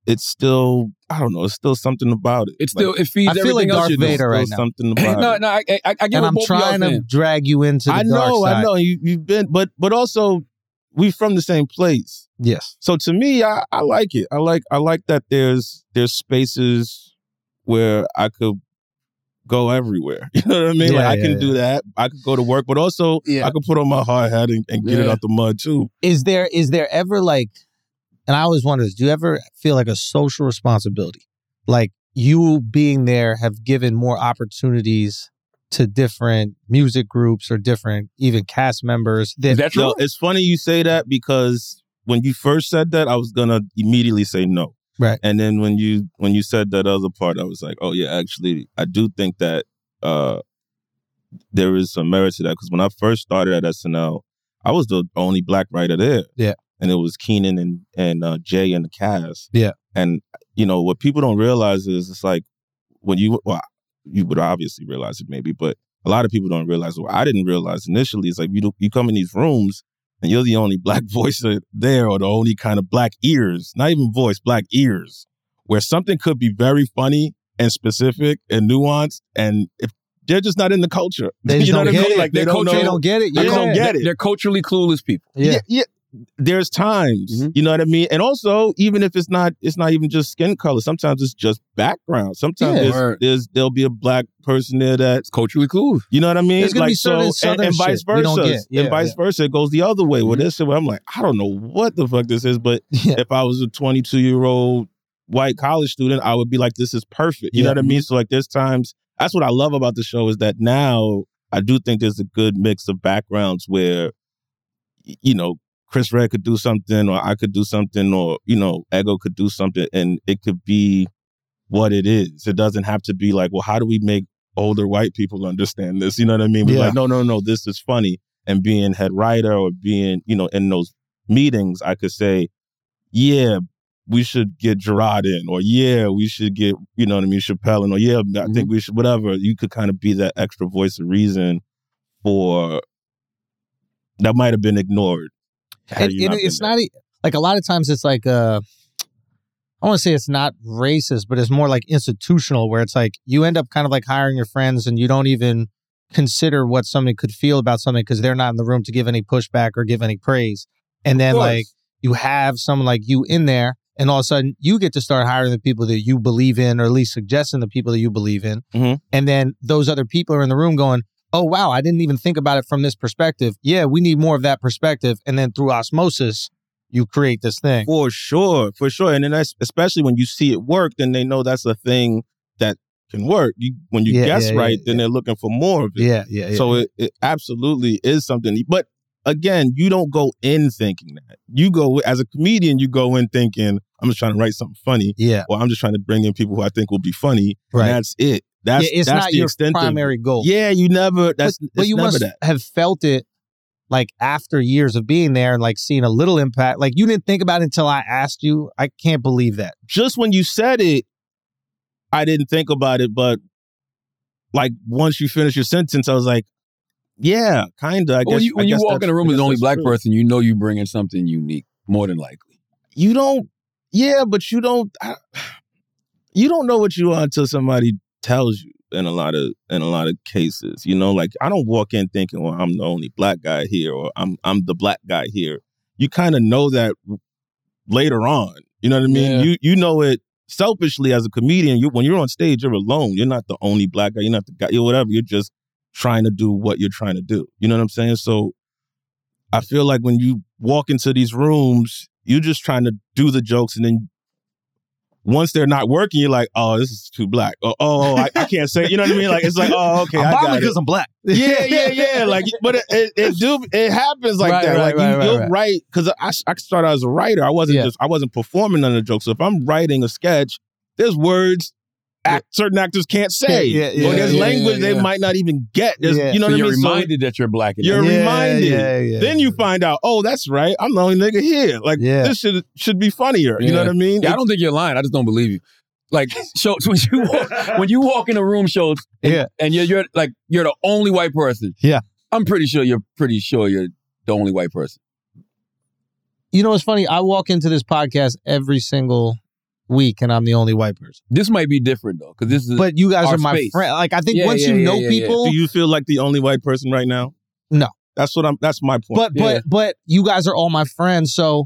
Speaker 5: it's still I don't know, it's still something about it.
Speaker 2: It's still
Speaker 5: Like,
Speaker 2: it feeds
Speaker 4: I feel
Speaker 2: everything
Speaker 4: like
Speaker 2: else
Speaker 4: Darth
Speaker 2: you do.
Speaker 5: there's
Speaker 4: Vader
Speaker 5: still
Speaker 4: right now. [laughs]
Speaker 2: [laughs]
Speaker 5: Something about it.
Speaker 2: No, no, I, I, I get
Speaker 4: and
Speaker 2: what
Speaker 4: I'm
Speaker 2: both of y'all
Speaker 4: trying to
Speaker 2: saying.
Speaker 4: drag you into the
Speaker 5: I
Speaker 4: dark
Speaker 5: know,
Speaker 4: side.
Speaker 5: I know. You you've been but but also we from the same place.
Speaker 4: Yes.
Speaker 5: So to me, I, I like it. I like I like that there's there's spaces where I could go everywhere. [laughs] You know what I mean?
Speaker 4: Yeah,
Speaker 5: like I
Speaker 4: yeah,
Speaker 5: can
Speaker 4: yeah.
Speaker 5: do that. I could go to work, but also
Speaker 2: Yeah.
Speaker 5: I could put on my hard hat and, and get it
Speaker 2: Yeah.
Speaker 5: out the mud too.
Speaker 4: Is there is there ever like and I always wonder this, do you ever feel like a social responsibility? Like you being there have given more opportunities to different music groups or different even cast members that,
Speaker 2: Is that true?
Speaker 5: No, it's funny you say that because when you first said that, I was gonna immediately say no.
Speaker 4: Right.
Speaker 5: And then when you when you said that other part, I was like, oh yeah, actually, I do think that uh there is some merit to that because when I first started at SNL, I was the only black writer there.
Speaker 4: Yeah.
Speaker 5: And it was Keenan and and uh, Jay and the cast.
Speaker 4: Yeah.
Speaker 5: And you know what people don't realize is it's like when you well you would obviously realize it maybe, but a lot of people don't realize what I didn't realize initially is like you do, you come in these rooms and you're the only [laughs] black voice there or the only kind of black ears, not even voice, black ears, where something could be very funny and specific and nuanced and if they're just not in the culture. [laughs]
Speaker 4: They just
Speaker 5: you know
Speaker 4: don't
Speaker 5: what I
Speaker 4: get
Speaker 5: mean?
Speaker 4: it.
Speaker 5: Like
Speaker 2: Their
Speaker 5: they don't
Speaker 2: culture
Speaker 5: know
Speaker 4: they don't get it.
Speaker 5: they
Speaker 4: yeah.
Speaker 5: don't get it.
Speaker 2: They're culturally clueless people.
Speaker 4: Yeah. Mm-hmm.
Speaker 5: yeah. There's times,
Speaker 2: Mhm.
Speaker 5: you know what I mean? And also, even if it's not, it's not even just skin color. Sometimes it's just background. Sometimes
Speaker 4: Yeah.
Speaker 5: there's,
Speaker 2: Word.
Speaker 5: there's there'll be a black person there that
Speaker 2: It's culturally clueless.
Speaker 5: you know what I mean?
Speaker 4: There's gonna be certain
Speaker 5: and,
Speaker 4: southern
Speaker 5: and vice
Speaker 4: shit we don't
Speaker 5: versa.
Speaker 4: get. Yeah,
Speaker 5: and vice
Speaker 4: yeah. Mm-hmm.
Speaker 5: versa. It goes the other way. Well, this shit where I'm like, I don't know what the fuck this is, but
Speaker 4: Yeah.
Speaker 5: if I was a 22 year old white college student, I would be like, this is perfect. You know
Speaker 4: Yeah.
Speaker 5: what I mean? So like there's times that's what I love about the show is that now I do think there's a good mix of backgrounds where y- you know, Chris Red could do something or I could do something or, you know, Ego could do something and it could be what it is. It doesn't have to be like, well, how do we make older white people understand this? You know what I mean? We're
Speaker 4: Yeah.
Speaker 5: like, no, no, no, this is funny. And being head writer or being, you know, in those meetings, I could say, yeah, we should get Gerard in, or yeah, we should get, you know what I mean, Chappelle in, or yeah, I
Speaker 4: Mm-hmm.
Speaker 5: think we should, whatever. You could kind of be that extra voice of reason for that might have been ignored. had
Speaker 4: and,
Speaker 5: you
Speaker 4: and
Speaker 5: been
Speaker 4: it's
Speaker 5: there.
Speaker 4: not e- like a lot of times it's like uh i want to say it's not racist but it's more like institutional where it's like you end up kind of like hiring your friends and you don't even consider what somebody could feel about something because they're not in the room to give any pushback or give any praise. And then
Speaker 5: course.
Speaker 4: like you have someone like you in there, and all of a sudden you get to start hiring the people that you believe in, or at least suggesting the people that you believe in.
Speaker 5: Mhm.
Speaker 4: And then those other people are in the room going, "Oh wow, I didn't even think about it from this perspective. Yeah, we need more of that perspective." And then through osmosis, you create this thing.
Speaker 5: For sure, for sure, and then that's especially when you see it work, then they know that's a thing that can work. You, when you
Speaker 4: Yeah,
Speaker 5: guess
Speaker 4: yeah,
Speaker 5: right,
Speaker 4: yeah,
Speaker 5: then they're looking for more of it.
Speaker 4: Yeah, yeah, yeah.
Speaker 5: So it, it absolutely is something. But again, you don't go in thinking that. You go as a comedian, you go in thinking, I'm just trying to write something funny,
Speaker 4: yeah,
Speaker 5: or I'm just trying to bring in people who I think will be funny.
Speaker 4: right.
Speaker 5: And that's it. That's
Speaker 4: yeah, it's
Speaker 5: that's
Speaker 4: not
Speaker 5: the
Speaker 4: your
Speaker 5: extent of it.
Speaker 4: primary goal.
Speaker 5: Yeah, you never. That's
Speaker 4: but, but
Speaker 5: it's
Speaker 4: you
Speaker 5: never
Speaker 4: must
Speaker 5: that.
Speaker 4: have felt it like after years of being there and like seeing a little impact. Like you didn't think about it until I asked you. I can't believe that.
Speaker 5: Just when you said it, I didn't think about it, but like once you finish your sentence, I was like, yeah, kinda. I guess
Speaker 2: when you,
Speaker 5: I
Speaker 2: when you
Speaker 5: guess
Speaker 2: walk
Speaker 5: that's-
Speaker 2: in a
Speaker 5: I
Speaker 2: room as
Speaker 5: guess
Speaker 2: the only
Speaker 5: that's
Speaker 2: black
Speaker 5: true.
Speaker 2: person, you know you bring in something unique, more than likely.
Speaker 5: you don't yeah but you don't I, you don't know what you are until somebody tells you in a lot of in a lot of cases you know like i don't walk in thinking well i'm the only black guy here or i'm i'm the black guy here you kind of know that later on you know what i mean
Speaker 2: Yeah.
Speaker 5: you you know it selfishly as a comedian you when you're on stage you're alone you're not the only black guy you're not the guy you're whatever you're just trying to do what you're trying to do you know what i'm saying so I feel like when you walk into these rooms, you're just trying to do the jokes, and then once they're not working, you're like, "Oh, this is too black." Oh, oh I, I can't say. You know what I mean? Like it's like, "Oh, okay, I got it."
Speaker 4: I'm black.
Speaker 5: [laughs] Yeah,
Speaker 4: [laughs]
Speaker 5: yeah, yeah. Like, but it, it, it do it happens like
Speaker 4: Right,
Speaker 5: that.
Speaker 4: right,
Speaker 5: like
Speaker 4: right,
Speaker 5: you,
Speaker 4: right,
Speaker 5: you'll
Speaker 4: right.
Speaker 5: write because I I started as a writer. I wasn't
Speaker 4: Yeah.
Speaker 5: just I wasn't performing none of the jokes. So if I'm writing a sketch, there's words. Act, certain actors can't say,
Speaker 4: Yeah, yeah,
Speaker 5: or there's
Speaker 2: yeah,
Speaker 5: language
Speaker 2: yeah, yeah.
Speaker 5: they might not even get. There's,
Speaker 4: Yeah.
Speaker 5: You know
Speaker 2: so
Speaker 5: what I
Speaker 2: you're
Speaker 5: mean? So-
Speaker 2: reminded that you're black. and
Speaker 5: You're
Speaker 2: that-
Speaker 5: reminded.
Speaker 4: yeah.
Speaker 5: then you find out, oh, that's right. I'm the only nigga here. Like
Speaker 4: Yeah.
Speaker 5: this should should be funnier. You know
Speaker 2: Yeah.
Speaker 5: what I mean?
Speaker 2: Yeah, I don't think you're lying. I just don't believe you.
Speaker 5: [laughs]
Speaker 2: Like Schultz, when you walk, when you walk in a room, Schultz, and,
Speaker 4: Yeah.
Speaker 2: and you're, you're like you're the only white person.
Speaker 4: Yeah.
Speaker 2: I'm pretty sure you're pretty sure you're the only white person.
Speaker 4: You know what's funny? I walk into this podcast every single week and I'm the only white person.
Speaker 2: This might be different though, because this is
Speaker 4: But you guys
Speaker 2: Our
Speaker 4: are my
Speaker 2: space.
Speaker 4: friend. Like I think
Speaker 2: Yeah,
Speaker 4: once
Speaker 2: yeah,
Speaker 4: you
Speaker 2: yeah,
Speaker 4: know
Speaker 2: yeah, yeah.
Speaker 4: people,
Speaker 5: Do you feel like the only white person right now?
Speaker 4: No.
Speaker 5: That's what I'm that's my point.
Speaker 4: but
Speaker 2: Yeah.
Speaker 4: but but you guys are all my friends so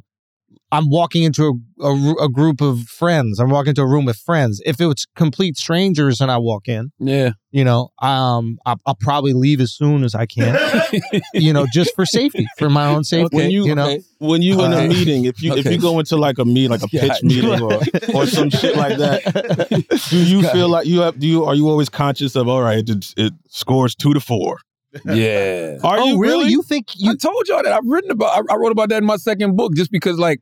Speaker 4: i'm walking into a, a, a group of friends i'm walking into a room with friends if it's complete strangers and i walk in
Speaker 2: yeah,
Speaker 4: you know um I, i'll probably leave as soon as i can you know just for safety for
Speaker 2: [laughs]
Speaker 4: my own safety
Speaker 5: When you-
Speaker 4: you know [laughs]
Speaker 5: when you in
Speaker 4: Okay.
Speaker 5: a meeting, if you if
Speaker 2: Okay.
Speaker 5: you go into like a meet, [laughs] like a
Speaker 2: [laughs] Yeah.
Speaker 5: pitch meeting or, or some shit [laughs] like
Speaker 4: Oh,
Speaker 5: that, do you feel like you have do you are you always conscious of all right, it, it scores two to four.
Speaker 2: yeah.
Speaker 5: Are
Speaker 4: oh
Speaker 5: you
Speaker 4: really?
Speaker 5: really?
Speaker 4: you think
Speaker 2: I
Speaker 4: you
Speaker 2: told y'all that I've written about. I, I wrote about that in my second book, just because, like,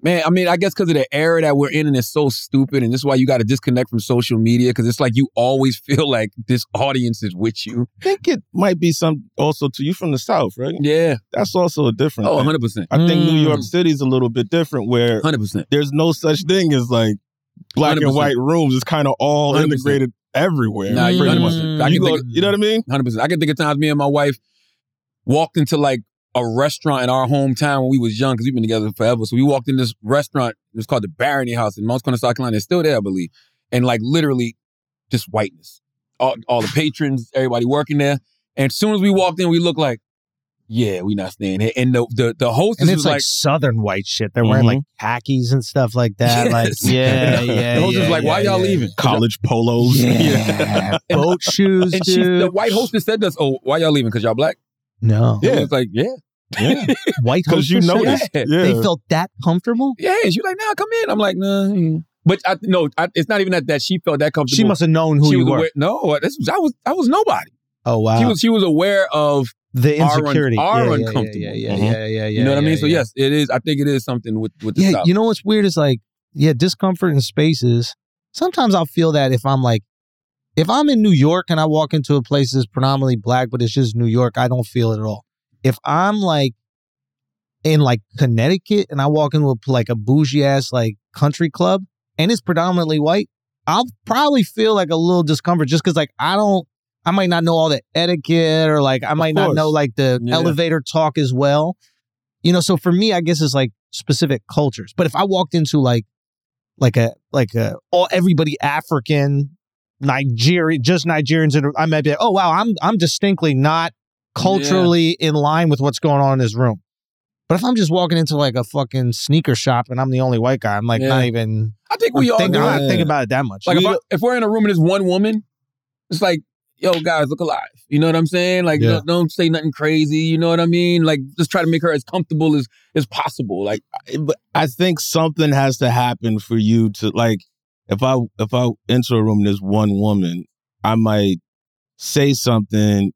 Speaker 2: man, I mean, I guess because of the era that we're in, and it's so stupid, and this is why you got to disconnect from social media, because it's like you always [laughs] feel like this audience is with you.
Speaker 5: I think it might be some also to you from the South, right?
Speaker 2: Yeah.
Speaker 5: That's also a different
Speaker 2: Oh,
Speaker 5: thing.
Speaker 2: 100 percent,
Speaker 5: I think New
Speaker 4: Mm.
Speaker 5: York City's a little bit different where
Speaker 2: 100 percent.
Speaker 5: there's no such thing as like black and
Speaker 2: 100%.
Speaker 5: white rooms. It's kind of all
Speaker 2: 100%.
Speaker 5: integrated everywhere.
Speaker 2: Nah, you
Speaker 4: Mm-hmm.
Speaker 2: 100
Speaker 5: pretty much.
Speaker 2: percent. I
Speaker 5: You
Speaker 2: can
Speaker 5: go-
Speaker 2: think
Speaker 5: you know what I mean?
Speaker 2: 100. percent I can think of times me and my wife walked into like a restaurant in our hometown when we was young, because we've been together forever. So we walked in this restaurant. It was called the Barony House in Mount Corner, South Carolina. It's still there, I believe. And like literally, just whiteness. All, all the patrons, everybody working there. And as soon as we walked in, we looked like, yeah, we not staying here. And the the, the hostess
Speaker 4: and
Speaker 2: was
Speaker 4: it's like,
Speaker 2: like, Mm-hmm.
Speaker 4: southern white shit they're wearing like khakis and stuff
Speaker 2: [laughs]
Speaker 4: like that like
Speaker 2: Yes.
Speaker 4: yeah yeah
Speaker 2: the hostess
Speaker 4: yeah,
Speaker 2: was like, why
Speaker 4: yeah,
Speaker 2: y'all
Speaker 4: yeah.
Speaker 2: leaving?
Speaker 5: College polos. [laughs]
Speaker 4: yeah
Speaker 2: And-
Speaker 4: [laughs] boat shoes
Speaker 2: And she,
Speaker 4: dude.
Speaker 2: the white hostess said to us, oh, why y'all leaving? Because y'all black?
Speaker 4: [laughs] no
Speaker 2: And we
Speaker 5: Yeah.
Speaker 2: was like, yeah.
Speaker 4: white
Speaker 5: Because you
Speaker 4: hostess said
Speaker 5: notice.
Speaker 4: that?
Speaker 5: Yeah.
Speaker 2: Yeah.
Speaker 4: They felt that comfortable.
Speaker 2: Yeah, and she like, nah, come in. I'm like, nah. yeah. But I, no, I, it's not even that that she felt that comfortable.
Speaker 4: She must have known who
Speaker 2: She
Speaker 4: you
Speaker 2: was
Speaker 4: were.
Speaker 2: aware- no, this was, I was I was nobody.
Speaker 4: Oh wow,
Speaker 2: She was she was aware of
Speaker 4: the
Speaker 2: are un-
Speaker 4: insecurity.
Speaker 2: are
Speaker 4: Yeah, yeah,
Speaker 2: uncomfortable. Mm-hmm.
Speaker 4: Yeah, yeah, yeah,
Speaker 5: Mhm.
Speaker 4: yeah, yeah,
Speaker 2: you know what I
Speaker 4: yeah,
Speaker 2: mean. so
Speaker 4: yeah.
Speaker 2: yes, it is. I think it is something with with the
Speaker 4: yeah.
Speaker 2: South.
Speaker 4: You know what's weird is like, yeah, discomfort in spaces. Sometimes I'll feel that if I'm like, if I'm in New York and I walk into a place that's predominantly black, but it's just New York, I don't feel it at all. If I'm like in like Connecticut and I walk into a, like a bougie ass like country club and it's predominantly white, I'll probably feel like a little discomfort just because like I don't. I might not know all the etiquette or like I might not
Speaker 5: course.
Speaker 4: know like the
Speaker 2: Yeah.
Speaker 4: elevator talk as well you know so for me i guess it's like specific cultures but if i walked into like like a like a all everybody african Nigeria, just Nigerians. In, I might be like, oh wow, I'm I'm distinctly not culturally in line with what's going on in this room. But if I'm just walking into like a fucking sneaker shop and I'm the only white guy, I'm like
Speaker 2: Yeah.
Speaker 4: not even
Speaker 2: I think we all
Speaker 4: thinking,
Speaker 2: do
Speaker 4: I'm
Speaker 2: it.
Speaker 4: not
Speaker 5: Yeah.
Speaker 4: thinking about it that much.
Speaker 2: Like if,
Speaker 5: We
Speaker 2: I, if we're in a room and there's one woman, it's like, yo, guys, look alive. You know what I'm saying? Like,
Speaker 4: Yeah.
Speaker 2: don't, don't say nothing crazy. You know what I mean? Like, just try to make her as comfortable as as possible. Like,
Speaker 5: but I think something has to happen for you to like. If I if I enter a room and there's one woman, I might say something,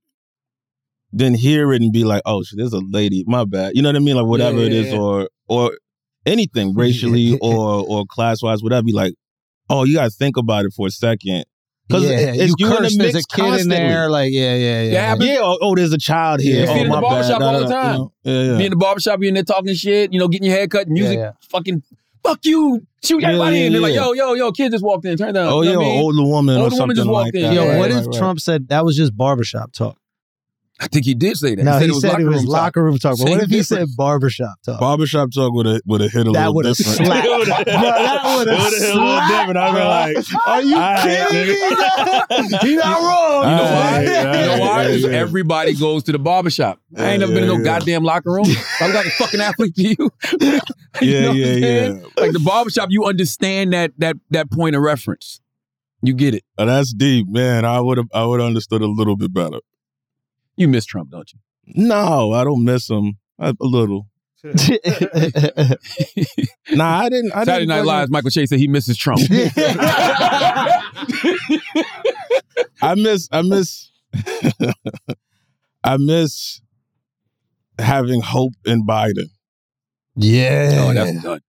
Speaker 5: then hear it and be like, "Oh, shit, there's a lady." My bad. You know what I mean? Like whatever it
Speaker 2: yeah,
Speaker 5: is,
Speaker 2: yeah.
Speaker 5: or or
Speaker 4: [laughs]
Speaker 5: anything racially or or class wise, whatever. Be like, "Oh, you gotta think about it for a second. Because
Speaker 4: yeah,
Speaker 5: it's
Speaker 4: you
Speaker 5: you in the
Speaker 4: cursed, there's a
Speaker 5: mix
Speaker 4: kid in there. Like yeah, yeah, yeah.
Speaker 2: Yeah,
Speaker 4: yeah.
Speaker 2: but-
Speaker 5: Yeah. Oh, oh, there's a child here.
Speaker 4: You see
Speaker 5: oh,
Speaker 4: it in
Speaker 5: my
Speaker 4: the
Speaker 2: barbershop
Speaker 5: bad.
Speaker 2: all
Speaker 5: da,
Speaker 2: the
Speaker 5: da, da, you know? Yeah, yeah.
Speaker 2: be in the barbershop, you in there talking shit, you know, getting your hair cut, music,
Speaker 4: yeah.
Speaker 2: fucking, fuck you, shoot
Speaker 5: Yeah,
Speaker 2: everybody.
Speaker 5: yeah,
Speaker 2: and they're like,
Speaker 5: yeah.
Speaker 2: yo, yo, yo, kid just walked in, turn it down.
Speaker 5: Oh
Speaker 2: you
Speaker 5: yeah,
Speaker 2: know what I mean?
Speaker 5: older woman
Speaker 2: Older
Speaker 5: or
Speaker 2: woman
Speaker 5: something
Speaker 2: just
Speaker 5: like
Speaker 2: walked in.
Speaker 5: that.
Speaker 4: Yo,
Speaker 2: Yeah,
Speaker 4: what
Speaker 2: right,
Speaker 4: if Trump said that was just barbershop talk?
Speaker 2: I think he did say that.
Speaker 4: No, he,
Speaker 2: was
Speaker 4: said
Speaker 2: locker
Speaker 4: it was
Speaker 2: room talk.
Speaker 4: locker room talk. But
Speaker 2: Same
Speaker 4: what if he said
Speaker 2: difference.
Speaker 4: barbershop talk?
Speaker 5: Barbershop talk would have would have hit a
Speaker 4: that
Speaker 5: little
Speaker 4: would have
Speaker 5: different. [laughs]
Speaker 4: slapped. Bro, that would have
Speaker 5: It would've hit a little
Speaker 4: slapped.
Speaker 5: different. I'd be
Speaker 4: bro.
Speaker 5: like,
Speaker 4: are you
Speaker 5: all right,
Speaker 4: kidding me?
Speaker 5: nigga.
Speaker 4: He not
Speaker 2: Oh,
Speaker 4: wrong.
Speaker 2: You know
Speaker 5: All
Speaker 2: why?
Speaker 5: right,
Speaker 2: [laughs] You know
Speaker 5: right,
Speaker 2: why?
Speaker 5: right,
Speaker 2: Because
Speaker 5: right.
Speaker 2: everybody goes to the barbershop. I ain't
Speaker 5: Yeah,
Speaker 2: never been in
Speaker 5: yeah,
Speaker 2: no
Speaker 5: yeah.
Speaker 2: goddamn locker
Speaker 5: [laughs]
Speaker 2: room. I'm like a fucking athlete to you. [laughs] You
Speaker 5: Yeah,
Speaker 2: know what
Speaker 5: yeah,
Speaker 2: I'm saying?
Speaker 5: yeah.
Speaker 2: Like the barbershop, you understand that that that point of reference. You get it.
Speaker 5: Oh, that's deep, man. I would have I would have understood a little bit better.
Speaker 2: You miss Trump, don't you?
Speaker 5: No, I don't miss him a, a little.
Speaker 4: [laughs]
Speaker 5: Nah, I didn't. I
Speaker 2: Saturday
Speaker 5: didn't
Speaker 2: Night
Speaker 5: fucking-
Speaker 2: Live, Michael Che said he misses
Speaker 5: [laughs]
Speaker 2: Trump. Oh,
Speaker 5: I miss. I miss. [laughs] I miss having hope in Biden.
Speaker 4: [laughs] yeah.
Speaker 2: Oh, that's done.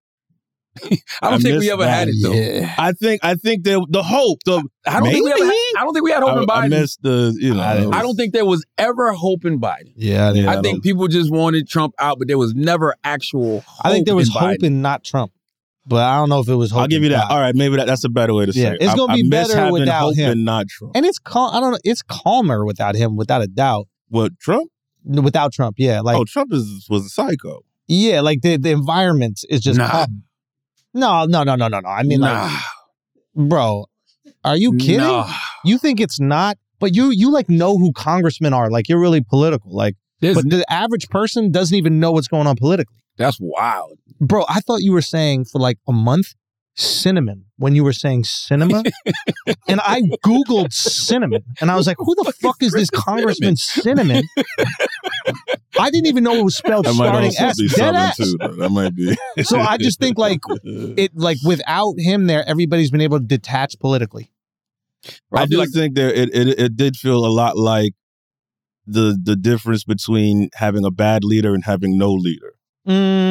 Speaker 2: [laughs] I
Speaker 5: I
Speaker 2: don't think
Speaker 5: miss
Speaker 2: we ever
Speaker 5: that,
Speaker 2: had it though.
Speaker 4: yeah.
Speaker 5: I think. I think that the hope. The
Speaker 2: I don't think we ever.
Speaker 5: Maybe.
Speaker 2: Had, I don't think we had hope in
Speaker 5: I, I
Speaker 2: Biden.
Speaker 5: miss the. You know.
Speaker 4: I-
Speaker 2: I don't think there was ever hope in Biden.
Speaker 4: Yeah.
Speaker 5: Yeah,
Speaker 2: I think
Speaker 5: don't-
Speaker 2: people just wanted Trump out, but there was never actual. Hope
Speaker 4: I think there was
Speaker 2: in
Speaker 4: hope
Speaker 2: Biden.
Speaker 4: in not Trump, but I don't know if it was hope.
Speaker 5: I'll give
Speaker 4: in
Speaker 5: you that.
Speaker 4: God.
Speaker 5: All right, maybe that, that's a better way to say
Speaker 4: Yeah,
Speaker 5: it.
Speaker 4: it's
Speaker 5: I-
Speaker 4: gonna
Speaker 5: I
Speaker 4: be
Speaker 5: miss
Speaker 4: better
Speaker 5: having
Speaker 4: without
Speaker 5: hope
Speaker 4: him.
Speaker 5: and not Trump.
Speaker 4: And it's calm. I don't know. It's calmer without him, without a doubt.
Speaker 5: What Trump?
Speaker 4: Without Trump, yeah, like
Speaker 5: oh, Trump is was a psycho.
Speaker 4: yeah, like the, the environment is just
Speaker 2: Nah.
Speaker 4: calm. No, no, no, no, no, no. I mean, like,
Speaker 2: nah,
Speaker 4: bro, are you kidding?
Speaker 2: Nah.
Speaker 4: You think it's not, but you you like know who congressmen are. Like you're really political. Like,
Speaker 2: This-
Speaker 4: but the average person doesn't even know what's going on politically.
Speaker 2: that's wild.
Speaker 4: Bro, I thought you were saying for like a month cinnamon when you were
Speaker 2: [laughs]
Speaker 4: saying cinema. and I Googled cinnamon and I was like, who the fuck is this congressman cinnamon? I didn't even know it was spelled
Speaker 5: That might also
Speaker 4: starting S.
Speaker 5: be
Speaker 4: Dead
Speaker 5: something
Speaker 4: ass.
Speaker 5: too. though. That might be.
Speaker 4: [laughs] So I
Speaker 5: [laughs]
Speaker 4: just think, like,
Speaker 5: it,
Speaker 4: It like without him there, everybody's been able to detach politically.
Speaker 5: I,
Speaker 2: I
Speaker 5: do
Speaker 2: feel like
Speaker 5: think that it, it it did feel a lot like the the difference between having a bad leader and having no leader.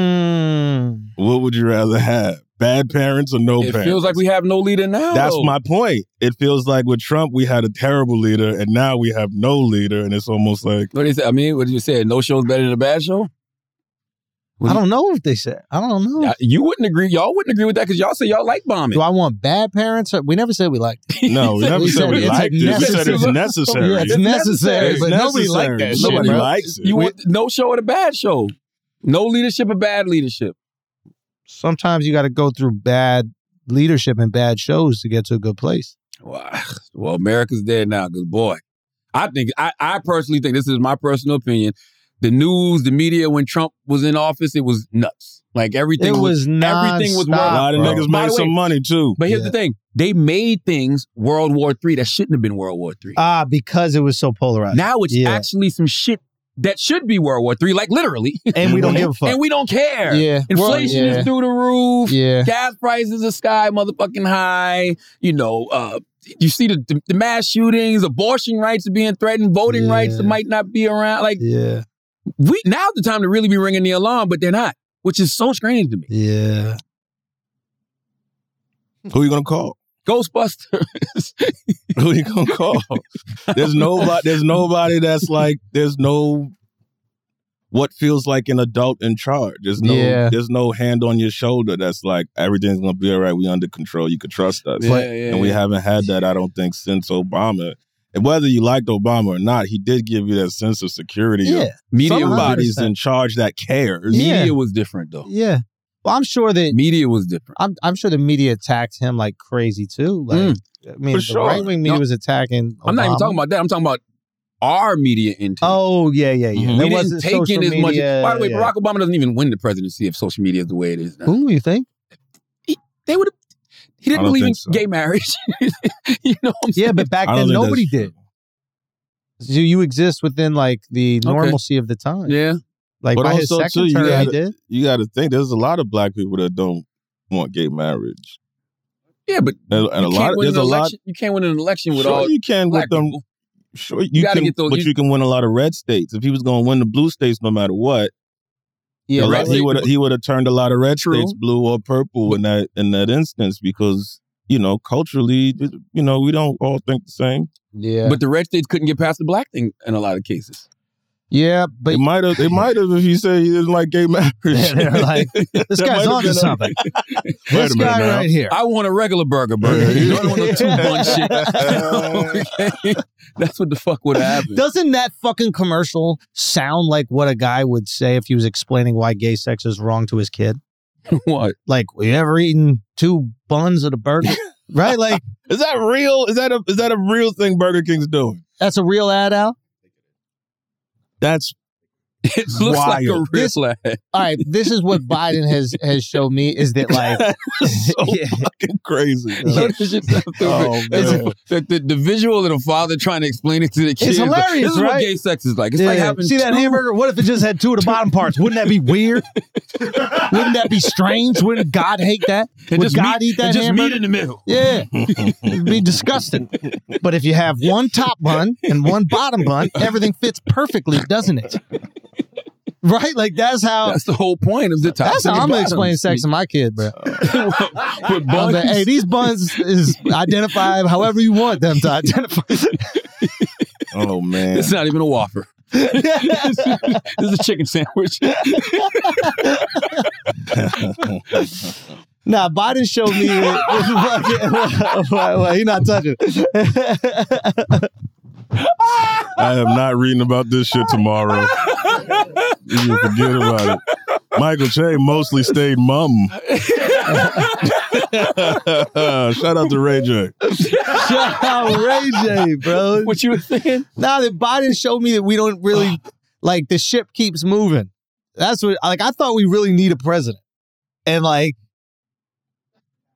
Speaker 4: Mm.
Speaker 5: What would you rather have? Bad parents or no
Speaker 2: it
Speaker 5: parents?
Speaker 2: feels like we have no leader now.
Speaker 5: That's
Speaker 2: though.
Speaker 5: my point. It feels like with Trump we had a terrible leader and now we have no leader and it's almost like
Speaker 2: What did you say? I mean, what did you say? No show's better than a bad show.
Speaker 4: I don't know if they said. I don't know.
Speaker 2: Yeah, You wouldn't agree. Y'all wouldn't agree with that because y'all say y'all like bombing.
Speaker 4: Do I want bad parents? Or, we never said we liked. It.
Speaker 5: no, we never
Speaker 4: we
Speaker 5: said
Speaker 4: said
Speaker 5: we
Speaker 4: it's
Speaker 5: liked it. We said it's
Speaker 4: necessary.
Speaker 5: necessary.
Speaker 4: Yeah, it's necessary,
Speaker 5: It's
Speaker 4: but nobody
Speaker 5: necessary.
Speaker 4: liked that. shit,
Speaker 5: Nobody
Speaker 4: bro.
Speaker 5: likes it.
Speaker 2: you want no show or a bad show. No leadership or bad leadership.
Speaker 4: Sometimes you got to go through bad leadership and bad shows to get to a good place.
Speaker 2: Wow. Well, America's dead now because boy, I think I, I personally think this is my personal opinion. The news, the media, when Trump was in office, it was nuts. Like everything
Speaker 4: It was
Speaker 2: everything was
Speaker 4: nonstop,
Speaker 5: a lot of
Speaker 4: bro.
Speaker 5: niggas
Speaker 2: By
Speaker 5: made
Speaker 2: the way-
Speaker 5: some money too.
Speaker 2: But here's
Speaker 4: Yeah.
Speaker 2: the thing: they made things World War III that shouldn't have been World War III.
Speaker 4: Ah, because it was so polarized.
Speaker 2: now it's
Speaker 4: Uh, yeah.
Speaker 2: actually some shit that should be World War III, like literally, [laughs]
Speaker 4: and we don't give a
Speaker 2: and
Speaker 4: fuck.
Speaker 2: we don't care.
Speaker 4: yeah,
Speaker 2: Inflation
Speaker 4: yeah.
Speaker 2: is through the roof. [laughs]
Speaker 4: yeah.
Speaker 2: Gas prices are sky motherfucking high. You know, uh, you see the, the, mass shootings, abortion rights are being threatened, voting
Speaker 4: Yeah.
Speaker 2: rights that might not be around. Like
Speaker 4: Yeah,
Speaker 2: we now's the time to really be ringing the alarm, but they're not, which is so strange to me.
Speaker 4: yeah.
Speaker 5: Who you gonna call?
Speaker 2: Ghostbusters. [laughs]
Speaker 5: [laughs] Who you gonna call? there's nobody. There's nobody that's like. There's no. What feels like an adult in charge. There's no.
Speaker 4: Yeah.
Speaker 5: There's no hand on your shoulder that's like everything's gonna be all right. We under control. You can trust us.
Speaker 2: Yeah, yeah,
Speaker 5: and we
Speaker 2: yeah.
Speaker 5: haven't had that. I don't think since Obama. And whether you liked Obama or not, he did give you that sense of security. of
Speaker 4: Yeah,
Speaker 2: Media,
Speaker 4: Somehow-
Speaker 2: was,
Speaker 5: Somebody's in charge that cares.
Speaker 4: Yeah.
Speaker 2: media was different though.
Speaker 4: yeah. Well, I'm sure that
Speaker 2: Media was different.
Speaker 4: I'm I'm sure the media attacked him like crazy too. Like
Speaker 2: Mm.
Speaker 4: I mean,
Speaker 5: For
Speaker 4: the
Speaker 5: sure.
Speaker 4: right wing media
Speaker 2: No.
Speaker 4: was attacking.
Speaker 2: I'm not even
Speaker 4: Obama.
Speaker 2: talking about that. I'm talking about our media intake.
Speaker 4: Oh yeah, yeah, yeah.
Speaker 1: Mhm.
Speaker 4: There
Speaker 2: we Mm-hmm. didn't
Speaker 4: wasn't
Speaker 2: take in
Speaker 4: social
Speaker 2: as much.
Speaker 4: media,
Speaker 2: By the way,
Speaker 4: yeah.
Speaker 2: Barack Obama doesn't even win the presidency if social media is the way it is now.
Speaker 4: Who you think?
Speaker 2: They would have. He
Speaker 5: I
Speaker 2: didn't
Speaker 5: don't
Speaker 2: believe in
Speaker 5: think so.
Speaker 2: gay marriage. [laughs] you know. What I'm
Speaker 4: Yeah,
Speaker 2: saying?
Speaker 4: but back
Speaker 5: I don't think
Speaker 4: then
Speaker 5: that's
Speaker 4: nobody
Speaker 5: true.
Speaker 4: did. So you exist within like the normalcy of the time.
Speaker 2: yeah.
Speaker 4: Like
Speaker 5: But
Speaker 4: by his
Speaker 5: also,
Speaker 4: second
Speaker 5: too, you
Speaker 4: term,
Speaker 5: gotta-
Speaker 4: he did.
Speaker 5: You got to think there's a lot of black people that don't want gay marriage,
Speaker 2: Yeah, but
Speaker 5: and, and a
Speaker 2: you can't
Speaker 5: lot.
Speaker 2: win
Speaker 5: There's
Speaker 2: an
Speaker 5: a lot.
Speaker 2: election- You can't win an election with
Speaker 5: sure,
Speaker 2: all
Speaker 5: you can
Speaker 2: black
Speaker 5: with them.
Speaker 2: people.
Speaker 5: Sure, you,
Speaker 2: gotta
Speaker 5: can,
Speaker 2: get those-
Speaker 5: but
Speaker 2: you-
Speaker 5: you, can win a lot of red states. If he was going to win the blue states, no matter what,
Speaker 2: Yeah,
Speaker 5: a lot-
Speaker 2: right.
Speaker 5: he would he would have turned a lot of red
Speaker 2: True.
Speaker 5: states blue or purple in that in that instance because you know culturally, you know, we don't all think the same.
Speaker 4: Yeah,
Speaker 2: But the red states couldn't get past the black thing in a lot of cases.
Speaker 4: yeah, but
Speaker 5: it might have. It might have if he said he didn't like gay [laughs] marriage. [laughs]
Speaker 4: they're like, this
Speaker 5: That might
Speaker 4: guy's
Speaker 5: have
Speaker 4: on to
Speaker 5: been a-
Speaker 4: something.
Speaker 5: Wait
Speaker 4: This
Speaker 5: a minute
Speaker 4: guy
Speaker 5: now.
Speaker 4: right here.
Speaker 2: I want a regular burger
Speaker 5: [laughs]
Speaker 2: burger. You don't want no two bun shit. [laughs] Okay? That's what the fuck would have happened.
Speaker 4: Doesn't that fucking commercial sound like what a guy would say if he was explaining why gay sex is wrong to his kid?
Speaker 2: [laughs] what?
Speaker 4: Like, you ever eaten two buns of
Speaker 2: [laughs]
Speaker 4: a burger? right? Like,
Speaker 5: Is that real? Is that a is that a real thing Burger King's doing?
Speaker 4: that's a real ad, Al?
Speaker 5: That's
Speaker 2: It looks like a
Speaker 5: Wild.
Speaker 2: red
Speaker 4: This-
Speaker 2: flag.
Speaker 4: All right, this is what Biden has has shown me is
Speaker 2: [laughs]
Speaker 4: that like
Speaker 5: so
Speaker 4: yeah,
Speaker 5: fucking crazy. bro.
Speaker 2: No, [laughs] this shit's not stupid.
Speaker 5: [laughs] Oh,
Speaker 2: It's-
Speaker 5: man.
Speaker 2: the, the, the visual of the father trying to explain it to the kids. like,
Speaker 4: hilarious,
Speaker 2: This is what
Speaker 4: right?
Speaker 2: gay sex is like. It's like
Speaker 4: Yeah.
Speaker 2: having
Speaker 4: see that
Speaker 2: two-
Speaker 4: hamburger. What if it just had two of the bottom parts? Wouldn't that be
Speaker 2: [laughs]
Speaker 4: weird? Wouldn't that be strange? Wouldn't God hate that?
Speaker 2: and
Speaker 4: Would
Speaker 2: just
Speaker 4: God
Speaker 2: meat,
Speaker 4: eat
Speaker 2: and
Speaker 4: that
Speaker 2: just meat
Speaker 4: hamburger?
Speaker 2: in the middle.
Speaker 4: Yeah, it'd be disgusting. But if you have one top bun and one bottom bun, everything fits perfectly, doesn't it? Right? Like that's how.
Speaker 2: That's the whole point of the top. Uh,
Speaker 4: That's how I'm gonna explain sex to my kid, bro.
Speaker 2: with
Speaker 4: I was
Speaker 2: buns.
Speaker 4: like, hey, these buns is identify however you want them to identify.
Speaker 5: oh [laughs] man.
Speaker 2: It's not even a waffle.
Speaker 4: [laughs]
Speaker 2: this is a chicken sandwich.
Speaker 4: Nah, Biden showed me. [laughs] well, he not touching. [laughs] it.
Speaker 5: I am not reading about this shit tomorrow. you can forget about it. Michael Che mostly stayed mum. [laughs] Shout out to Ray J.
Speaker 4: Shout out Ray J, bro.
Speaker 2: what you were saying?
Speaker 4: Now that Biden showed me that we
Speaker 2: [sighs]
Speaker 4: don't really like the ship keeps moving. That's what like I thought we really need a president, and like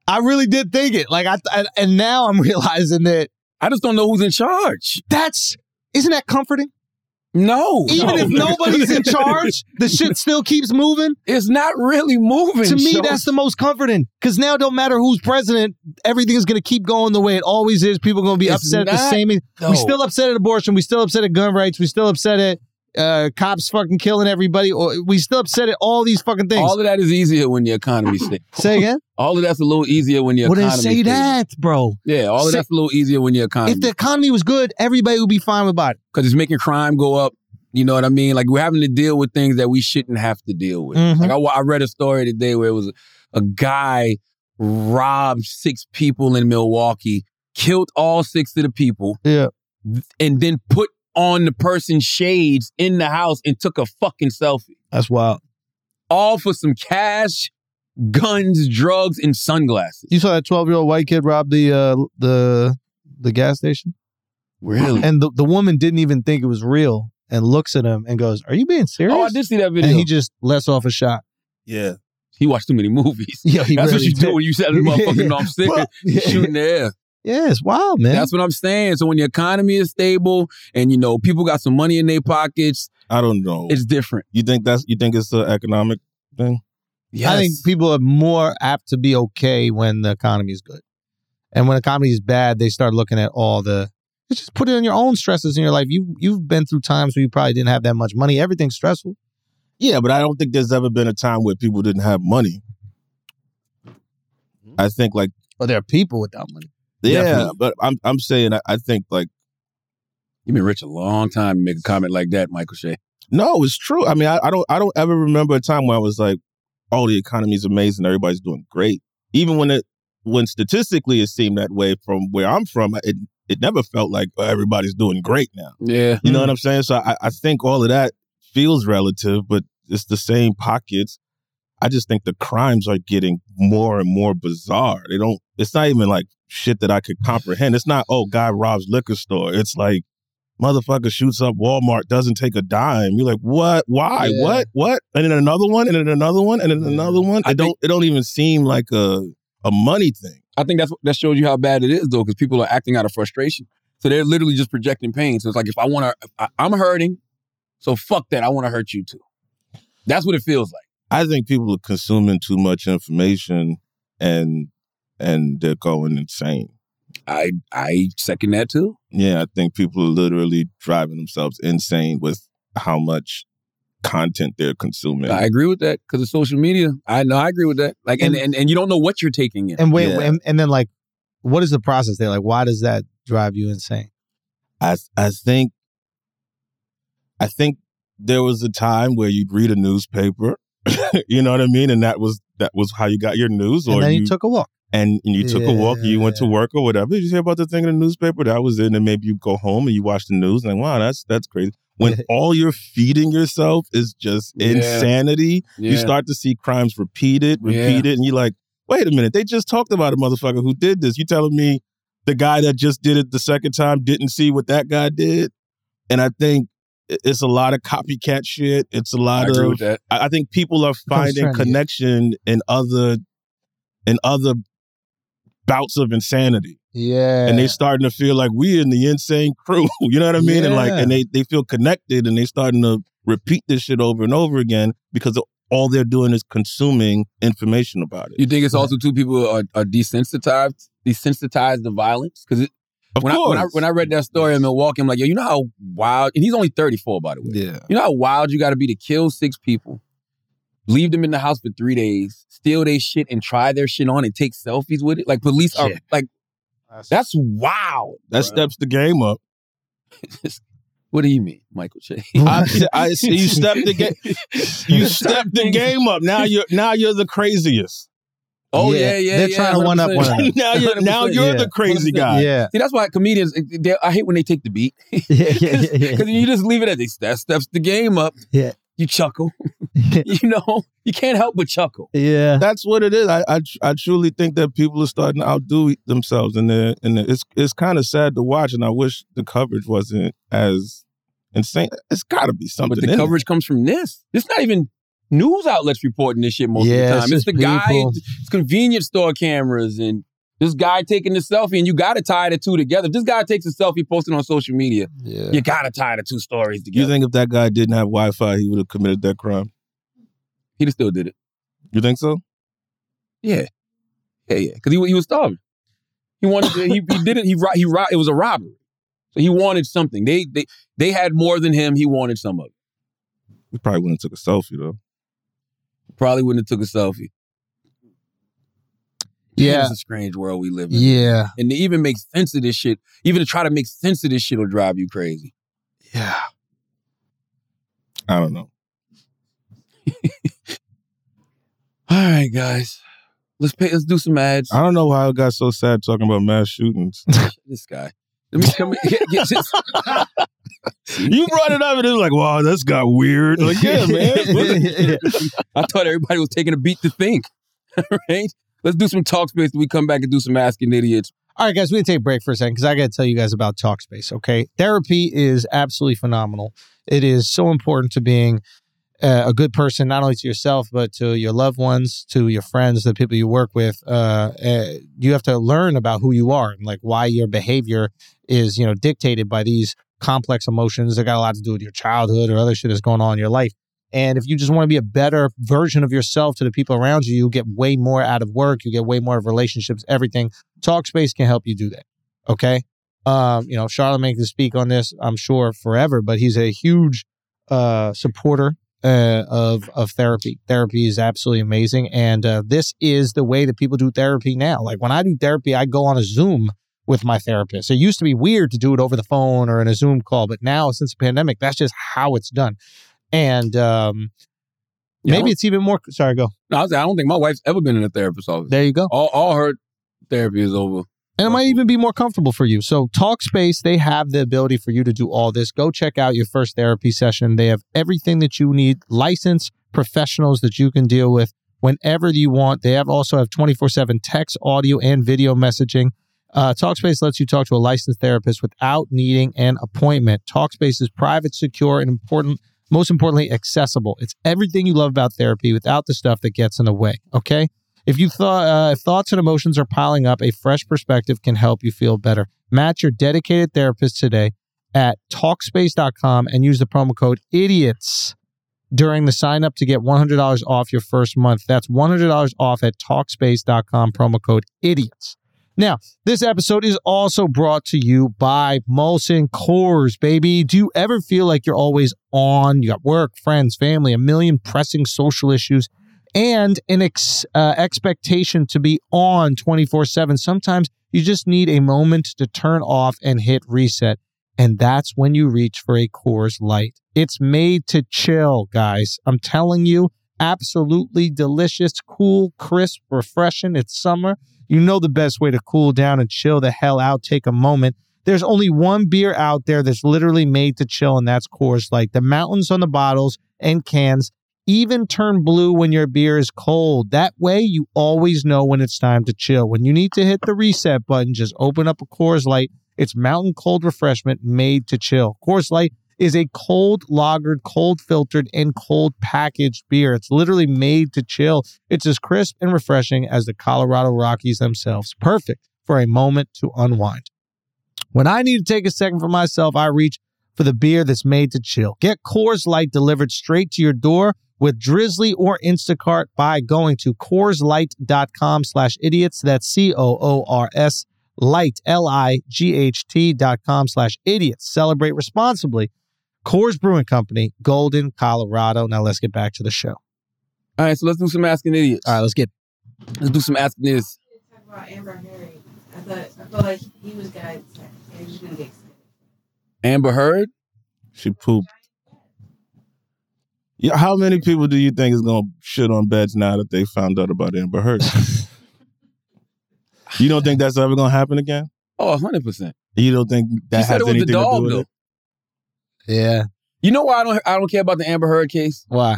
Speaker 4: I really did think it. Like I and- and now I'm [laughs] realizing that
Speaker 2: I just don't know who's in charge.
Speaker 4: that's isn't that comforting?
Speaker 2: No,
Speaker 4: Even
Speaker 2: No.
Speaker 4: if nobody's
Speaker 2: [laughs]
Speaker 4: in charge, the ship still keeps moving.
Speaker 2: it's not really moving.
Speaker 4: to me,
Speaker 2: Schultz.
Speaker 4: that's the most comforting because now it don't matter who's president, everything's gonna keep going the way it always is. People are gonna be
Speaker 2: It's
Speaker 4: upset at the
Speaker 2: not,
Speaker 4: same.
Speaker 2: though.
Speaker 4: We still upset at abortion. We still upset at gun rights. We still upset at uh, cops fucking killing everybody. Or we still upset at all these fucking things.
Speaker 2: all of that is easier when the economy stays.
Speaker 4: say [laughs] again.
Speaker 2: All of that's a little easier when your
Speaker 4: Well, then
Speaker 2: economy.
Speaker 4: say
Speaker 2: stays.
Speaker 4: that, bro.
Speaker 2: Yeah, all of
Speaker 4: Say-
Speaker 2: that's a little easier when your economy.
Speaker 4: If the economy was good, everybody would be fine with Biden.
Speaker 2: because it's making crime go up. You know what I mean? Like we're having to deal with things that we shouldn't have to deal with.
Speaker 4: Mhm.
Speaker 2: Like I, wa- I read a story today where it was a guy robbed six people in Milwaukee, killed all six of the people,
Speaker 4: Yeah.
Speaker 2: and then put on the person's shades in the house and took a fucking selfie,
Speaker 4: That's wild.
Speaker 2: all for some cash, guns, drugs, and sunglasses.
Speaker 4: You saw that twelve year old white kid rob the uh, the the gas station,
Speaker 2: Really?
Speaker 4: and the the woman didn't even think it was real, and looks at him and goes, "Are you being serious?"
Speaker 2: Oh, I did see that video.
Speaker 4: and he
Speaker 2: he,
Speaker 4: just lets off a shot. [laughs]
Speaker 5: Yeah.
Speaker 2: watched too many movies.
Speaker 4: Yeah, he
Speaker 2: That's what
Speaker 4: really
Speaker 2: you
Speaker 4: did.
Speaker 2: do when you sell the motherfucker.
Speaker 4: [laughs]
Speaker 2: No, I'm serious.
Speaker 4: yeah,
Speaker 2: Shooting the air.
Speaker 4: it's wild, man.
Speaker 2: That's what I'm saying. So when the economy is stable and you know people got some money in their pockets,
Speaker 5: I don't know.
Speaker 2: it's different.
Speaker 5: you think that's you think it's an economic thing?
Speaker 2: Yes.
Speaker 4: I think people are more apt to be okay when the economy is good. And when the economy is bad, they start looking at all the it's just put it in your own stresses in your life. You you've been through times where you probably didn't have that much money. Everything's stressful.
Speaker 5: Yeah, but I don't think there's ever been a time where people didn't have money. I think like
Speaker 4: But there are people without money.
Speaker 5: yeah,
Speaker 2: Definitely.
Speaker 5: but I'm I'm saying I, I think like
Speaker 2: You've been rich a long time to make a comment like that, Michael Shea.
Speaker 5: No, it's true. I mean, I, I don't I don't ever remember a time where I was like, "Oh, the economy's amazing. Everybody's doing great." Even when it when statistically it seemed that way from where I'm from, it it never felt like oh, everybody's doing great now.
Speaker 2: Yeah.
Speaker 5: You know what I'm saying? So I, I think all of that feels relative, but it's the same pockets. I just think the crimes are getting more and more bizarre. They don't. It's not even like shit that I could comprehend. It's not oh, guy robs liquor store. It's like motherfucker shoots up Walmart, doesn't take a dime. You're like, what? Why?
Speaker 4: Yeah.
Speaker 5: What? What? And then another one, and then another one, and then
Speaker 4: Yeah.
Speaker 5: another one. It
Speaker 2: I
Speaker 5: don't.
Speaker 2: think-
Speaker 5: it don't even seem like a a money thing.
Speaker 2: I think that's that shows you how bad it is though, because people are acting out of frustration. So they're literally just projecting pain. So it's like if I want to, I'm hurting, so fuck that. I want to hurt you too. That's what it feels like.
Speaker 5: I think people are consuming too much information, and and they're going insane.
Speaker 2: I I second that too.
Speaker 5: Yeah, I think people are literally driving themselves insane with how much content they're consuming.
Speaker 2: I agree with that because of social media. I know I agree with that. Like and, and and you don't know what you're taking in.
Speaker 4: And wait,
Speaker 5: Yeah.
Speaker 4: and, and then like, what is the process there? Like, why does that drive you insane?
Speaker 5: I I think I think there was a time where you'd read a newspaper, [laughs] you know what I mean, and that was that was how you got your news, or
Speaker 4: And then
Speaker 5: you,
Speaker 4: you took a walk.
Speaker 5: and, and you took a walk, you went to
Speaker 4: Yeah.
Speaker 5: work or whatever. Did you hear about the thing in the newspaper? That was it, and maybe you go home and you watch the news, and like, wow, that's that's crazy.
Speaker 2: [laughs]
Speaker 5: When all you're feeding yourself is just
Speaker 2: Yeah.
Speaker 5: insanity,
Speaker 2: Yeah.
Speaker 5: You start to see crimes repeated,
Speaker 2: Yeah.
Speaker 5: repeated, and you're like, wait a minute, they just talked about a motherfucker who did this. You telling me the guy that just did it the second time didn't see what that guy did? And I think i- it's a lot of copycat shit. It's a
Speaker 2: I
Speaker 5: lot
Speaker 2: agree
Speaker 5: of
Speaker 2: with that.
Speaker 5: I I think people are finding
Speaker 4: trendy.
Speaker 5: connection in other in other bouts of insanity.
Speaker 4: Yeah. [laughs]
Speaker 5: And they starting to feel like we in the insane crew. [laughs] you know what I mean? And like
Speaker 4: Yeah.
Speaker 5: and they they feel connected and they starting to repeat this shit over and over again because all they're doing is consuming information about it.
Speaker 2: You think it's also too people are, are desensitized desensitized to violence because
Speaker 5: Of
Speaker 2: when I,
Speaker 5: course.
Speaker 2: when I when I read that story in Milwaukee, I'm like, yo, you know how wild? And he's only 34, by the way.
Speaker 5: yeah.
Speaker 2: You know how wild you got to be to kill six people, leave them in the house for three days, steal their shit and try their shit on and take selfies with it. Like police are
Speaker 4: Yeah.
Speaker 2: like, that's wild.
Speaker 5: That steps the game up.
Speaker 2: What do you mean, Michael Che?
Speaker 5: I, I see you step the game. You step the game up. Now you're now you're the craziest.
Speaker 2: [laughs] Oh yeah, yeah.
Speaker 4: They're
Speaker 2: yeah,
Speaker 4: trying to one up one
Speaker 2: 100%.
Speaker 4: another.
Speaker 5: [laughs] now you're now
Speaker 2: 100%,
Speaker 5: you're
Speaker 4: yeah.
Speaker 5: the crazy guy.
Speaker 4: Yeah.
Speaker 2: [laughs] See, that's why comedians. eh, they- I hate when they take the
Speaker 4: [laughs]
Speaker 2: beat [laughs]
Speaker 4: Yeah. Yeah.
Speaker 2: because
Speaker 4: Yeah. yeah.
Speaker 2: you just leave it at this. That steps the game up.
Speaker 4: Yeah.
Speaker 2: You chuckle.
Speaker 4: [laughs]
Speaker 2: [laughs] you know, you can't help but chuckle. [laughs]
Speaker 4: Yeah.
Speaker 5: That's what it is. I, I tr- I truly think that people are starting to outdo themselves, and they're- and they're- it's it's kind of sad to watch. And I wish the coverage wasn't as insane. It's got to be something.
Speaker 2: But the
Speaker 5: in it.
Speaker 2: coverage comes from this. It's not even news outlets reporting this shit most
Speaker 4: yeah,
Speaker 2: of the time. It's,
Speaker 4: just
Speaker 2: the guy,
Speaker 4: people.
Speaker 2: it's convenience store cameras and this guy taking the selfie, and you gotta tie the two together. If this guy takes a selfie posted on social media,
Speaker 4: Yeah.
Speaker 2: you gotta tie the two stories
Speaker 5: You
Speaker 2: together.
Speaker 5: think if that guy didn't have Wi Fi, he would have committed that crime?
Speaker 2: He'd have still did it.
Speaker 5: You think so?
Speaker 2: Yeah. Yeah, yeah. Cause he, wa- he was starving. He wanted to, he, he didn't, he, ro- he, ro- it was a robbery. So he wanted something. They, they, they had more than him. He wanted some of it.
Speaker 5: He probably wouldn't have took a selfie though.
Speaker 2: Probably wouldn't have took a selfie.
Speaker 4: Yeah.
Speaker 2: It's a strange world we live in.
Speaker 4: Yeah.
Speaker 2: And to even make sense of this shit, even to try to make sense of this shit will drive you crazy.
Speaker 4: Yeah.
Speaker 5: I don't know.
Speaker 2: All right, guys. Let's pay let's do some ads.
Speaker 5: I don't know how it got so sad talking about
Speaker 2: [laughs]
Speaker 5: mass shootings.
Speaker 2: this guy. Let me [laughs] come get, get just,
Speaker 5: you brought it up and it was like, wow, that's got weird. Like, yeah,
Speaker 4: [laughs]
Speaker 5: man.
Speaker 2: I thought everybody was taking a beat to think. [laughs] right? Let's do some talk space. We come back and do some asking idiots.
Speaker 4: All right, guys, we're going to take a break for a second because I got to tell you guys about Talkspace, okay? Therapy is absolutely phenomenal. It is so important to being uh, a good person, not only to yourself, but to your loved ones, to your friends, the people you work with. Uh, uh, you have to learn about who you are and like why your behavior is, you know, dictated by these complex emotions that got a lot to do with your childhood or other shit that's going on in your life. And if you just want to be a better version of yourself to the people around you, you get way more out of work, you get way more of relationships, everything. Talkspace can help you do that. Okay. Um, you know, Charlemagne can speak on this, I'm sure, forever, but he's a huge uh, supporter uh, of of therapy. Therapy is absolutely amazing, and uh, this is the way that people do therapy now. Like when I do therapy, I go on a Zoom with my therapist. It used to be weird to do it over the phone or in a Zoom call, but now since the pandemic, that's just how it's done. And um,
Speaker 2: Yeah, I
Speaker 4: maybe
Speaker 2: don't-
Speaker 4: it's even more. Sorry, go
Speaker 2: No, I, was, I don't think my wife's ever been in a therapist's office.
Speaker 4: there. You go.
Speaker 2: all, all her therapy is over.
Speaker 4: And it might even be more comfortable for you. So, Talkspace, they have the ability for you to do all this. Go check out your first therapy session. They have everything that you need licensed professionals that you can deal with whenever you want. They have also have 24/7 text, audio, and video messaging. Uh, Talkspace lets you talk to a licensed therapist without needing an appointment. Talkspace is private, secure, and important, most importantly, accessible. It's everything you love about therapy without the stuff that gets in the way. Okay. If you thought uh, if thoughts and emotions are piling up, a fresh perspective can help you feel better. Match your dedicated therapist today at Talkspace.com and use the promo code IDIOTS during the sign up to get $100 off your first month. That's $100 off at Talkspace.com promo code IDIOTS. Now, this episode is also brought to you by Molson Coors, baby. Do you ever feel like you're always on? You got work, friends, family, a million pressing social issues and an ex- uh, expectation to be on 24 7. Sometimes you just need a moment to turn off and hit reset. And that's when you reach for a Coors Light. It's made to chill, guys. I'm telling you, absolutely delicious, cool, crisp, refreshing. It's summer. You know the best way to cool down and chill the hell out. Take a moment. There's only one beer out there that's literally made to chill, and that's Coors Light. The mountains on the bottles and cans even turn blue when your beer is cold. That way, you always know when it's time to chill. When you need to hit the reset button, just open up a Coors Light. It's mountain cold refreshment made to chill. Coors Light is a cold lagered, cold filtered, and cold packaged beer. It's literally made to chill. It's as crisp and refreshing as the Colorado Rockies themselves. Perfect for a moment to unwind. When I need to take a second for myself, I reach for the beer that's made to chill. Get Coors Light delivered straight to your door with Drizzly or Instacart by going to CoorsLight.com slash idiots. That's C-O-O-R-S light, L-I-G-H-T dot com slash idiots. Celebrate responsibly. Coors Brewing Company, Golden, Colorado. Now let's get back to the show.
Speaker 2: All right, so let's do some asking idiots.
Speaker 4: All right, let's get
Speaker 2: Let's do some asking idiots.
Speaker 6: Talk about Amber Heard. I thought I felt like he was gonna get sacked. He was gonna get sacked.
Speaker 2: Amber Heard.
Speaker 5: She pooped. Yeah, how many people do you think is gonna shit on beds now that they found out about Amber Heard?
Speaker 2: [laughs]
Speaker 5: you don't think that's ever gonna happen again?
Speaker 2: Oh, 100%.
Speaker 5: You don't think
Speaker 2: She
Speaker 5: that has
Speaker 2: said it was the
Speaker 5: anything to do
Speaker 2: dog,
Speaker 5: with
Speaker 2: though.
Speaker 5: it?
Speaker 4: Yeah.
Speaker 2: You know why I don't I don't care about the Amber Heard case?
Speaker 4: Why?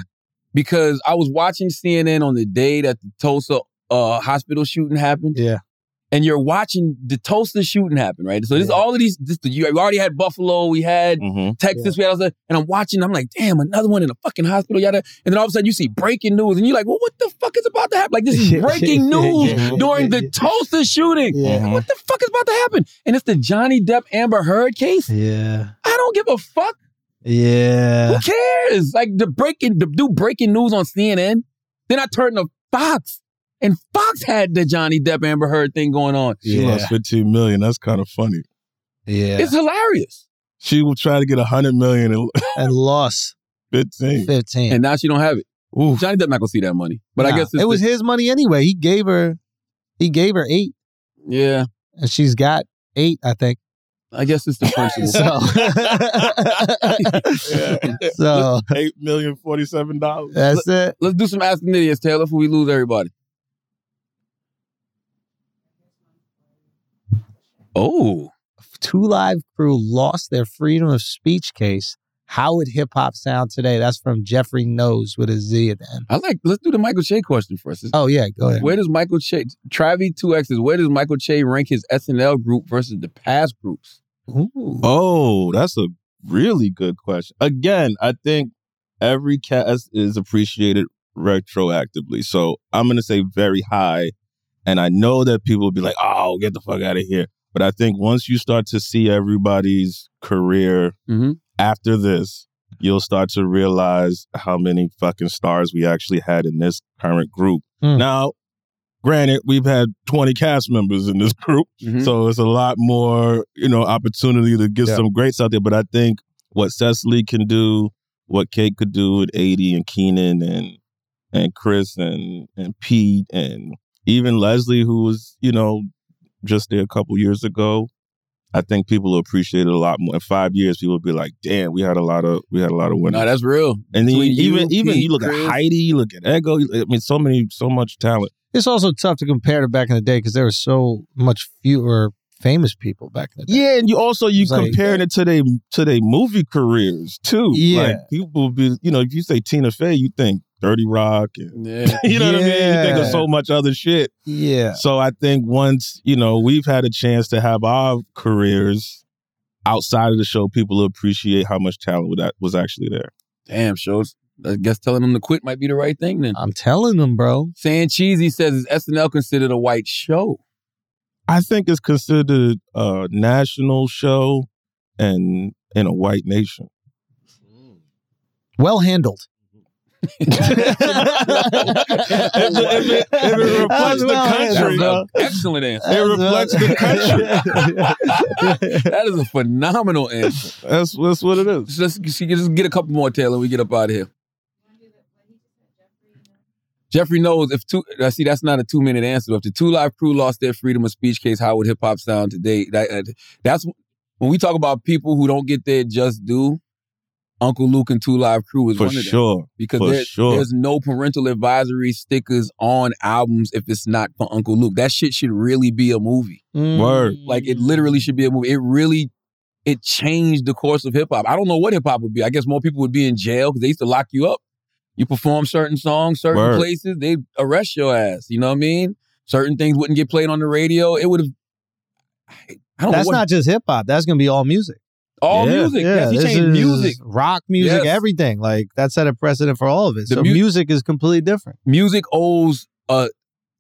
Speaker 2: Because I was watching CNN on the day that the Tulsa uh, hospital shooting happened,
Speaker 4: Yeah.
Speaker 2: and you're watching the Tulsa shooting happen, right? So this
Speaker 4: Yeah. Mm-hmm.
Speaker 2: all of these. This, you already had Buffalo, we had
Speaker 5: Mhm.
Speaker 2: Texas, we had all that, and I'm watching. I'm like, damn, another one in a fucking hospital, yada. And then all of a sudden, you see breaking news, and you're like, well, what the fuck is about to happen? Like this
Speaker 4: [laughs]
Speaker 2: is breaking news during the Tulsa shooting.
Speaker 4: Yeah.
Speaker 5: mm-hmm.
Speaker 2: What the fuck is about to happen? And it's the Johnny Depp Amber Heard case.
Speaker 4: Yeah.
Speaker 2: I don't give a fuck.
Speaker 4: Yeah.
Speaker 2: Who cares? Like the breaking, the do breaking news on CNN. Then I turned to Fox, and Fox had the Johnny Depp Amber Heard thing going on.
Speaker 5: She lost 15 million. That's kind of funny.
Speaker 4: Yeah.
Speaker 2: It's hilarious.
Speaker 5: She will try to get 100 million [laughs] and
Speaker 4: And lost
Speaker 5: 15.
Speaker 4: 15.
Speaker 2: And now she don't have it.
Speaker 5: Ooh.
Speaker 2: Johnny Depp not gonna see that money. But I
Speaker 4: Nah,
Speaker 2: guess it's
Speaker 4: it was his money anyway. He gave her, he gave her eight,
Speaker 2: the- yeah.
Speaker 4: and she's got eight,
Speaker 5: [laughs]
Speaker 4: I think.
Speaker 2: I guess it's the principle.
Speaker 4: [laughs] So, so
Speaker 5: Eight million forty-seven dollars.
Speaker 4: that's it.
Speaker 2: Let's do some asking idiots, Taylor, before we lose everybody. Oh,
Speaker 4: Two Live Crew lost their freedom of speech case. How would hip hop sound today? That's from Jeffrey Knows with a Z at the end.
Speaker 2: I like. Let's do the Michael Che question first.
Speaker 4: Oh yeah, go ahead.
Speaker 2: Where does Michael Che, Travi 2X's, where does Michael Che rank his SNL group versus the past groups?
Speaker 4: Ooh.
Speaker 5: Oh, that's a really good question. Again, I think every cast is appreciated retroactively. So I'm gonna say very high. And I know that people will be like, oh, get the fuck out of here. But I think once you start to see everybody's career
Speaker 2: Mm-hmm.
Speaker 5: after this, you'll start to realize how many fucking stars we actually had in this current group.
Speaker 4: Hmm.
Speaker 5: Now, granted, we've had 20 cast members in this [laughs] group,
Speaker 2: Mm-hmm.
Speaker 5: so it's a lot more, you know, opportunity to get
Speaker 4: Yeah.
Speaker 5: some greats out there. But I think what Cecily can do, what Kate could do with 80 and Keenan and and Chris and and Pete and even Leslie, who was, you know, just there a couple years ago, I think people will appreciate it a lot more. In five years, people will be like, damn, we had a lot of we had a lot of winners.
Speaker 2: No, that's real.
Speaker 5: and then you,
Speaker 2: Between you,
Speaker 5: even even
Speaker 2: Pete,
Speaker 5: you look
Speaker 2: Chris.
Speaker 5: at Heidi, you look at Ego, you- I mean so many so much talent.
Speaker 4: It's also tough to compare to back in the day because there were so much fewer famous people back in the day.
Speaker 5: Yeah, and you also you
Speaker 4: It's like-
Speaker 5: comparing it to they to their movie careers too.
Speaker 4: Yeah.
Speaker 5: Like people be you know, if you say Tina Fey, you think Thirty Rock. And, [laughs]
Speaker 2: Yeah.
Speaker 5: you know what I mean? You think of
Speaker 4: Yeah.
Speaker 5: so much other shit.
Speaker 4: Yeah.
Speaker 5: So I think once, you know, we've had a chance to have our careers outside of the show, people will appreciate how much talent wa- that was actually there.
Speaker 2: Damn, shows. I guess telling them to quit might be the right thing then.
Speaker 4: I'm telling them, bro.
Speaker 2: Saying cheesy says is SNL considered a white
Speaker 4: [laughs]
Speaker 2: show?
Speaker 5: I think it's considered a national show and in a white
Speaker 4: [laughs]
Speaker 5: nation.
Speaker 4: Well handled.
Speaker 5: if it- if it reflects the
Speaker 4: Well
Speaker 5: country,
Speaker 2: That was
Speaker 4: handled.
Speaker 5: bro.
Speaker 2: an excellent answer.
Speaker 5: It reflects
Speaker 4: [laughs]
Speaker 5: the country.
Speaker 2: That is a phenomenal answer.
Speaker 5: [laughs] That's that's what it is.
Speaker 2: Just, just, just get a couple more, Taylor. We get up out of here. Jeffrey knows if two. I see that's not a two minute answer. But if the two live crew lost their freedom of speech case, how would hip hop sound today? That, uh, that's when we talk about people who don't get their just due. Uncle Luke and Two Live Crew is
Speaker 5: For
Speaker 2: one of them
Speaker 5: sure.
Speaker 2: because
Speaker 5: For
Speaker 2: there-
Speaker 5: sure.
Speaker 2: there's no parental advisory stickers on albums if it's not for Uncle Luke. That shit should really be a movie.
Speaker 5: Word.
Speaker 2: Like it literally should be a movie. It really it changed the course of hip hop. I don't know what hip hop would be. I guess more people would be in jail because they used to lock you up. You perform certain songs, certain
Speaker 5: Word.
Speaker 2: places, they arrest your ass. You know what I mean? Certain things wouldn't get played on the radio. It would have. I don't
Speaker 4: That's
Speaker 2: know. what-
Speaker 4: not just hip hop. That's gonna be all music.
Speaker 2: all
Speaker 5: Yeah.
Speaker 2: music. yes, he
Speaker 4: this
Speaker 2: changed
Speaker 4: is
Speaker 2: music.
Speaker 4: rock music,
Speaker 2: Yes.
Speaker 4: everything. Like that set a precedent for all of it.
Speaker 2: The
Speaker 4: so
Speaker 2: mu-
Speaker 4: music is completely different.
Speaker 2: Music owes a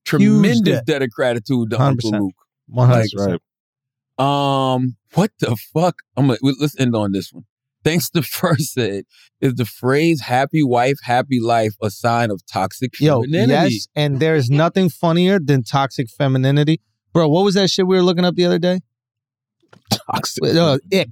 Speaker 2: tremendous
Speaker 4: debt.
Speaker 2: debt of gratitude to Uncle
Speaker 4: 100%.
Speaker 2: Luke.
Speaker 4: One hundred
Speaker 2: Like, Um, what the fuck? I'm like, let's end on this one. Thanks to [laughs] first said, is the phrase "happy wife, happy life" a sign of toxic
Speaker 4: Yo,
Speaker 2: femininity?
Speaker 4: yes, and there is nothing funnier than toxic femininity, bro. What was that shit we were looking up the other day?
Speaker 5: Toxic.
Speaker 4: [laughs] Wait, no, ick.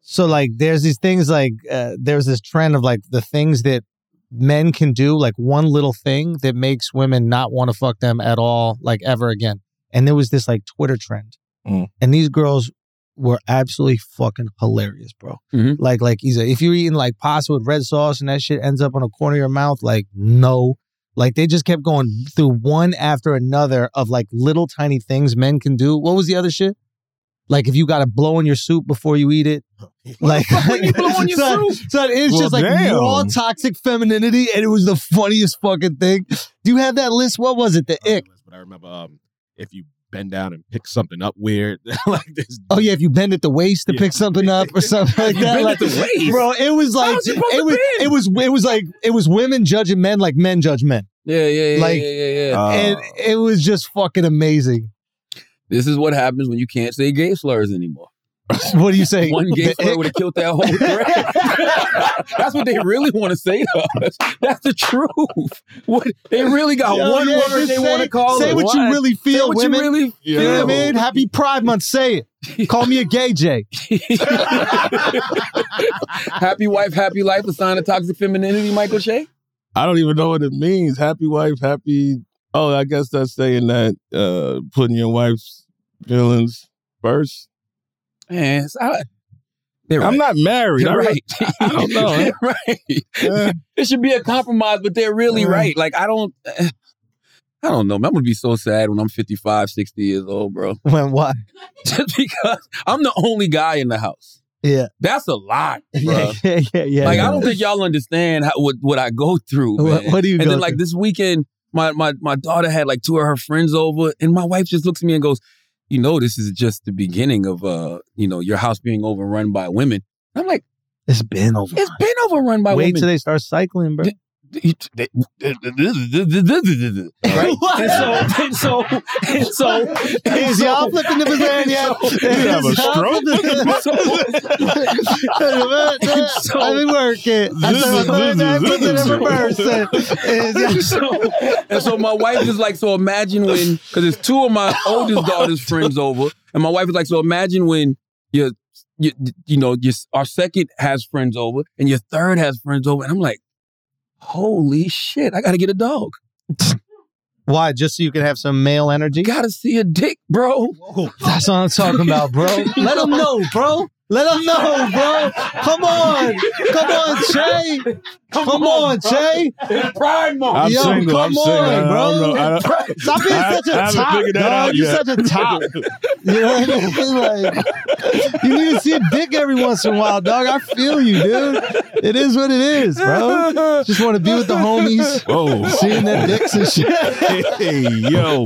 Speaker 4: So like, there's these things like uh, there's this trend of like the things that men can do, like one little thing that makes women not want to fuck them at all, like ever again. And there was this like Twitter trend,
Speaker 5: Mm.
Speaker 4: and these girls were absolutely fucking hilarious, bro.
Speaker 2: Mhm.
Speaker 5: Mm-hmm.
Speaker 4: Like, like he's a, if you're eating like pasta with red sauce and that shit ends up on the corner of your mouth, like no. Like they just kept going through one after another of like little tiny things men can do. What was the other shit? Like if you got to blow in your soup before you
Speaker 2: [laughs]
Speaker 4: eat it. Like
Speaker 2: When
Speaker 4: [laughs]
Speaker 2: you blow on your
Speaker 4: son,
Speaker 2: fruit.
Speaker 4: son, it's
Speaker 5: Well,
Speaker 4: just like
Speaker 5: damn.
Speaker 4: raw toxic femininity, and it was the funniest fucking thing. Do you have that list? What was it? The
Speaker 2: Uh.
Speaker 4: ick.
Speaker 9: But I remember um, if you bend down and pick something up weird, [laughs] like this.
Speaker 4: Oh yeah, if you bend at the waist to
Speaker 9: Yeah.
Speaker 4: pick something up
Speaker 2: [laughs]
Speaker 4: or something like
Speaker 2: You
Speaker 4: that.
Speaker 2: bend
Speaker 4: like,
Speaker 2: at the waist?
Speaker 4: bro. It was like
Speaker 2: is it supposed to
Speaker 4: it was
Speaker 2: bend?
Speaker 4: it was it was like it was women judging men like men judge men,
Speaker 2: yeah, yeah, yeah,
Speaker 4: Like-
Speaker 2: yeah, yeah, yeah.
Speaker 5: Uh,
Speaker 4: and it was just fucking amazing.
Speaker 2: this is what happens when you can't say gay slurs anymore.
Speaker 4: What do you say?
Speaker 2: One gay
Speaker 4: The
Speaker 2: slur
Speaker 4: ick?
Speaker 2: would have killed that
Speaker 4: [laughs]
Speaker 2: whole thread. [laughs] That's what they really want to say to us. That's the truth. What they really got
Speaker 4: Yo,
Speaker 2: one
Speaker 4: yeah,
Speaker 2: word
Speaker 4: just
Speaker 2: they
Speaker 4: say-
Speaker 2: want to call
Speaker 4: Say
Speaker 2: it.
Speaker 4: what you really
Speaker 2: Say
Speaker 4: feel,
Speaker 2: what
Speaker 4: women.
Speaker 2: you really
Speaker 4: You know what I mean? Happy Pride Month. Say
Speaker 2: [laughs]
Speaker 4: it. Call me a gay Jay.
Speaker 2: [laughs] happy wife, happy life, a sign of toxic femininity, Michael Shea?
Speaker 5: I don't even know what it means. Happy wife, happy. Oh, I guess that's saying that uh, putting your wife's feelings first.
Speaker 2: Man, it's- I- they're right.
Speaker 5: I'm not married.
Speaker 2: They're
Speaker 5: I
Speaker 2: right.
Speaker 5: I
Speaker 2: [laughs]
Speaker 5: don't know.
Speaker 2: They're right.
Speaker 5: really-
Speaker 2: It should be a compromise, but they're really
Speaker 5: Yeah.
Speaker 2: right. Like, I don't. [sighs] I don't know, man. I'm gonna be so sad when I'm 55, 60 years old, bro. [laughs]
Speaker 4: When what?
Speaker 2: Just because I'm the only guy in the house. [laughs]
Speaker 4: Yeah.
Speaker 2: That's a lot,
Speaker 5: [laughs]
Speaker 2: bro.
Speaker 4: Yeah, yeah, yeah, yeah.
Speaker 2: Like I don't think y'all understand how, what what I go through.
Speaker 4: What-
Speaker 2: man.
Speaker 4: what do you
Speaker 2: And
Speaker 4: go
Speaker 2: then like
Speaker 4: through?
Speaker 2: this weekend, my my my daughter had like two of her friends over, and my wife just looks at me and goes, "You know, this is just the beginning of uh, you know, your house being overrun by women." And I'm like,
Speaker 4: it's been over.
Speaker 2: "It's been overrun by
Speaker 4: Wait till
Speaker 2: women."
Speaker 4: they start cycling, bro.
Speaker 2: Right? and so, and so, and so,
Speaker 4: Is y'all flipping the bazan yet?
Speaker 2: So- You
Speaker 5: have a
Speaker 4: Is y'all
Speaker 5: stroke?
Speaker 4: flipping the-
Speaker 2: So-
Speaker 4: I've been working. I
Speaker 5: This
Speaker 4: said,
Speaker 5: is-
Speaker 4: "Put it back,
Speaker 5: this
Speaker 4: put it
Speaker 5: is-
Speaker 4: in reverse." Is y'all-
Speaker 2: and so, and so my wife is like, so imagine when, because it's two of my oldest daughter's friends over, and my wife is like, so imagine when your, you, you know, your, our second has friends over, and your third has friends over, and I'm like, holy shit, I gotta get a dog.
Speaker 4: Why? Just so you can have some male energy?
Speaker 2: You gotta see a dick, bro.
Speaker 4: That's what I'm talking about, bro. Let them know, bro. Let them know, bro. Come on. Come on, Jay. Come, on, Jay.
Speaker 2: Pride month.
Speaker 5: I'm
Speaker 4: Yo,
Speaker 5: single.
Speaker 4: come
Speaker 5: I'm single.
Speaker 4: on,
Speaker 5: I don't
Speaker 4: bro.
Speaker 5: know. I don't-
Speaker 4: Stop being
Speaker 5: I-
Speaker 4: such a
Speaker 5: I haven't
Speaker 4: top,
Speaker 5: figured that
Speaker 4: dog.
Speaker 5: out
Speaker 4: You're
Speaker 5: yet.
Speaker 4: such
Speaker 5: [laughs]
Speaker 4: a top. You know what I mean? Like, you need to see a dick every once in a while, dog. I feel you, dude. It is what it is, bro. Just want to be with the homies,
Speaker 5: Whoa.
Speaker 4: [laughs]
Speaker 9: [laughs]
Speaker 4: seeing their dicks and shit.
Speaker 5: hey, yo.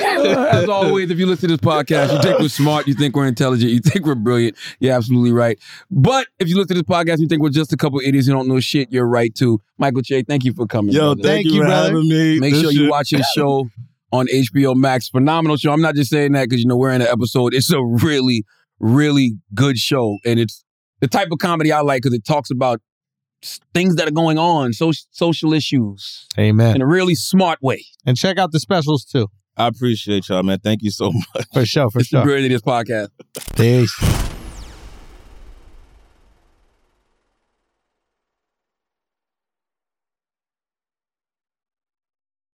Speaker 2: As always, if you listen to this podcast, you think we're smart, you think we're intelligent, you think we're brilliant. You're absolutely right. But if you listen to this podcast, and you think we're just a couple idiots who don't know shit. You're right too, Michael Che. Thank you for coming.
Speaker 5: Yo,
Speaker 2: brother.
Speaker 5: thank,
Speaker 4: Thank
Speaker 5: you,
Speaker 4: you,
Speaker 5: for
Speaker 4: brother.
Speaker 5: having me.
Speaker 2: Make
Speaker 5: This
Speaker 2: sure you
Speaker 5: shit-
Speaker 2: watch his show on HBO Max. Phenomenal show. I'm not just saying that because you know we're in an episode. It's a really, really good show, and it's the type of comedy I like because it talks about s- things that are going on, so- social issues, in
Speaker 4: Amen.
Speaker 2: a really smart way.
Speaker 4: And check out the specials too.
Speaker 5: I appreciate y'all, man. Thank you so much.
Speaker 4: For sure, for
Speaker 2: It's the
Speaker 4: sure.
Speaker 2: brilliant of this podcast.
Speaker 4: Peace.